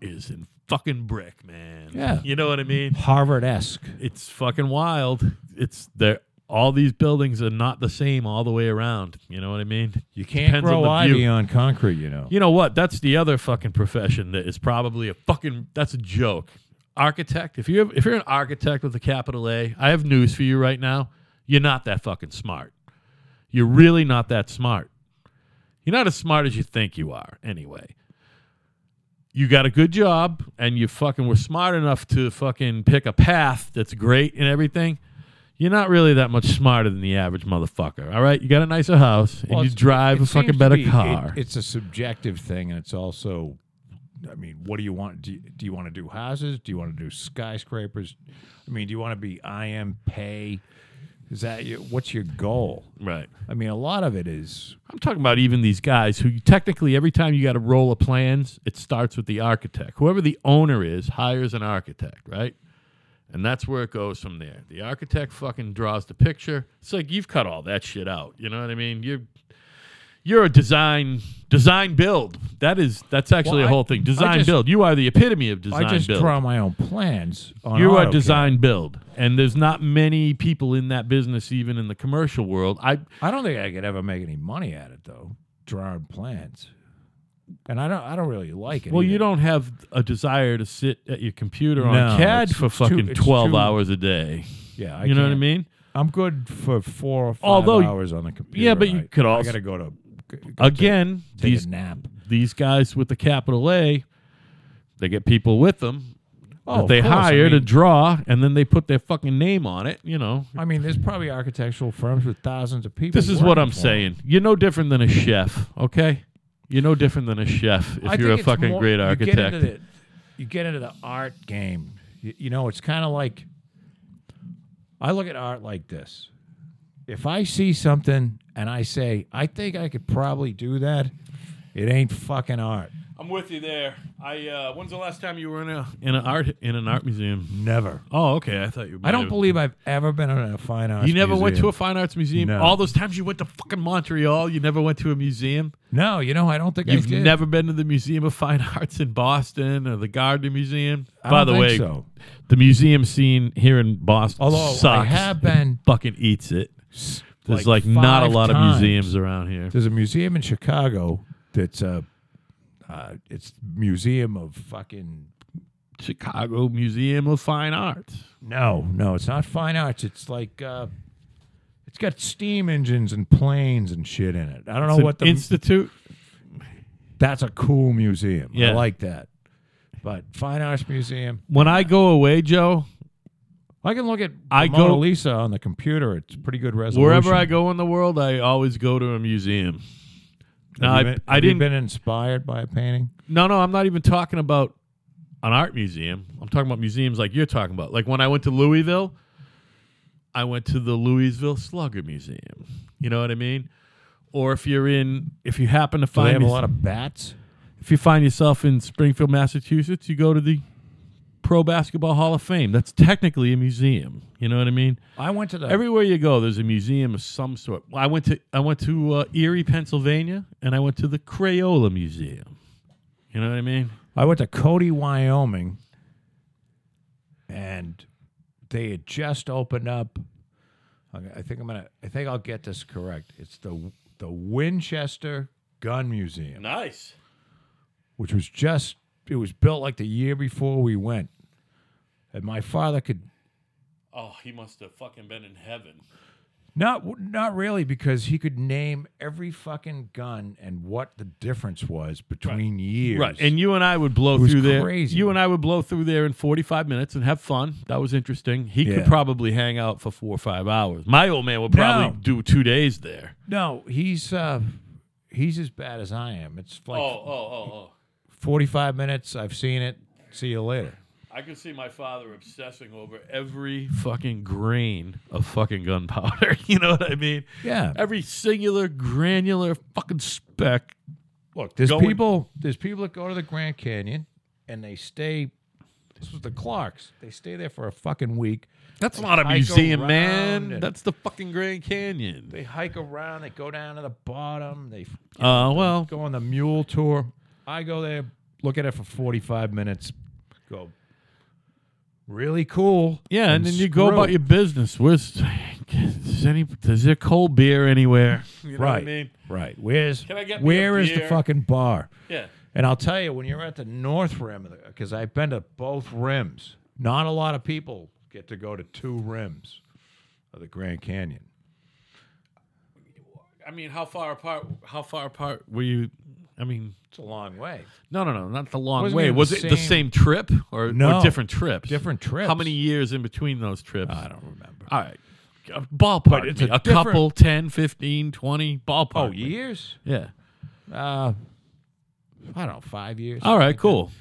is in fucking brick, man. Yeah. you know what I mean. Harvard esque. it's fucking wild. It's there. All these buildings are not the same all the way around. You know what I mean? You can't Depends grow on the ivy view. on concrete, you know. You know what? That's the other fucking profession that is probably a fucking. That's a joke. Architect. If you if you're an architect with a capital A, I have news for you right now. You're not that fucking smart. You're really not that smart. You're not as smart as you think you are. Anyway. You got a good job and you fucking were smart enough to fucking pick a path that's great and everything. You're not really that much smarter than the average motherfucker. All right. You got a nicer house and Well, you it's- drive a it seems fucking to better be- it- car. it's a subjective thing, and it's also, I mean, what do you want? Do you, do you want to do houses? Do you want to do skyscrapers? I mean, do you want to be IM pay? Is that your, what's your goal? right. I mean, a lot of it is I'm talking about even these guys who technically every time you got a roll of plans, it starts with the architect. Whoever the owner is hires an architect, right? And that's where it goes from there. The architect fucking draws the picture. It's like you've cut all that shit out. You know what I mean? You're you're a design design build. That is that's actually Well, a I- whole thing. Design just- build. You are the epitome of design I just build. draw my own plans. On You are AutoCAD. design build. And there's not many people in that business even in the commercial world. I I don't think I could ever make any money at it though. Drawing plans. and I don't I don't really like it. Well, either. you don't have a desire to sit at your computer No, on CAD it's- for it's too- fucking it's 12 too- hours a day. Yeah, I you know what I can't- mean? I'm good for four or five Although- hours on the computer. Yeah, but you I- could I also- gotta go to Again, take these a nap. these guys with the capital A, they get people with them that Oh, of they course, I hire to mean- draw, and then they put their fucking name on it. You know, I mean, there's probably architectural firms with thousands of people. this is what working I'm for 'em. saying. You're no different than a chef, okay? You're no different than a chef if I you're think a it's fucking more- great You get, architect. into the, you get into the art game. You, you know, it's kind of like I look at art like this. If I see something and I say, I think I could probably do that, it ain't fucking art. I'm with you there. I uh, when's the last time you were in a in an art in an art museum? Never. Oh, okay. I thought you. I don't believe I've ever been in a fine arts. You never went to museum. a fine arts museum. No. All those times you went to fucking Montreal, you never went to a museum. No, you know, I don't think You've I did. never been to the Museum of Fine Arts in Boston or the Gardner Museum. I By don't the think way, so. the museum scene here in Boston Although I sucks. have been. fucking eats it. There's like, like not a five lot times. of museums around here. There's a museum in Chicago that's uh, uh, it's museum of fucking Chicago Museum of Fine Arts. No, no, it's not fine arts. It's like uh, it's got steam engines and planes and shit in it. I don't know It's an Oh, what the institute? that's a cool museum. Yeah. I like that. But fine arts museum, When I go away, Joe, I can look at I the Mona go- Lisa on the computer. It's pretty good resolution. wherever I go in the world, I always go to a museum. Now, Have I, you been- I have didn't. You been inspired by a painting. No, no, I'm not even talking about an art museum. I'm talking about museums like you're talking about. Like when I went to Louisville, I went to the Louisville Slugger Museum. You know what I mean? Or if you're in, if you happen to Do find they have a your- lot of bats? if you find yourself in Springfield, Massachusetts, you go to the Pro Basketball Hall of Fame. That's technically a museum. You know what I mean? I went to the Everywhere you go, there's a museum of some sort. I went to I went to uh, Erie, Pennsylvania, and I went to the Crayola Museum. You know what I mean? I went to Cody, Wyoming, and they had just opened up. I I think I'm gonna. I think I'll get this correct. It's the the Winchester Gun Museum, Nice. which was just. It was built like the year before we went, and my father could Oh, he must have fucking been in heaven. not not really because he could name every fucking gun and what the difference was between years. Right. And you and I would blow was through there. crazy. You and I would blow through there in 45 minutes and have fun. That was interesting. He could Yeah. probably hang out for four or five hours. My old man would probably No. do two days there. no, he's uh, he's as bad as I am. It's like oh, oh. 45 minutes. I've seen it. See you later. I could see my father obsessing over every fucking grain of fucking gunpowder. You know what I mean? Yeah. Every singular, granular fucking speck. Look, there's going- people. There's people that go to the Grand Canyon and they stay. This was the Clarks. They stay there for a fucking week. That's not a hike museum, around man. and- That's the fucking Grand Canyon. They hike around. They go down to the bottom. They f- Uh, well, go on the mule tour. I go there, look at it for 45 minutes. Go. Really cool. yeah, and, then you go screw about it." your business. Where's is any? Is there cold beer anywhere? You know right. what I mean? Right. Where's Can I get me a where is the beer? fucking bar? Yeah. And I'll tell you, when you're at the north rim, because I've been to both rims, not a lot of people get to go to two rims of the Grand Canyon. I mean, how far apart? How far apart were you? I mean, It's a long way. no, no, no, not the long Wasn't way. it the Was it the same same- trip or, or No. different trips? Different trips. How many years in between those trips? I don't remember. All right. A Uh, Ballpark. But it's me. a a, different- couple, 10, 15, 20, ballpark. Oh, me. years? Yeah. Uh, I don't know, five years. All right, cool.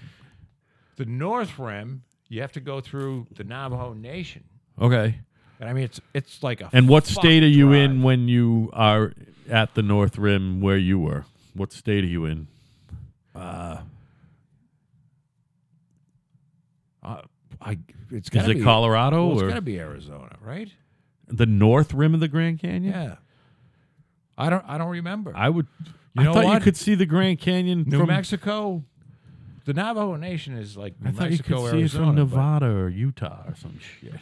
The north rim, you have to go through the Navajo Nation. Okay. And I mean, it's it's like a. And what fuck state are you in drive. when you are at the North Rim where you were? What state are you in? Uh, I, it's Is gotta it be- Colorado well, it's or got to be Arizona, right? the North Rim of the Grand Canyon? Yeah. I don't. I don't remember. I would. You I know thought you what? could see the Grand Canyon New from Mexico. The Navajo Nation is like New I thought Mexico, you could see Arizona, it from but Nevada or Utah or some shit.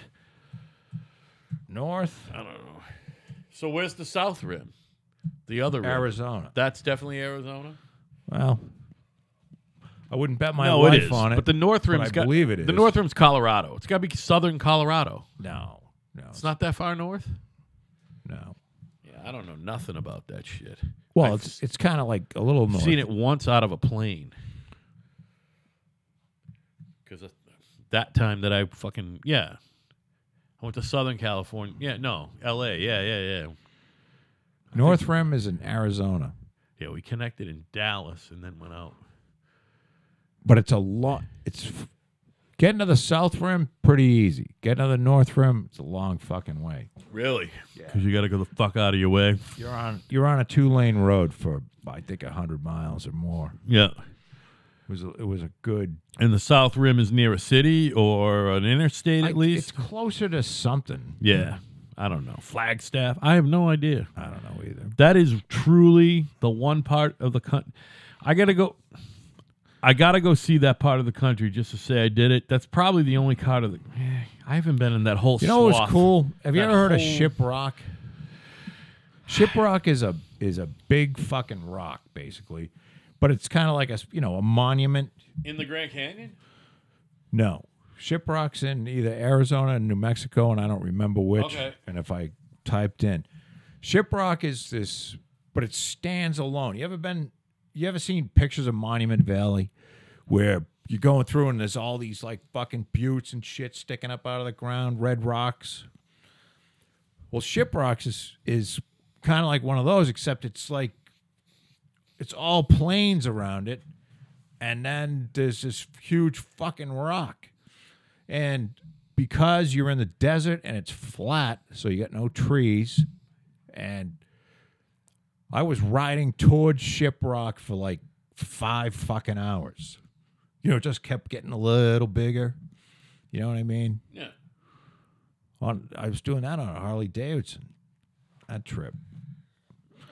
North I don't know. So where's the South Rim? The other rim. Arizona. That's definitely Arizona. Well, I wouldn't bet my no, life it is. on it. But the North Rim's I got- believe it The is. North Rim's Colorado. It's got to be southern Colorado. no, no, It's not that far north. no. Yeah, I don't know nothing about that shit. Well, I've it's it's kind of like a little north. seen it once out of a plane. Because that time that I fucking yeah, I went to Southern California. Yeah, no, L.A. Yeah, yeah, yeah. North Rim is in Arizona, Yeah, we connected in Dallas and then went out. but it's a lot. It's f- getting to the South Rim pretty easy. Getting to the North Rim, it's a long fucking way. Really? Because you got to go the fuck out of your way. You're on you're on a two lane road for I think hundred miles or more. Yeah. It was a, it was a good And the South Rim is near a city or an interstate I- at least. It's closer to something. Yeah. I don't know. Flagstaff. I have no idea. I don't know either. That is truly the one part of the country. I got to go. I got to go see that part of the country just to say I did it. That's probably the only part of the. eh, I haven't been in that whole You know swath. what's cool? Have you That ever heard of whole- ship rock? Ship rock is a is a big fucking rock basically, but it's kind of like a s- you know a monument. In the Grand Canyon? No, ship rock's in either Arizona and New Mexico, and I don't remember which. Okay. And if I typed in, ship rock is this, but it stands alone. You ever been? You ever seen pictures of Monument Valley, where you're going through and there's all these like fucking buttes and shit sticking up out of the ground, red rocks. Well, Shiprock's is is kind of like one of those, except it's like it's all plains around it, and then there's this huge fucking rock, and because you're in the desert and it's flat, so you got no trees, and I was riding towards Shiprock for like five fucking hours. You know, it just kept getting a little bigger. You know what I mean? Yeah. on I was doing that on a Harley Davidson. That trip.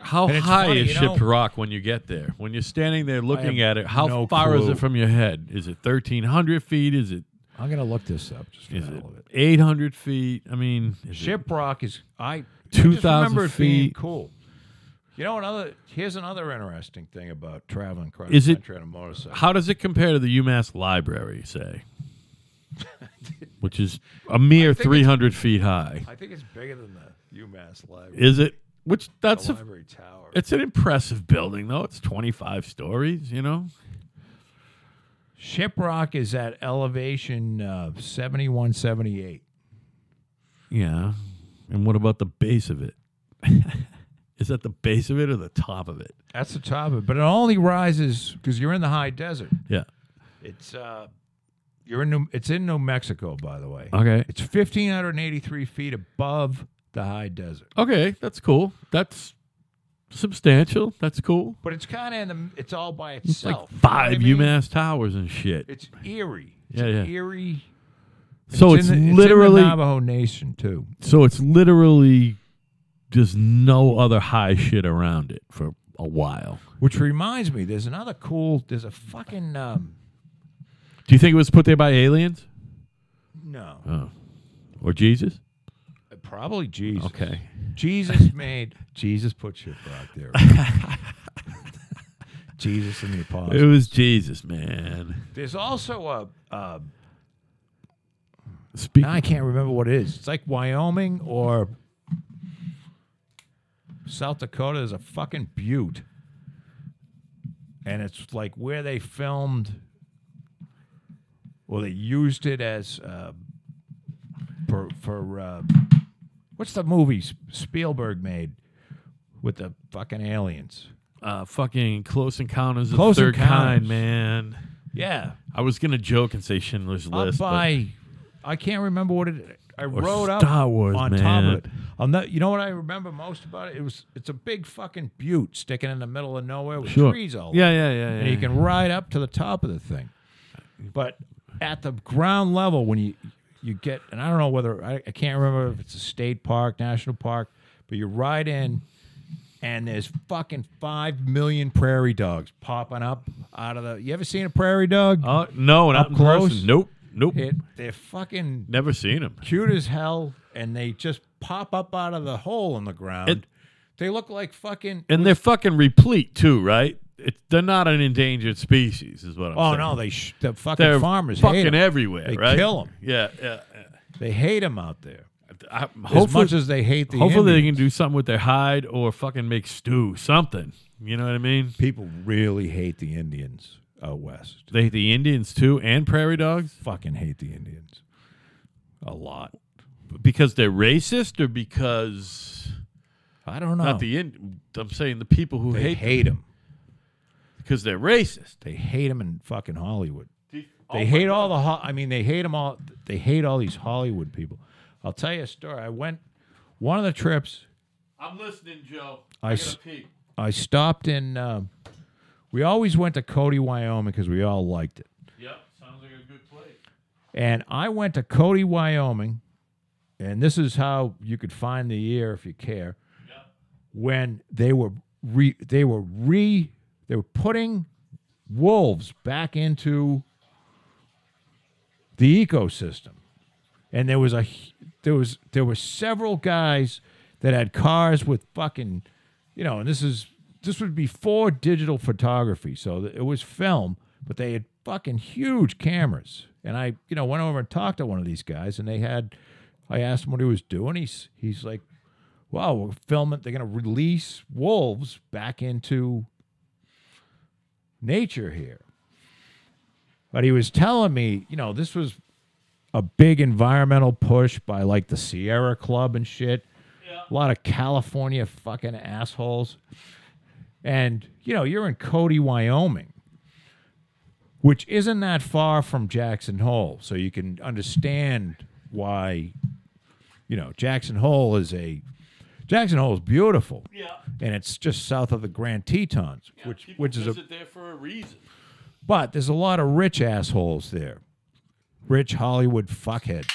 How And it's high funny, is you Shipped know- Rock when you get there? When you're standing there looking have at it, how no far is clue. it from your head? Is it 1,300 feet? Is it I'm gonna look this up just for is the it hell of it. 800 feet? I mean, is it- Shiprock is I I 2,000 just remember it being feet. Cool. You know another here's another interesting thing about traveling across Is the it- country on a motorcycle. How does it compare to the UMass library, say? Which is a mere 300 feet high. I think it's bigger than the UMass library. Is it? Which that's the a, library tower. it's an impressive building though. It's 25 stories, you know. Shiprock is at elevation uh, 71, 78. Yeah. And what about the base of it? is that the base of it or the top of it? That's the top of it, but it only rises because you're in the high desert. Yeah. It's uh, you're in New, it's in New Mexico, by the way. Okay. It's 1,583 feet above the high desert, Okay, that's cool. That's substantial. That's cool. but it's kind of in the. It's all by It's like itself. You know what Oh, I five mean? UMass towers and shit. It's eerie. It's Yeah, an yeah. eerie. So it's, in the- literally it's in the Navajo Nation too. So it's literally just no other high shit around it for a while. Which reminds me, there's another cool. There's a fucking um, Do you think it was put there by aliens no, or Jesus? Uh, probably Jesus. Okay. Jesus made Jesus put shit out there. Jesus and the apostles. It was Jesus, man. There's also a. Uh, Speak. Now I can't remember what it is. It's like Wyoming or South Dakota is a fucking butte. And it's like where they filmed or they used it as uh, for, for uh, what's the movie S- Spielberg made with the fucking aliens? Uh, fucking Close Encounters of Close the Third Encounters. Kind, man. Yeah. I was going to joke and say Schindler's Up List. but- Uh, by, I can't remember what it. I Or rode up Star Wars, on top man. of it. On that, you know what I remember most about it? It was it's a big fucking butte sticking in the middle of nowhere with sure. trees all. yeah, yeah, yeah, yeah. over. and you can ride up to the top of the thing, but at the ground level when you you get and I don't know whether I, I can't remember if it's a state park, national park, but you ride in. And there's fucking five million prairie dogs popping up out of the. You ever seen a prairie dog? Uh, no, not Up in close? person. Nope, nope. It, they're fucking Never seen him. cute as hell, and they just pop up out of the hole in the ground. It- they look like fucking. And they're fucking replete too, right? it, they're not an endangered species, is what I'm Oh saying. no, they sh- the fucking they're farmers hate fucking 'em. everywhere, They right? kill 'em. Yeah, yeah. yeah. They hate them out there I, as hopefully, much as they hate the. hopefully they Indians. can do something with their hide or fucking make stew, something. You know what I mean? People really hate the Indians out west. They the Indians too, and prairie dogs Fucking hate the Indians a lot. because they're racist or because I don't know. not the Ind- I'm saying the people who they hate hate them. because they're racist. Oh, They hate them in fucking Hollywood. They They hate all the. Ho- I mean, they hate them all. They hate all these Hollywood people. I'll tell you a story. I went one of the trips. I'm listening, Joe. I I gotta s- I stopped in. Um, we always went to Cody, Wyoming, because we all liked it. Yep, sounds like a good place. And I went to Cody, Wyoming, and this is how you could find the year if you care. When they were re, they were re, they were putting wolves back into the ecosystem, and there was a h- there was there were several guys that had cars with fucking, you know, and this is this would be for digital photography, so th- it was film, but they had fucking huge cameras, and I you know went over and talked to one of these guys, and they had, I asked him what he was doing, he's he's like, wow, we're filming, they're gonna release wolves back into nature here. But he was telling me, you know, this was a big environmental push by like the Sierra Club and shit. A lot of California fucking assholes. And, you know, you're in Cody, Wyoming, which isn't that far from Jackson Hole. So you can understand why, you know, Jackson Hole is a. Jackson Hole is beautiful. Yeah. And it's just south of the Grand Tetons, which which is a there for a reason. but there's a lot of rich assholes there. Rich Hollywood fuckheads.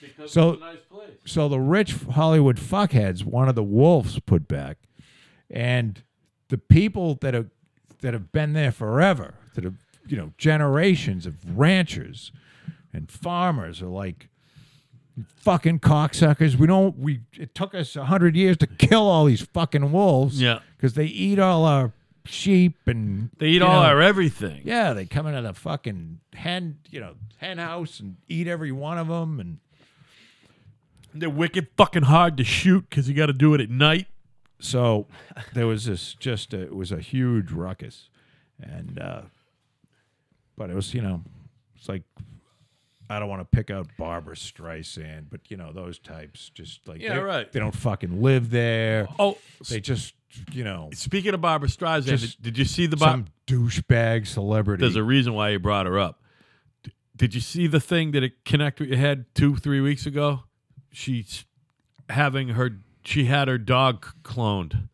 Because So- it's a nice place. So the rich Hollywood fuckheads wanted the wolves put back. And the people that have that have been there forever, that have you know, generations of ranchers and farmers are like fucking cocksuckers. We don't we it took us a hundred years to kill all these fucking wolves. Yeah. Because they eat all our sheep and They eat you all know, our everything. yeah, they come into the fucking hen, you know, hen house and eat every one of them. And They're wicked fucking hard to shoot because you got to do it at night. so there was this just, a, it was a huge ruckus. And, uh, but it was, you know, it's like, I don't want to pick out Barbara Streisand, but, you know, those types just like, Yeah, they, right. they don't fucking live there. Oh, They just, you know, speaking of Barbara Streisand, Just did, did you see the Bob? some douchebag celebrity. There's a reason why you brought her up. D- Did you see the thing that it connect with your head two, three weeks ago? She's having her. She had her dog c- cloned.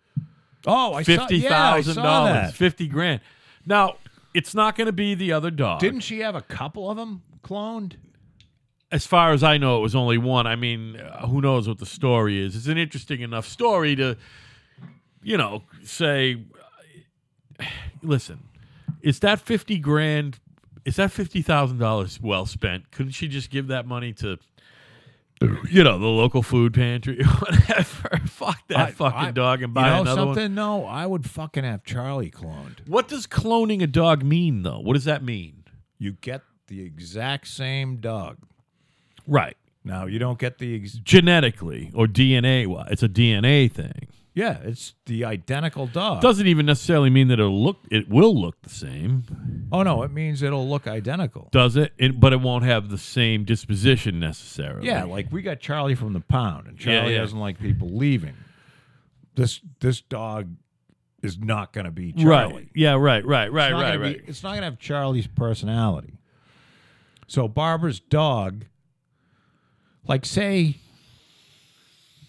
oh, I saw- Fifty yeah, I thousand saw dollars. that. Fifty grand. Now it's not going to be the other dog. Didn't she have a couple of them cloned? as far as I know, it was only one. I mean, uh, who knows what the story is? It's an interesting enough story to, you know, say, listen, is that fifty grand? Is that fifty thousand dollars well spent? Couldn't she just give that money to, you know, the local food pantry or whatever? Fuck that I- fucking I- dog and buy you know another something? one. No, I would fucking have Charlie cloned. What does cloning a dog mean, though? What does that mean? You get the exact same dog. Right, Now you don't get the ex- genetically or DNA wise, it's a DNA thing. yeah, it's the identical dog. doesn't even necessarily mean that it'll look it will look the same oh no, it means it'll look identical. does it? it but it won't have the same disposition necessarily Yeah, like we got Charlie from the pound, and Yeah, Charlie yeah. doesn't like people leaving. This this dog is not going to be Charlie. right yeah right right right It's not right gonna be- right it's not going to have Charlie's personality. So Barbara's dog, like say,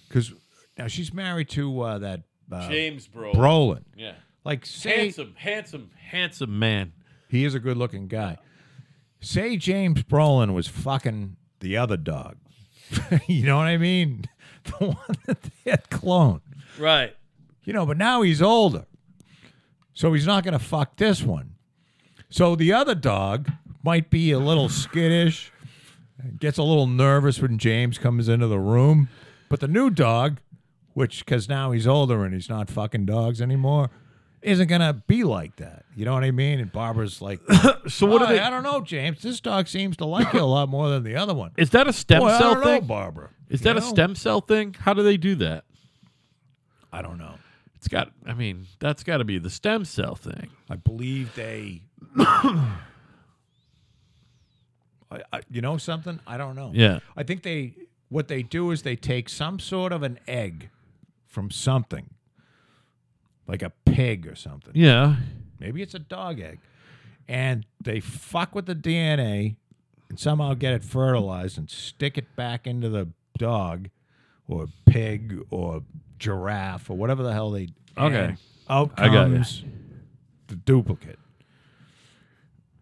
because now she's married to uh, that uh, james bro Brolin. yeah Like say handsome handsome man he is a good-looking guy. Say James Brolin was fucking the other dog. you know what I mean? The one that they had cloned. right You know, but now he's older. So he's not going to fuck this one. So the other dog might be a little skittish, gets a little nervous when James comes into the room. But the new dog, which, because now he's older and he's not fucking dogs anymore, isn't going to be like that. You know what I mean? And Barbara's like, So what "Oh, are they? I don't know, James. This dog seems to like you a lot more than the other one. Is that a stem Boy, I cell don't know, thing? Barbara. Is You that a know? stem cell thing? How do they do that? I don't know. It's got. I mean, that's got to be the stem cell thing. I believe they. I, I, you know something? I don't know. Yeah. I think they what they do is they take some sort of an egg from something, like a pig or something. Yeah. Maybe it's a dog egg, and they fuck with the DNA and somehow get it fertilized and stick it back into the dog, or pig, or giraffe, or whatever the hell they. Okay. and out I comes got it. the duplicate.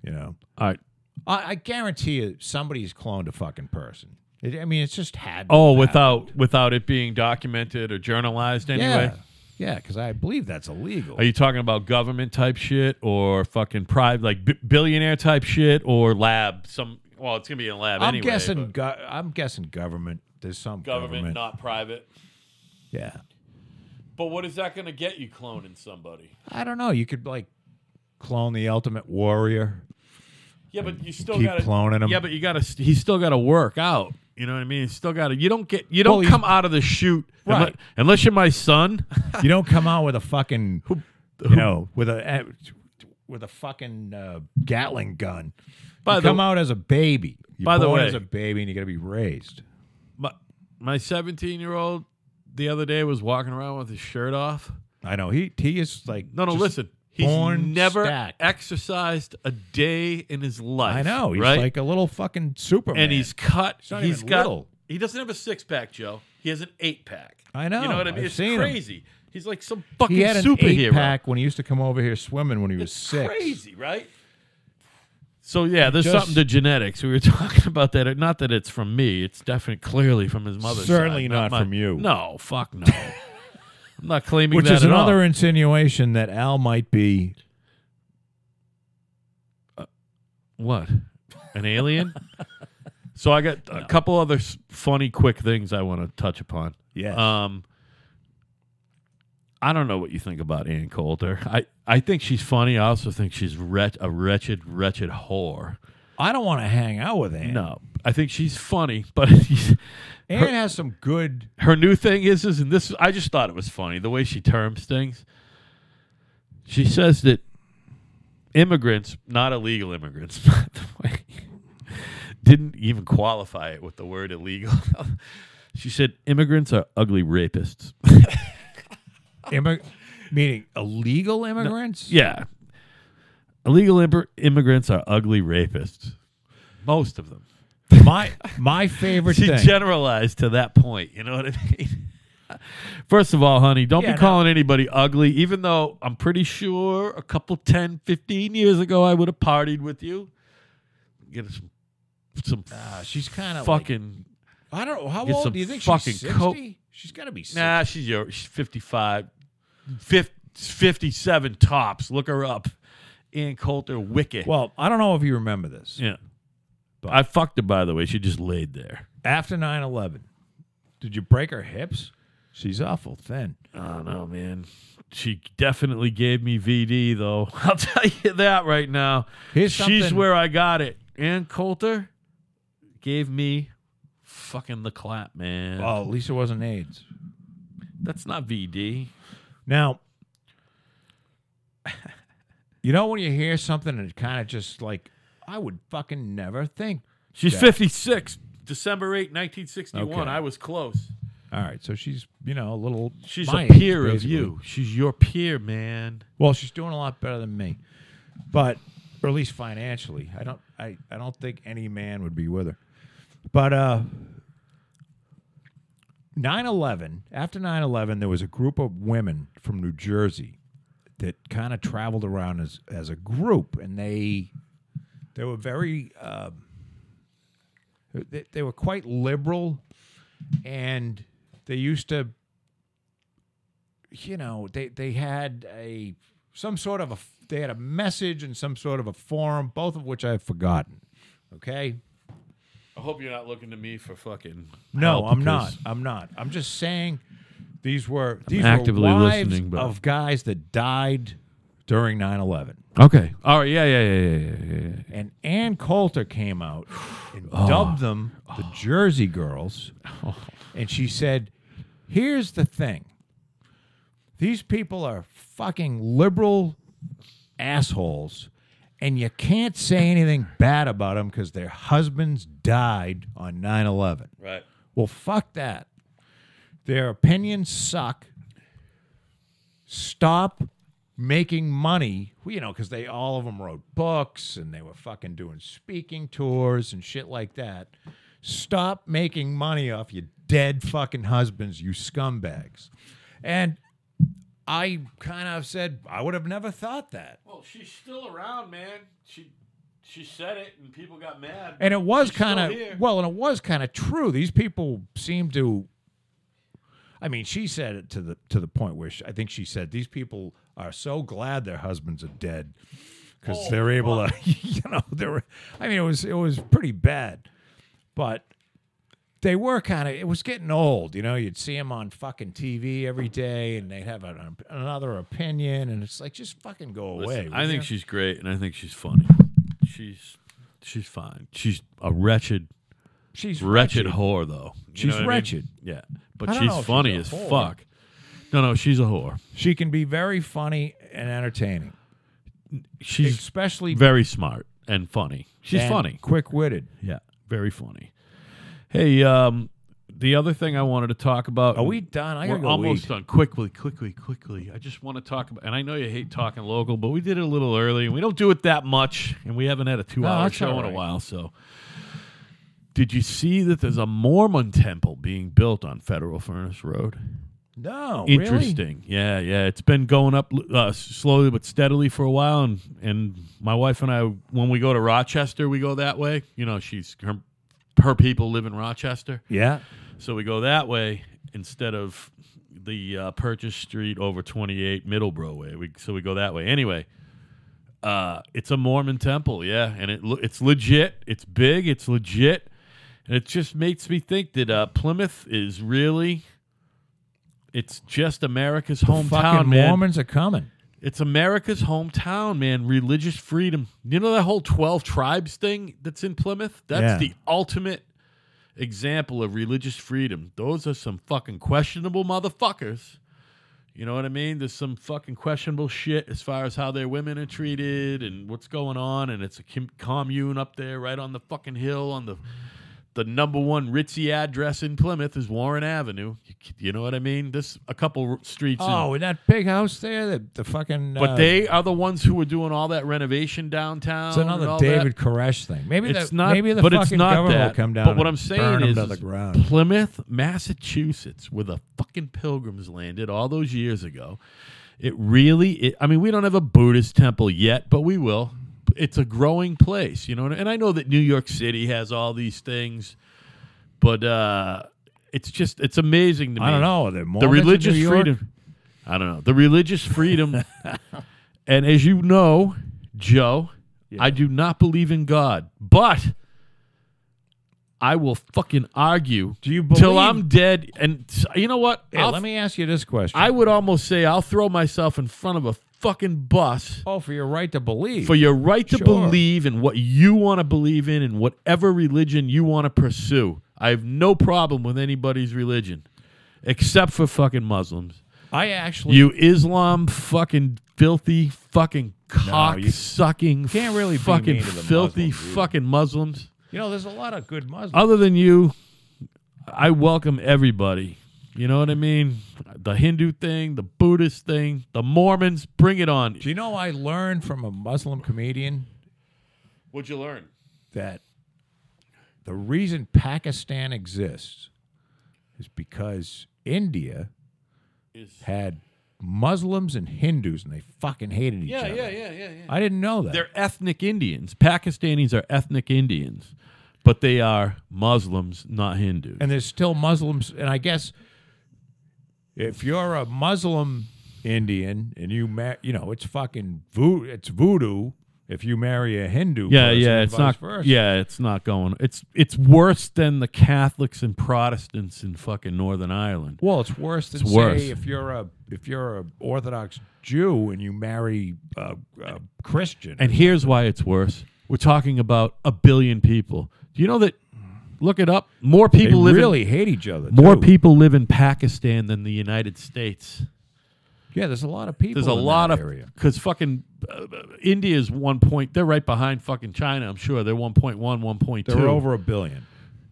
You know. All right. I, I guarantee you, somebody's cloned a fucking person. It, I mean, it's just had. to Oh, happen. without without it being documented or journalized anyway. yeah, yeah, because I believe that's illegal. Are you talking about government type shit or fucking private, like b- billionaire type shit or lab? Some. Well, it's gonna be in a lab I'm anyway. guessing. but Go- I'm guessing government. There's some government, government. not private. Yeah, But what is that gonna get you cloning somebody? I don't know. You could like clone the Ultimate Warrior. Yeah, but you still keep gotta, cloning 'em. Yeah, but you got to. He's still got to work out. You know what I mean? He's still got to. You don't get. You Well, don't he's- come out of the chute unle- Right. unless, you're my son. you don't come out with a fucking, you know, with a eh, with a fucking uh, Gatling gun. By you the- come out as a baby. You're By the born way- as a baby, and you got to be raised. my my 17 year old the other day was walking around with his shirt off. I know he he is like No, no, just- listen. He's born never stacked. exercised a day in his life. I know he's right? like a little fucking Superman. and he's cut. not he's even got. little. He doesn't have a six pack, Joe. He has an eight pack. I You know. know what I mean? I've it's seen him. crazy. He's like some fucking he had an superhero. eight pack when he used to come over here swimming when he was six. Crazy, right? So yeah, there's Just- something to genetics. We were talking about that. Not that it's from me. It's definitely clearly from his mother's. Certainly side, not my- from you. No, fuck no. I'm not claiming Which that is at all. another insinuation that Al might be. What? An alien? so I got a couple other s- funny, quick things I want to touch upon. Yes. Um, I don't know what you think about Ann Coulter. I, I think she's funny. I also think she's wret- a wretched, wretched whore. I don't want to hang out with Ann. No, I think she's funny, but Ann has some good. her new thing is is and this I just thought it was funny the way she terms things. She says that immigrants, not illegal immigrants, by the way, didn't even qualify it with the word illegal. she said immigrants are ugly rapists. Immig- meaning illegal immigrants? yeah. Illegal imbr- immigrants are ugly rapists. Most of them. My my favorite She thing. generalized to that point. You know what I mean? First of all, honey, don't Yeah, be no. calling anybody ugly, even though I'm pretty sure a couple 10, 15 years ago I would have partied with you. Get some, some Ah, she's kind of fucking. I don't know. How Get old some do you think fucking she's? coke. 60? she's got to be 60. nah, she's, your, she's 55, fif- 57 tops. Look her up. Ann Coulter, wicked. Well, I don't know if you remember this. yeah. I fucked her, by the way. She just laid there. After 9 11, did you break her hips? She's awful thin. I don't know, man. She definitely gave me VD, though. I'll tell you that right now. Here's She's something- where I got it. Ann Coulter gave me fucking the clap, man. Oh, at least it wasn't AIDS. That's not VD. Now, you know when you hear something and it kind of just like, I would fucking never think. She's Yeah. 56, December 8, 1961. Okay. I was close. All right, so she's you know a little. She's my a age, peer of basically. you. She's your peer, man. Well, she's doing a lot better than me, but or at least financially. I don't. I, I don't think any man would be with her. But uh, 9/11. After 9/11, there was a group of women from New Jersey that kind of traveled around as as a group, and they they were very um, they, they were quite liberal, and they used to you know they they had a some sort of a they had a message and some sort of a forum both of which i've forgotten okay I hope you're not looking to me for fucking. no help i'm not because- i'm not i'm just saying these were these actively were wives listening, but- of guys that died during 9 11. Okay. All right. Yeah. Yeah. Yeah. Yeah. Yeah. yeah, yeah. And Ann Coulter came out and dubbed them the Jersey Girls. And she said, Here's the thing these people are fucking liberal assholes, and you can't say anything bad about them because their husbands died on 9 11. Right. Well, fuck that. Their opinions suck. Stop making money, Well, you know, because they all of them wrote books and they were fucking doing speaking tours and shit like that. Stop making money off your dead fucking husbands, you scumbags. And I kind of said, I would have never thought that. Well, she's still around, man. She she said it, and people got mad. And it was She's still kind here. of well, and it was kind of true. These people seem to. I mean, she said it to the to the point where she, I think she said these people are so glad their husbands are dead because Oh, they're able to, you know, they were. I mean, it was it was pretty bad, but they were kind of. It was getting old, you know. You'd see them on fucking TV every day, and they'd have an, another opinion, and it's like just fucking go away. Listen, will I you? think she's great, and I think she's funny. She's she's fine. She's a wretched, she's wretched, whore, though. You She's know what I mean? wretched. Yeah, but I don't she's know if she's funny a as whore. fuck. No, no, she's a whore. She can be very funny and entertaining. She's especially very smart and funny. She's and funny. quick-witted. Yeah, very funny. Hey, um, the other thing I wanted to talk about. Are we done? I We're gotta go almost eat. done. Quickly, quickly, quickly. I just want to talk about, and I know you hate talking local, but we did it a little early, and we don't do it that much, and we haven't had a two-hour that's show all in a right. while. So, did you see that there's a Mormon temple being built on Federal Furnace Road? No, really? Interesting. Yeah, yeah. It's been going up uh, slowly but steadily for a while, and and my wife and I, when we go to Rochester, we go that way. You know, she's her, her people live in Rochester. Yeah. So we go that way instead of the uh, Purchase Street over 28 Middleborough way. We, so we go that way. Anyway, uh, it's a Mormon temple, yeah, and it lo- it's legit. It's big. It's legit. And it just makes me think that uh, Plymouth is really. It's just America's hometown, Fucking man. Mormons are coming. It's America's hometown, man. Religious freedom. You know that whole 12 tribes thing that's in Plymouth? That's Yeah. the ultimate example of religious freedom. Those are some fucking questionable motherfuckers. You know what I mean? There's some fucking questionable shit as far as how their women are treated and what's going on. And it's a com- commune up there, right on the fucking hill, on the the number one ritzy address in Plymouth is Warren Avenue. You, you know what I mean? This a couple streets. in- Oh, in that big house there, the, the fucking. but uh, they are the ones who were doing all that renovation downtown. It's another and all David that. Koresh thing. Maybe It's the, not, maybe the but fucking it's not government that. will come down. But what and I'm burn saying 'em is, to the is ground. Plymouth, Massachusetts, where the fucking Pilgrims landed all those years ago. It really, it, I mean, we don't have a Buddhist temple yet, but we will. It's a growing place, you know. And I know that New York City has all these things, but uh, it's just it's amazing to me I don't know. The, the Mormons in religious New York? freedom. I don't know the religious freedom, and as you know, Joe, I do not believe in God, but I will fucking argue Do you till believe- I'm dead. And s- you know what? Hey, I'll- let me ask you this question. I would almost say I'll throw myself in front of a fucking bus oh, for your right to believe. for your right to Sure. believe in what you want to believe in and whatever religion you want to pursue. I have no problem with anybody's religion, except for fucking Muslims. I actually You Islam fucking filthy fucking cock you sucking can't really be fucking mean to the filthy Muslims either. fucking Muslims. You know, there's a lot of good Muslims. Other than you, I welcome everybody. You know what I mean? The Hindu thing, the Buddhist thing, the Mormons, bring it on. Do you know I learned from a Muslim comedian What'd you learn? that the reason Pakistan exists is because India Is- had Muslims and Hindus and they fucking hated each other. yeah, yeah, yeah. I didn't know that. They're ethnic Indians. Pakistanis are ethnic Indians, but they are Muslims, not Hindus. and there's still Muslims. And I guess if you're a Muslim Indian and you, ma- you know, it's fucking vo- it's voodoo if you marry a Hindu. Yeah, person yeah, and it's vice not. Versa. Yeah, it's not going. It's it's worse than the Catholics and Protestants in fucking Northern Ireland. Well, it's worse than It's say worse. if you're a if you're a Orthodox Jew and you marry a, a Christian. And here's why it's worse. We're talking about a billion people. Do you know that? Look it up. More they people live really hate each other. in, more too. people live in Pakistan than the United States. Yeah, there's a lot of people. There's a in lot of that area. because fucking uh, India's one point. They're right behind fucking China. I'm sure they're 1.1, 1.2. They're over a billion.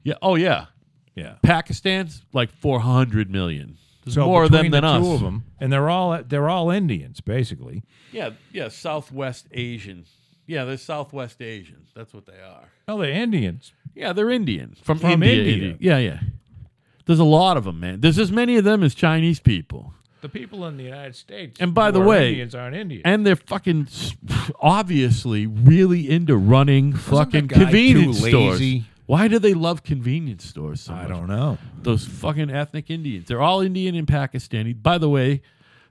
Yeah. Oh yeah. Yeah. Pakistan's like 400 million. There's So more of them between than the us. Two of them, and they're all they're all Indians basically. Yeah, yeah, Southwest Asian. Yeah, they're Southwest Asian. That's what they are. No, they're Indians. Yeah, they're Indian from, From India, India. India. Yeah, yeah. There's a lot of them, man. There's as many of them as Chinese people, The people in the United States. And by who the are way- Indians aren't Indians. and they're fucking s- obviously really into running fucking guy too convenience stores. lazy? Why do they love convenience stores so I much? don't know. those fucking ethnic Indians. They're all Indian and Pakistani. By the way,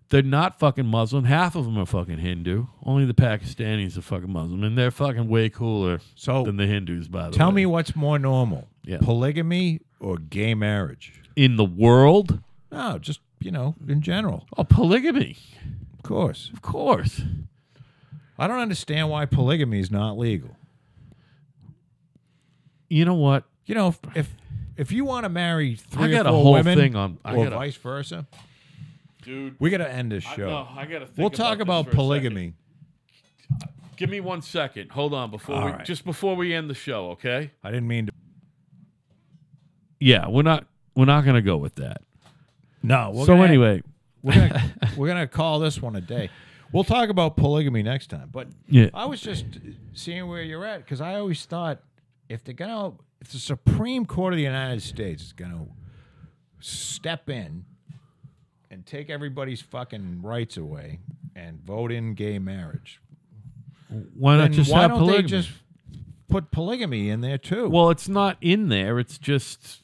they're not fucking Muslim. Half of them are fucking Hindu. Only the Pakistanis are fucking Muslim, and they're fucking way cooler So than the Hindus. By the Oh. tell way, me what's more normal: Yeah. polygamy or gay marriage? in the world, No, just you know, in general, oh polygamy, of course. of course. I don't understand why polygamy is not legal. You know what? You know, if if, if you want to marry three got or a four whole women thing on- um, I or got a- vice versa, Dude, we got to end this show. I gotta. Think we'll talk about, polygamy. Give me one second. Hold on before All we right. just before we end the show, okay? I didn't mean to. Yeah, we're not we're not gonna go with that. No. We're so gonna- anyway, we're gonna we're gonna call this one a day. We'll talk about polygamy next time. But Yeah. I was just seeing where you're at because I always thought if they're gonna if the Supreme Court of the United States is gonna step in and take everybody's fucking rights away and vote in gay marriage, why not then just why have don't polygamy? they just put polygamy in there too? Well, it's not in there. It's just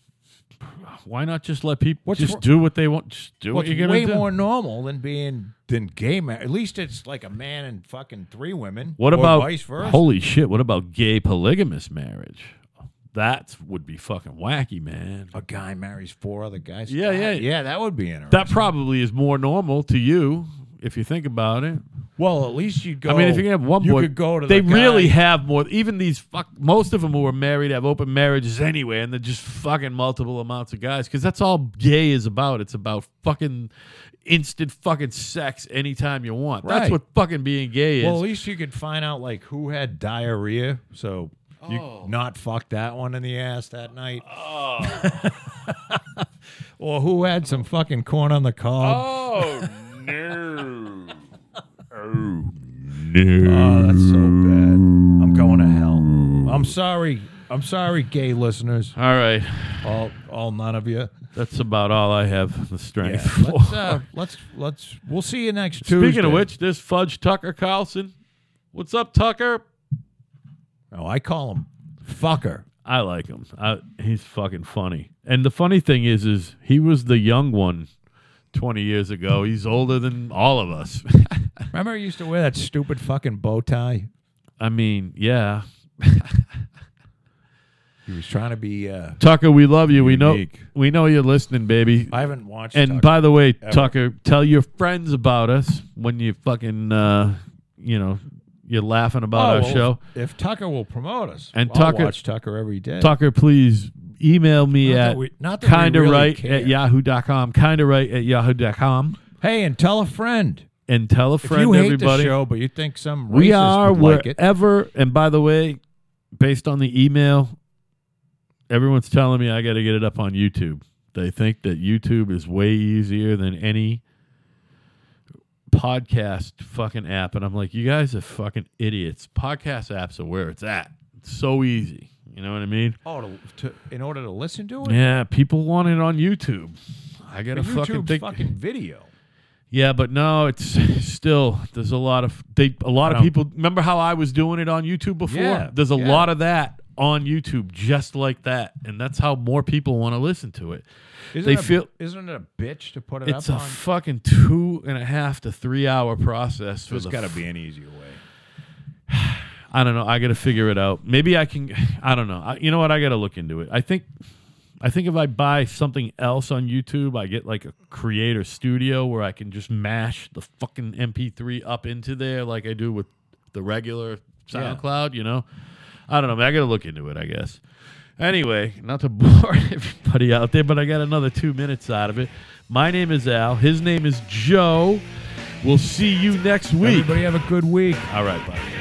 why not just let people What's just wrong- do what they want? Just do Well, what it's you're gonna way do. more normal than being than gay marriage. At least it's like a man and fucking three women. what or about vice versa? holy shit? What about gay polygamous marriage? That would be fucking wacky, man. a guy marries four other guys. Yeah, yeah. yeah. That would be interesting. That probably is more normal to you if you think about it. well, at least you'd go. I mean, if you can have one Oh, you boy, could go to. they the guy- really have more. Even these fuck, most of them who are married have open marriages anyway, and they're just fucking multiple amounts of guys because that's all gay is about. It's about fucking instant fucking sex anytime you want. That's Right. what fucking being gay is. Well, at least you could find out like who had diarrhea, so you not fuck that one in the ass that night. Oh. or who had some fucking corn on the cob. oh no! oh no! Oh, that's so bad. I'm going to hell. I'm sorry. I'm sorry, gay listeners. all right, All, all none of you. that's about all I have the strength. for. Let's, uh, let's, let's. We'll see you next Tuesday. Speaking of which, this fudge Tucker Carlson. What's up, Tucker? oh, I call him fucker. I like him. I, he's fucking funny. And the funny thing is, is he was the young one 20 years ago. He's older than all of us. Remember, I used to wear that stupid fucking bow tie. I mean, yeah. He was trying to be. Uh, Tucker, we love you. We know Unique. we know you're listening, baby. I haven't watched. and Tucker. by the way, Tucker, tell your friends about us when you fucking uh, you know, you're laughing Oh, about our well, show. If Tucker will promote us, And I'll Tucker- watch Tucker every day. Tucker, please email me Not that at we- not that we kinda really right care. at yahoo.com. Kinda right at yahoo.com. Hey, and tell a friend. And tell a friend if you hate everybody. the show, but you think some racist We are would like it, wherever. And by the way, based on the email, everyone's telling me I got to get it up on YouTube. They think that YouTube is way easier than any podcast fucking app. And I'm like, you guys are fucking idiots. Podcast apps are where it's at. It's so easy. You know what I mean? oh, to, to, in order to listen to it, Yeah, people want it on YouTube. I got But to YouTube's fucking think. fucking video. Yeah, but no, it's still there's a lot of they a lot of No. people remember how I was doing it on YouTube before? Yeah, there's a yeah. lot of that on YouTube just like that. And that's how more people want to listen to it. Isn't They it a- feel- isn't it a bitch to put it It's a up on? fucking two and a half to three hour process for There's the got to f- be an easier way. I don't know. I got to figure it out. Maybe I can. I don't know. I, you know what? I got to look into it. I think. I think if I buy something else on YouTube, I get like a creator studio where I can just mash the fucking MP3 up into there like I do with the regular Yeah. SoundCloud, you know? I don't know, man. I got to look into it, I guess. Anyway, not to bore everybody out there, but I got another two minutes out of it. My name is Al. His name is Joe. We'll see you next week. Everybody have a good week. All right, bye.